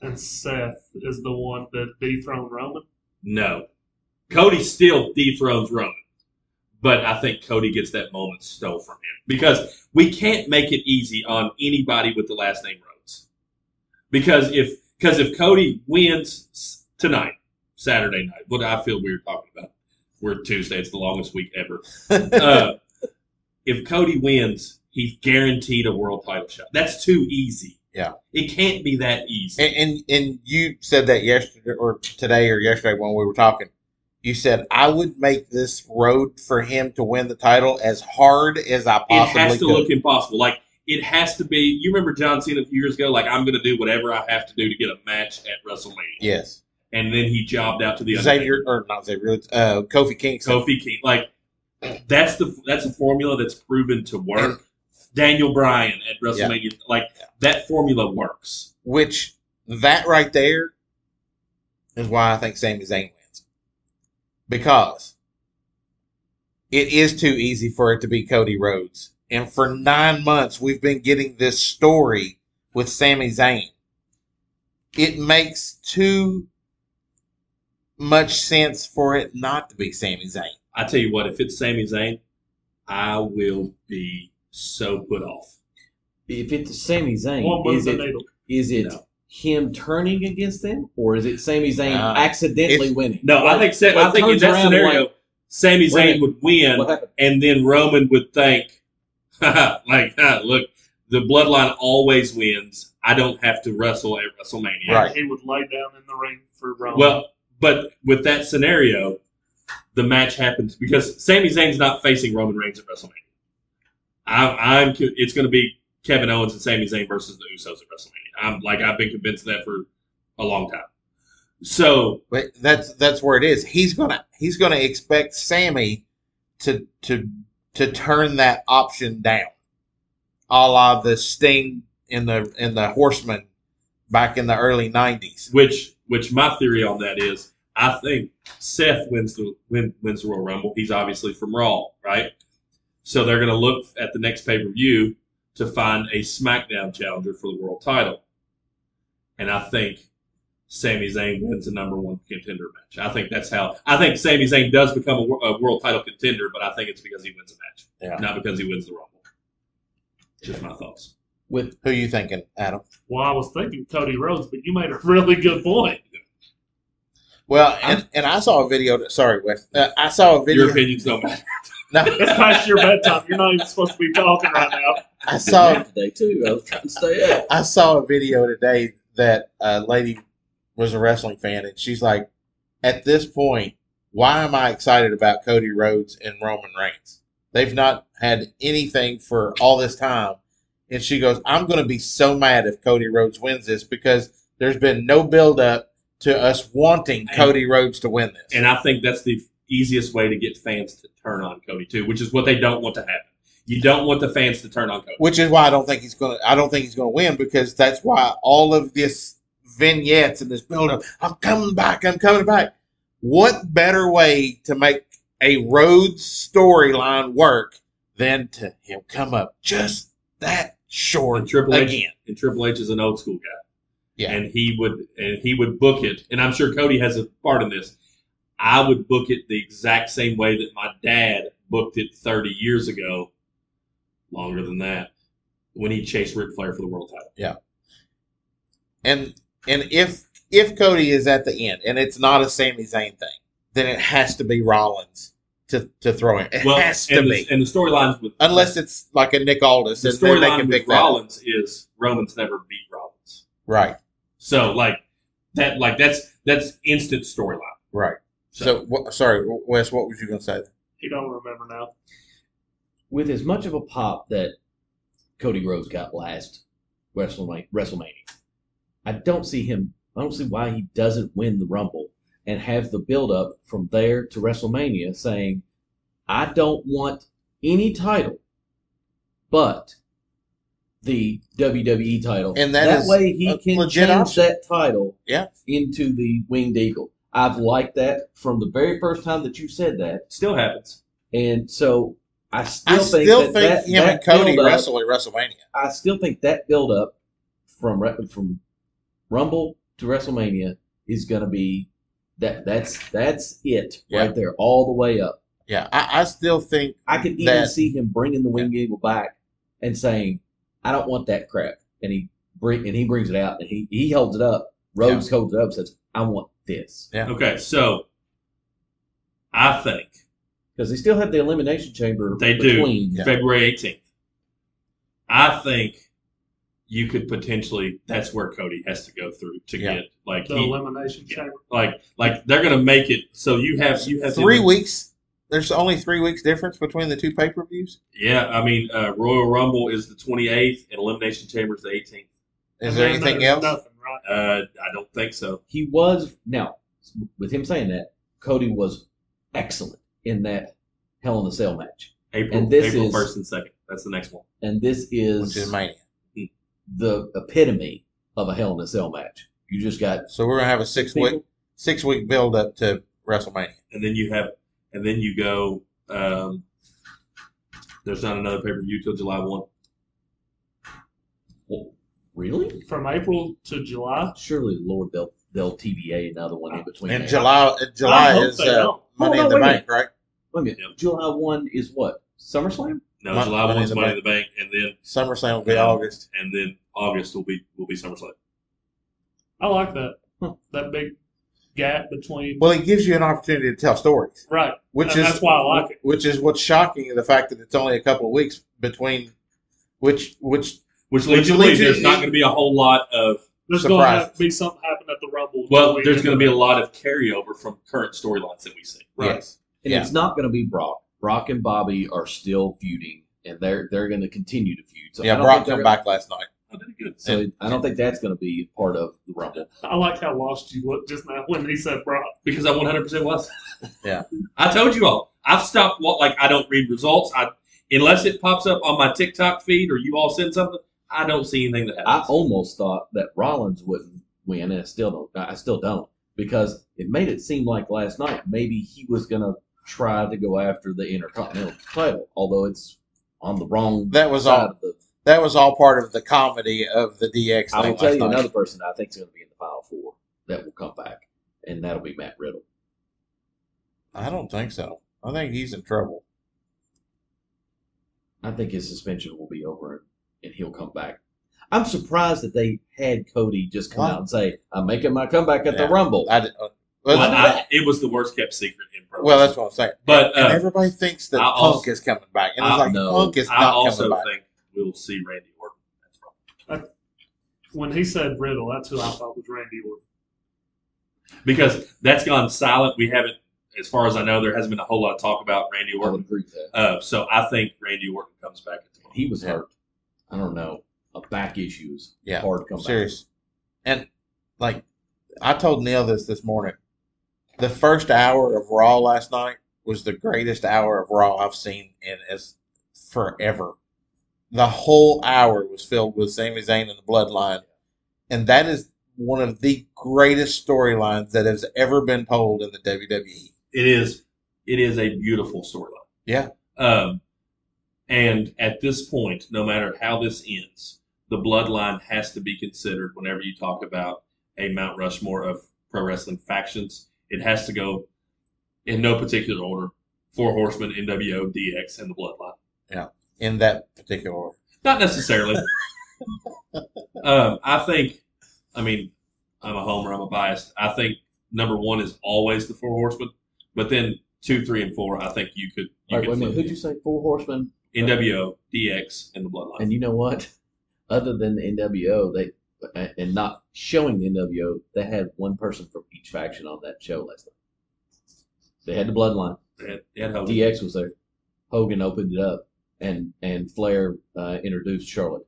[SPEAKER 4] And Seth is the one that dethroned Roman.
[SPEAKER 3] No, Cody still dethrones Roman, but I think Cody gets that moment stole from him because we can't make it easy on anybody with the last name Rhodes. because if because if Cody wins s- tonight, Saturday night, what I feel weird talking about. We're Tuesday. It's the longest week ever. Uh, if Cody wins, he's guaranteed a world title shot. That's too easy.
[SPEAKER 2] Yeah.
[SPEAKER 3] it can't be that easy.
[SPEAKER 2] And, and and you said that yesterday or today or yesterday when we were talking. You said I would make this road for him to win the title as hard as I
[SPEAKER 3] it
[SPEAKER 2] possibly
[SPEAKER 3] has to
[SPEAKER 2] could.
[SPEAKER 3] look impossible. Like it has to be. You remember John Cena a few years ago? Like I'm going to do whatever I have to do to get a match at WrestleMania,
[SPEAKER 2] yes,
[SPEAKER 3] and then he jobbed out to the
[SPEAKER 2] Xavier or not Xavier, uh, Kofi Kingston.
[SPEAKER 3] Kofi King. Like that's the that's a formula that's proven to work. Daniel Bryan at WrestleMania, like that formula works.
[SPEAKER 2] Which that right there is why I think Sami Zayn wins because it is too easy for it to be Cody Rhodes, and for nine months we've been getting this story with Sami Zayn. It makes too much sense for it not to be Sami Zayn.
[SPEAKER 3] I tell you what, if it's Sami Zayn, I will be so put off.
[SPEAKER 5] If it's Sami
[SPEAKER 4] One
[SPEAKER 5] Zayn,
[SPEAKER 4] moves
[SPEAKER 5] is
[SPEAKER 4] the
[SPEAKER 5] it
[SPEAKER 4] needle.
[SPEAKER 5] is it
[SPEAKER 3] No.
[SPEAKER 5] him turning against them, or is it Sami Zayn
[SPEAKER 2] Uh,
[SPEAKER 5] accidentally
[SPEAKER 2] it's-
[SPEAKER 5] winning?
[SPEAKER 3] No, I think Sa- I
[SPEAKER 5] Well,
[SPEAKER 3] think in
[SPEAKER 5] turns
[SPEAKER 3] that
[SPEAKER 5] around,
[SPEAKER 3] scenario,
[SPEAKER 5] like,
[SPEAKER 3] Sami
[SPEAKER 5] wait a
[SPEAKER 3] Zayn
[SPEAKER 5] minute.
[SPEAKER 3] would win,
[SPEAKER 5] What happened?
[SPEAKER 3] and then Roman would think, like, "Ha, look, the bloodline always wins. I don't have to wrestle at WrestleMania.
[SPEAKER 2] Right.
[SPEAKER 4] He would lay down in the ring for Roman.
[SPEAKER 3] Well, but with that scenario, the match happens because Sami Zayn's not facing Roman Reigns at WrestleMania. I, I'm. It's going to be Kevin Owens and Sami Zayn versus the Usos at WrestleMania. I'm like I've been convinced of that for a long time. So
[SPEAKER 2] But that's that's where it is. He's gonna he's gonna expect Sammy to to to turn that option down, a la the Sting in the in the Horseman back in the early nineties.
[SPEAKER 3] Which which my theory on that is I think Seth wins the win, wins the Royal Rumble. He's obviously from Raw, right? So they're gonna look at the next pay per view to find a SmackDown challenger for the world title. And I think Sami Zayn wins a number one contender match. I think that's how I think Sami Zayn does become a, wor- a world title contender, but I think it's because he wins a match,
[SPEAKER 2] Yeah.
[SPEAKER 3] not because he wins the Rumble. Just my thoughts.
[SPEAKER 5] With
[SPEAKER 2] Who you thinking, Adam?
[SPEAKER 4] well, I was thinking Cody Rhodes, but you made a really good point.
[SPEAKER 2] Well, and, and I saw a video. That, sorry, Wes. Uh, I saw a
[SPEAKER 3] Your
[SPEAKER 2] video.
[SPEAKER 3] opinions don't matter.
[SPEAKER 2] No,
[SPEAKER 4] It's past your bedtime. You're not even supposed to be talking right now.
[SPEAKER 2] I saw
[SPEAKER 5] today too. I was trying to stay up.
[SPEAKER 2] I saw a video today that a lady was a wrestling fan, and she's like, "At this point, why am I excited about Cody Rhodes and Roman Reigns? They've not had anything for all this time." And she goes, "I'm going to be so mad if Cody Rhodes wins this because there's been no build up to us wanting
[SPEAKER 3] And-
[SPEAKER 2] Cody Rhodes to win this."
[SPEAKER 3] And I think that's the easiest way to get fans to turn on Cody too, which is what they don't want to happen. You don't want the fans to turn on Cody.
[SPEAKER 2] which is why I don't think he's gonna. I don't think he's gonna win because that's why all of this vignettes and this build up. I'm coming back. I'm coming back. What better way to make a Rhodes storyline work than to him come up just that
[SPEAKER 3] And
[SPEAKER 2] short
[SPEAKER 3] Triple H
[SPEAKER 2] again?
[SPEAKER 3] and Triple H is an old school guy.
[SPEAKER 2] Yeah.
[SPEAKER 3] And he would and he would book it, and I'm sure Cody has a part in this. I would book it the exact same way that my dad booked it 30 years ago, longer than that, when he chased Ric Flair for the world title.
[SPEAKER 2] And and if if Cody is at the end and it's not a Sami Zayn thing, then it has to be Rollins to to throw in. It has to
[SPEAKER 3] and
[SPEAKER 2] be
[SPEAKER 3] the, and the storylines with
[SPEAKER 2] unless it's like a Nick Aldis
[SPEAKER 3] the
[SPEAKER 2] and then they
[SPEAKER 3] storyline
[SPEAKER 2] can
[SPEAKER 3] with
[SPEAKER 2] pick that up.
[SPEAKER 3] Rollins is Roman's never beat Rollins.
[SPEAKER 2] Right.
[SPEAKER 3] So like that, like that's that's instant storyline.
[SPEAKER 2] Right. So, wha- sorry, Wes, what was you going to say?
[SPEAKER 4] You don't remember now.
[SPEAKER 5] with as much of a pop that Cody Rhodes got last WrestleMania, WrestleMania, I don't see him. I don't see why he doesn't win the Rumble and have the build up from there to WrestleMania, saying, "I don't want any title, but the WWE title."
[SPEAKER 2] And that is
[SPEAKER 5] way he
[SPEAKER 2] a
[SPEAKER 5] can
[SPEAKER 2] legit
[SPEAKER 5] change
[SPEAKER 2] option.
[SPEAKER 5] that title
[SPEAKER 2] Yeah.
[SPEAKER 5] into the Winged Eagle. I've liked that from the very first time that you said that.
[SPEAKER 3] Still happens.
[SPEAKER 5] And so I still
[SPEAKER 2] I
[SPEAKER 5] think
[SPEAKER 2] still
[SPEAKER 5] that,
[SPEAKER 2] think
[SPEAKER 5] that-
[SPEAKER 2] him
[SPEAKER 5] that
[SPEAKER 2] and Cody
[SPEAKER 5] build-up-
[SPEAKER 2] wrestle at WrestleMania.
[SPEAKER 5] I still think that build up from Re- from Rumble to WrestleMania is going to be that that's that's it
[SPEAKER 2] Yeah.
[SPEAKER 5] right there all the way up.
[SPEAKER 2] Yeah, I, I still think
[SPEAKER 5] I could even
[SPEAKER 2] That-
[SPEAKER 5] see him bringing the Winged Eagle back and saying, "I don't want that crap," and he bring, and he brings it out and he, he holds it up. Rhodes holds it up and says, I want this.
[SPEAKER 3] Okay, so I think
[SPEAKER 5] Because they still have the elimination chamber
[SPEAKER 3] They do.
[SPEAKER 5] between.
[SPEAKER 2] Yeah.
[SPEAKER 3] February 18th. I think you could potentially that's where Cody has to go through to
[SPEAKER 2] Yeah.
[SPEAKER 3] get like
[SPEAKER 4] The
[SPEAKER 3] he-
[SPEAKER 4] elimination
[SPEAKER 3] yeah.
[SPEAKER 4] chamber.
[SPEAKER 3] like like they're gonna make it so you have you have the-
[SPEAKER 2] Three weeks. There's only three weeks difference between the two pay per views.
[SPEAKER 3] Yeah, I mean uh, Royal Rumble is the 28th and Elimination Chamber is the 18th.
[SPEAKER 2] Is
[SPEAKER 4] And
[SPEAKER 2] there
[SPEAKER 4] then
[SPEAKER 2] anything
[SPEAKER 4] there's
[SPEAKER 2] else?
[SPEAKER 4] Nothing, right?
[SPEAKER 3] Uh, I don't think so.
[SPEAKER 5] He was, now, with him saying that, Cody was excellent in that Hell in a Cell match.
[SPEAKER 3] April
[SPEAKER 5] And this
[SPEAKER 3] April
[SPEAKER 5] is-
[SPEAKER 3] first and second. That's the next one.
[SPEAKER 5] And this
[SPEAKER 2] Which is
[SPEAKER 5] is
[SPEAKER 2] Mania.
[SPEAKER 5] the epitome of a Hell in a Cell match. You just got
[SPEAKER 2] So we're gonna have a six week
[SPEAKER 5] people.
[SPEAKER 2] six week build up to WrestleMania.
[SPEAKER 3] And then you have and then you go um, there's not another pay per view till July one.
[SPEAKER 5] Well, really?
[SPEAKER 4] From April to July.
[SPEAKER 5] Surely, Lord, they'll they'll TVA another one in between.
[SPEAKER 2] And
[SPEAKER 5] there.
[SPEAKER 2] July uh, July
[SPEAKER 4] hope
[SPEAKER 2] is
[SPEAKER 4] they
[SPEAKER 2] uh,
[SPEAKER 4] don't.
[SPEAKER 2] Money
[SPEAKER 5] Oh,
[SPEAKER 2] in
[SPEAKER 5] no,
[SPEAKER 2] the
[SPEAKER 5] wait a
[SPEAKER 2] Bank, right?
[SPEAKER 5] Wait a minute.
[SPEAKER 3] Yep.
[SPEAKER 5] July one is what? SummerSlam.
[SPEAKER 3] No,
[SPEAKER 2] Mon-
[SPEAKER 3] July
[SPEAKER 2] Money in
[SPEAKER 3] one's
[SPEAKER 2] the
[SPEAKER 3] Money in the Bank, and then
[SPEAKER 2] SummerSlam will be
[SPEAKER 3] Yeah.
[SPEAKER 2] August.
[SPEAKER 3] and then August will be will be SummerSlam.
[SPEAKER 4] I like that.
[SPEAKER 5] Huh.
[SPEAKER 4] That big gap between.
[SPEAKER 2] Well, it gives you an opportunity to tell stories,
[SPEAKER 4] right.
[SPEAKER 2] which
[SPEAKER 4] And
[SPEAKER 2] is
[SPEAKER 4] that's why I like it.
[SPEAKER 2] Which is what's shocking the fact that it's only a couple of weeks between which which
[SPEAKER 3] Which
[SPEAKER 2] Would
[SPEAKER 3] leads
[SPEAKER 2] you
[SPEAKER 3] to believe
[SPEAKER 2] leave
[SPEAKER 3] there's
[SPEAKER 2] it-
[SPEAKER 3] not going to be a whole lot of
[SPEAKER 4] There's going to
[SPEAKER 2] surprise.
[SPEAKER 4] have to be something happen at the Rumble.
[SPEAKER 3] well, there's going to be a lot of carryover from current storylines that we see.
[SPEAKER 4] Right.
[SPEAKER 2] yes.
[SPEAKER 5] And
[SPEAKER 2] Yeah.
[SPEAKER 5] it's not going to be Brock. Brock and Bobby are still feuding, and they're they're going to continue to feud. So I
[SPEAKER 2] yeah,
[SPEAKER 5] don't
[SPEAKER 2] Brock
[SPEAKER 5] think they're
[SPEAKER 2] come
[SPEAKER 5] gonna-
[SPEAKER 2] back last night.
[SPEAKER 3] Oh, did good.
[SPEAKER 5] So I don't think that's going to be part of the Rumble.
[SPEAKER 4] I like how lost you looked just now when he said Brock.
[SPEAKER 3] Because I 100% was.
[SPEAKER 2] Yeah.
[SPEAKER 3] I told you all. I've stopped what like I don't read results. I unless it pops up on my TikTok feed or you all send something, I don't see anything that
[SPEAKER 5] I
[SPEAKER 3] happens.
[SPEAKER 5] almost thought that Rollins wouldn't win, and I still don't. I still don't because it made it seem like last night maybe he was going to try to go after the Intercontinental title, although it's on the wrong
[SPEAKER 2] That was
[SPEAKER 5] side
[SPEAKER 2] all
[SPEAKER 5] of the
[SPEAKER 2] that was all part of the comedy of the DX
[SPEAKER 5] I
[SPEAKER 2] thing
[SPEAKER 5] will tell
[SPEAKER 2] last
[SPEAKER 5] you
[SPEAKER 2] night.
[SPEAKER 5] another person I think is going to be in the final four that will come back, and that'll be Matt Riddle.
[SPEAKER 2] I don't think so. I think he's in trouble.
[SPEAKER 5] I think his suspension will be over, and, and he'll come back. I'm surprised that they had Cody just come
[SPEAKER 2] Why?
[SPEAKER 5] out and say, "I'm making my comeback at
[SPEAKER 2] Yeah.
[SPEAKER 5] the Rumble."
[SPEAKER 2] I, did- uh, well,
[SPEAKER 3] But
[SPEAKER 2] that's-
[SPEAKER 3] I- it was the worst kept secret in pro.
[SPEAKER 2] well, that's what I'm saying.
[SPEAKER 3] but
[SPEAKER 2] And
[SPEAKER 3] uh,
[SPEAKER 2] everybody thinks that
[SPEAKER 3] I
[SPEAKER 2] Punk
[SPEAKER 3] also-
[SPEAKER 2] is coming back, and
[SPEAKER 3] I
[SPEAKER 2] it's like
[SPEAKER 5] know.
[SPEAKER 2] Punk is
[SPEAKER 3] I
[SPEAKER 2] not
[SPEAKER 3] also
[SPEAKER 2] coming back.
[SPEAKER 3] think we'll see Randy Orton. That's right.
[SPEAKER 4] When he said Riddle, that's who I thought was Randy Orton.
[SPEAKER 3] Because that's gone silent. We haven't as far as I know, there hasn't been a whole lot of talk about Randy
[SPEAKER 5] I
[SPEAKER 3] Orton.
[SPEAKER 2] Oh.
[SPEAKER 5] would agree with that.
[SPEAKER 3] Uh, so I think Randy Orton comes back at the moment.
[SPEAKER 5] He was
[SPEAKER 2] Yeah.
[SPEAKER 5] hurt. I don't know. A back issue is
[SPEAKER 2] Yeah.
[SPEAKER 5] hard to come back.
[SPEAKER 2] serious. And like I told Neil this this morning, the first hour of Raw last night was the greatest hour of Raw I've seen in as forever. The whole hour was filled with Sami Zayn and the Bloodline, and that is one of the greatest storylines that has ever been told in the E WWE.
[SPEAKER 3] it is it is a beautiful storyline.
[SPEAKER 2] Yeah.
[SPEAKER 3] Um, and at this point, no matter how this ends, the bloodline has to be considered whenever you talk about a Mount Rushmore of pro wrestling factions. It has to go in no particular order: Four Horsemen, NWO, DX, and the Bloodline.
[SPEAKER 2] In that particular order,
[SPEAKER 3] Not necessarily. um, I think. I mean, I'm a homer. I'm a biased. I think number one is always the Four Horsemen, but then two, three, and four. I think you could. You
[SPEAKER 5] All right,
[SPEAKER 3] could
[SPEAKER 5] wait a minute.
[SPEAKER 3] flip
[SPEAKER 5] Who'd you say? Four Horsemen.
[SPEAKER 3] NWO, DX, and the Bloodline.
[SPEAKER 5] And you know what? Other than the NWO, they and not showing the NWO, they had one person from each faction on that show last night. They had the Bloodline.
[SPEAKER 3] They had- they had Hogan.
[SPEAKER 5] DX was there. Hogan opened it up, and and Flair uh, introduced Charlotte.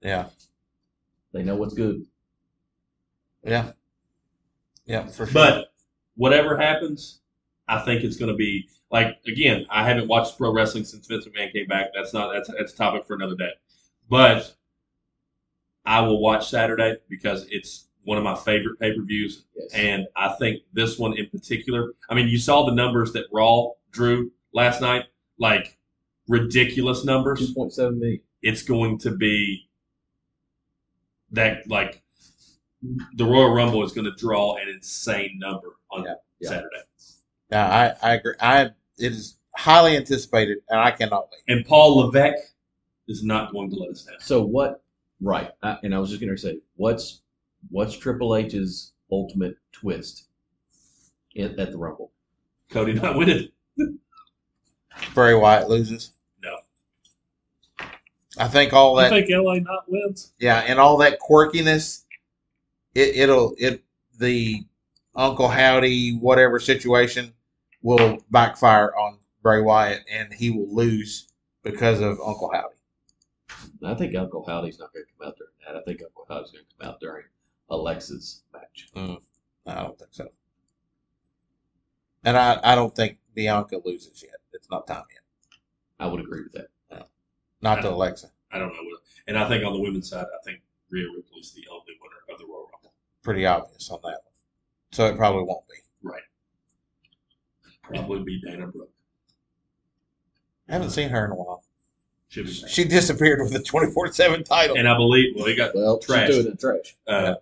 [SPEAKER 2] yeah,
[SPEAKER 5] They know what's good.
[SPEAKER 2] yeah, yeah, for sure.
[SPEAKER 3] But whatever happens, I think it's going to be like again. I haven't watched pro wrestling since Vince McMahon came back. That's not that's that's a topic for another day. But I will watch Saturday because it's one of my favorite pay per views.
[SPEAKER 5] Yes.
[SPEAKER 3] And I think this one in particular, I mean, you saw the numbers that Raw drew last night, like ridiculous numbers.
[SPEAKER 5] two point seven million.
[SPEAKER 3] It's going to be that, like, the Royal Rumble is going to draw an insane number on
[SPEAKER 2] Yeah.
[SPEAKER 5] Yeah.
[SPEAKER 3] Saturday.
[SPEAKER 2] yeah, I, I agree. I it is highly anticipated, and I cannot wait.
[SPEAKER 3] And Paul Levesque is not going to let us down.
[SPEAKER 5] So what Right. I, and I was just going to say, what's what's Triple H's ultimate twist in, at the Rumble?
[SPEAKER 3] Cody not winning.
[SPEAKER 2] Bray Wyatt loses.
[SPEAKER 3] No.
[SPEAKER 2] I think all
[SPEAKER 4] I
[SPEAKER 2] that
[SPEAKER 4] think LA not wins.
[SPEAKER 2] yeah, and all that quirkiness, it, it'll it the Uncle Howdy whatever situation will backfire on Bray Wyatt, and he will lose because of Uncle Howdy.
[SPEAKER 5] I think Uncle Howdy's not going to come out during that. I think Uncle Howdy's going to come out during Alexa's match.
[SPEAKER 2] I don't think so, and I I don't think Bianca loses yet. It's not time yet.
[SPEAKER 5] I would agree with that.
[SPEAKER 2] Not to Alexa,
[SPEAKER 3] I don't know. What, and I think on the women's side, I think Rhea Ripley's the only winner of the Royal Rumble.
[SPEAKER 2] pretty obvious on that one. So it probably won't be.
[SPEAKER 3] Probably be Dana Brooke.
[SPEAKER 2] I haven't seen her in a while.
[SPEAKER 3] Should be.
[SPEAKER 2] She disappeared with the twenty four seven title.
[SPEAKER 3] And I believe well, he got.
[SPEAKER 5] Well,
[SPEAKER 3] she's Trash. doing
[SPEAKER 5] it trash.
[SPEAKER 3] Uh,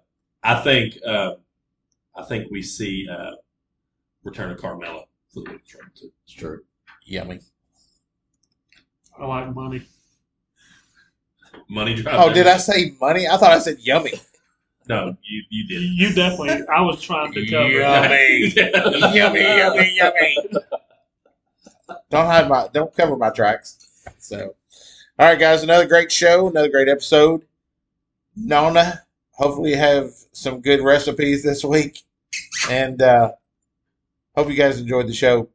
[SPEAKER 3] I think. Uh, I think we see uh, return of Carmella for the women's Rumble too.
[SPEAKER 5] It's true.
[SPEAKER 2] Yummy.
[SPEAKER 4] I like money.
[SPEAKER 3] Money drive.
[SPEAKER 2] Oh, did I say money? I thought I said yummy.
[SPEAKER 3] No, you you did.
[SPEAKER 4] You definitely. I was trying to cover.
[SPEAKER 2] Yeah. Yummy. yummy, yummy, yummy. Don't hide my don't cover my tracks. So all right guys, another great show, another great episode. Nona, hopefully you have some good recipes this week. And uh hope you guys enjoyed the show.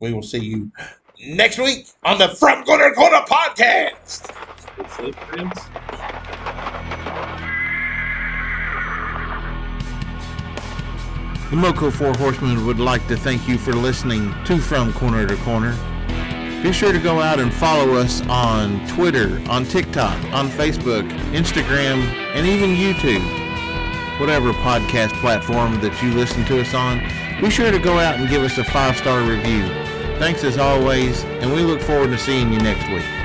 [SPEAKER 2] We will see you next week on the From Corner to Corner podcast.
[SPEAKER 3] Sleep, friends.
[SPEAKER 8] The Moco Four Horsemen would like to thank you for listening to From Corner to Corner. Be sure to go out and follow us on Twitter, on TikTok, on Facebook, Instagram, and even YouTube. Whatever podcast platform that you listen to us on, be sure to go out and give us a five-star review. Thanks as always, and we look forward to seeing you next week.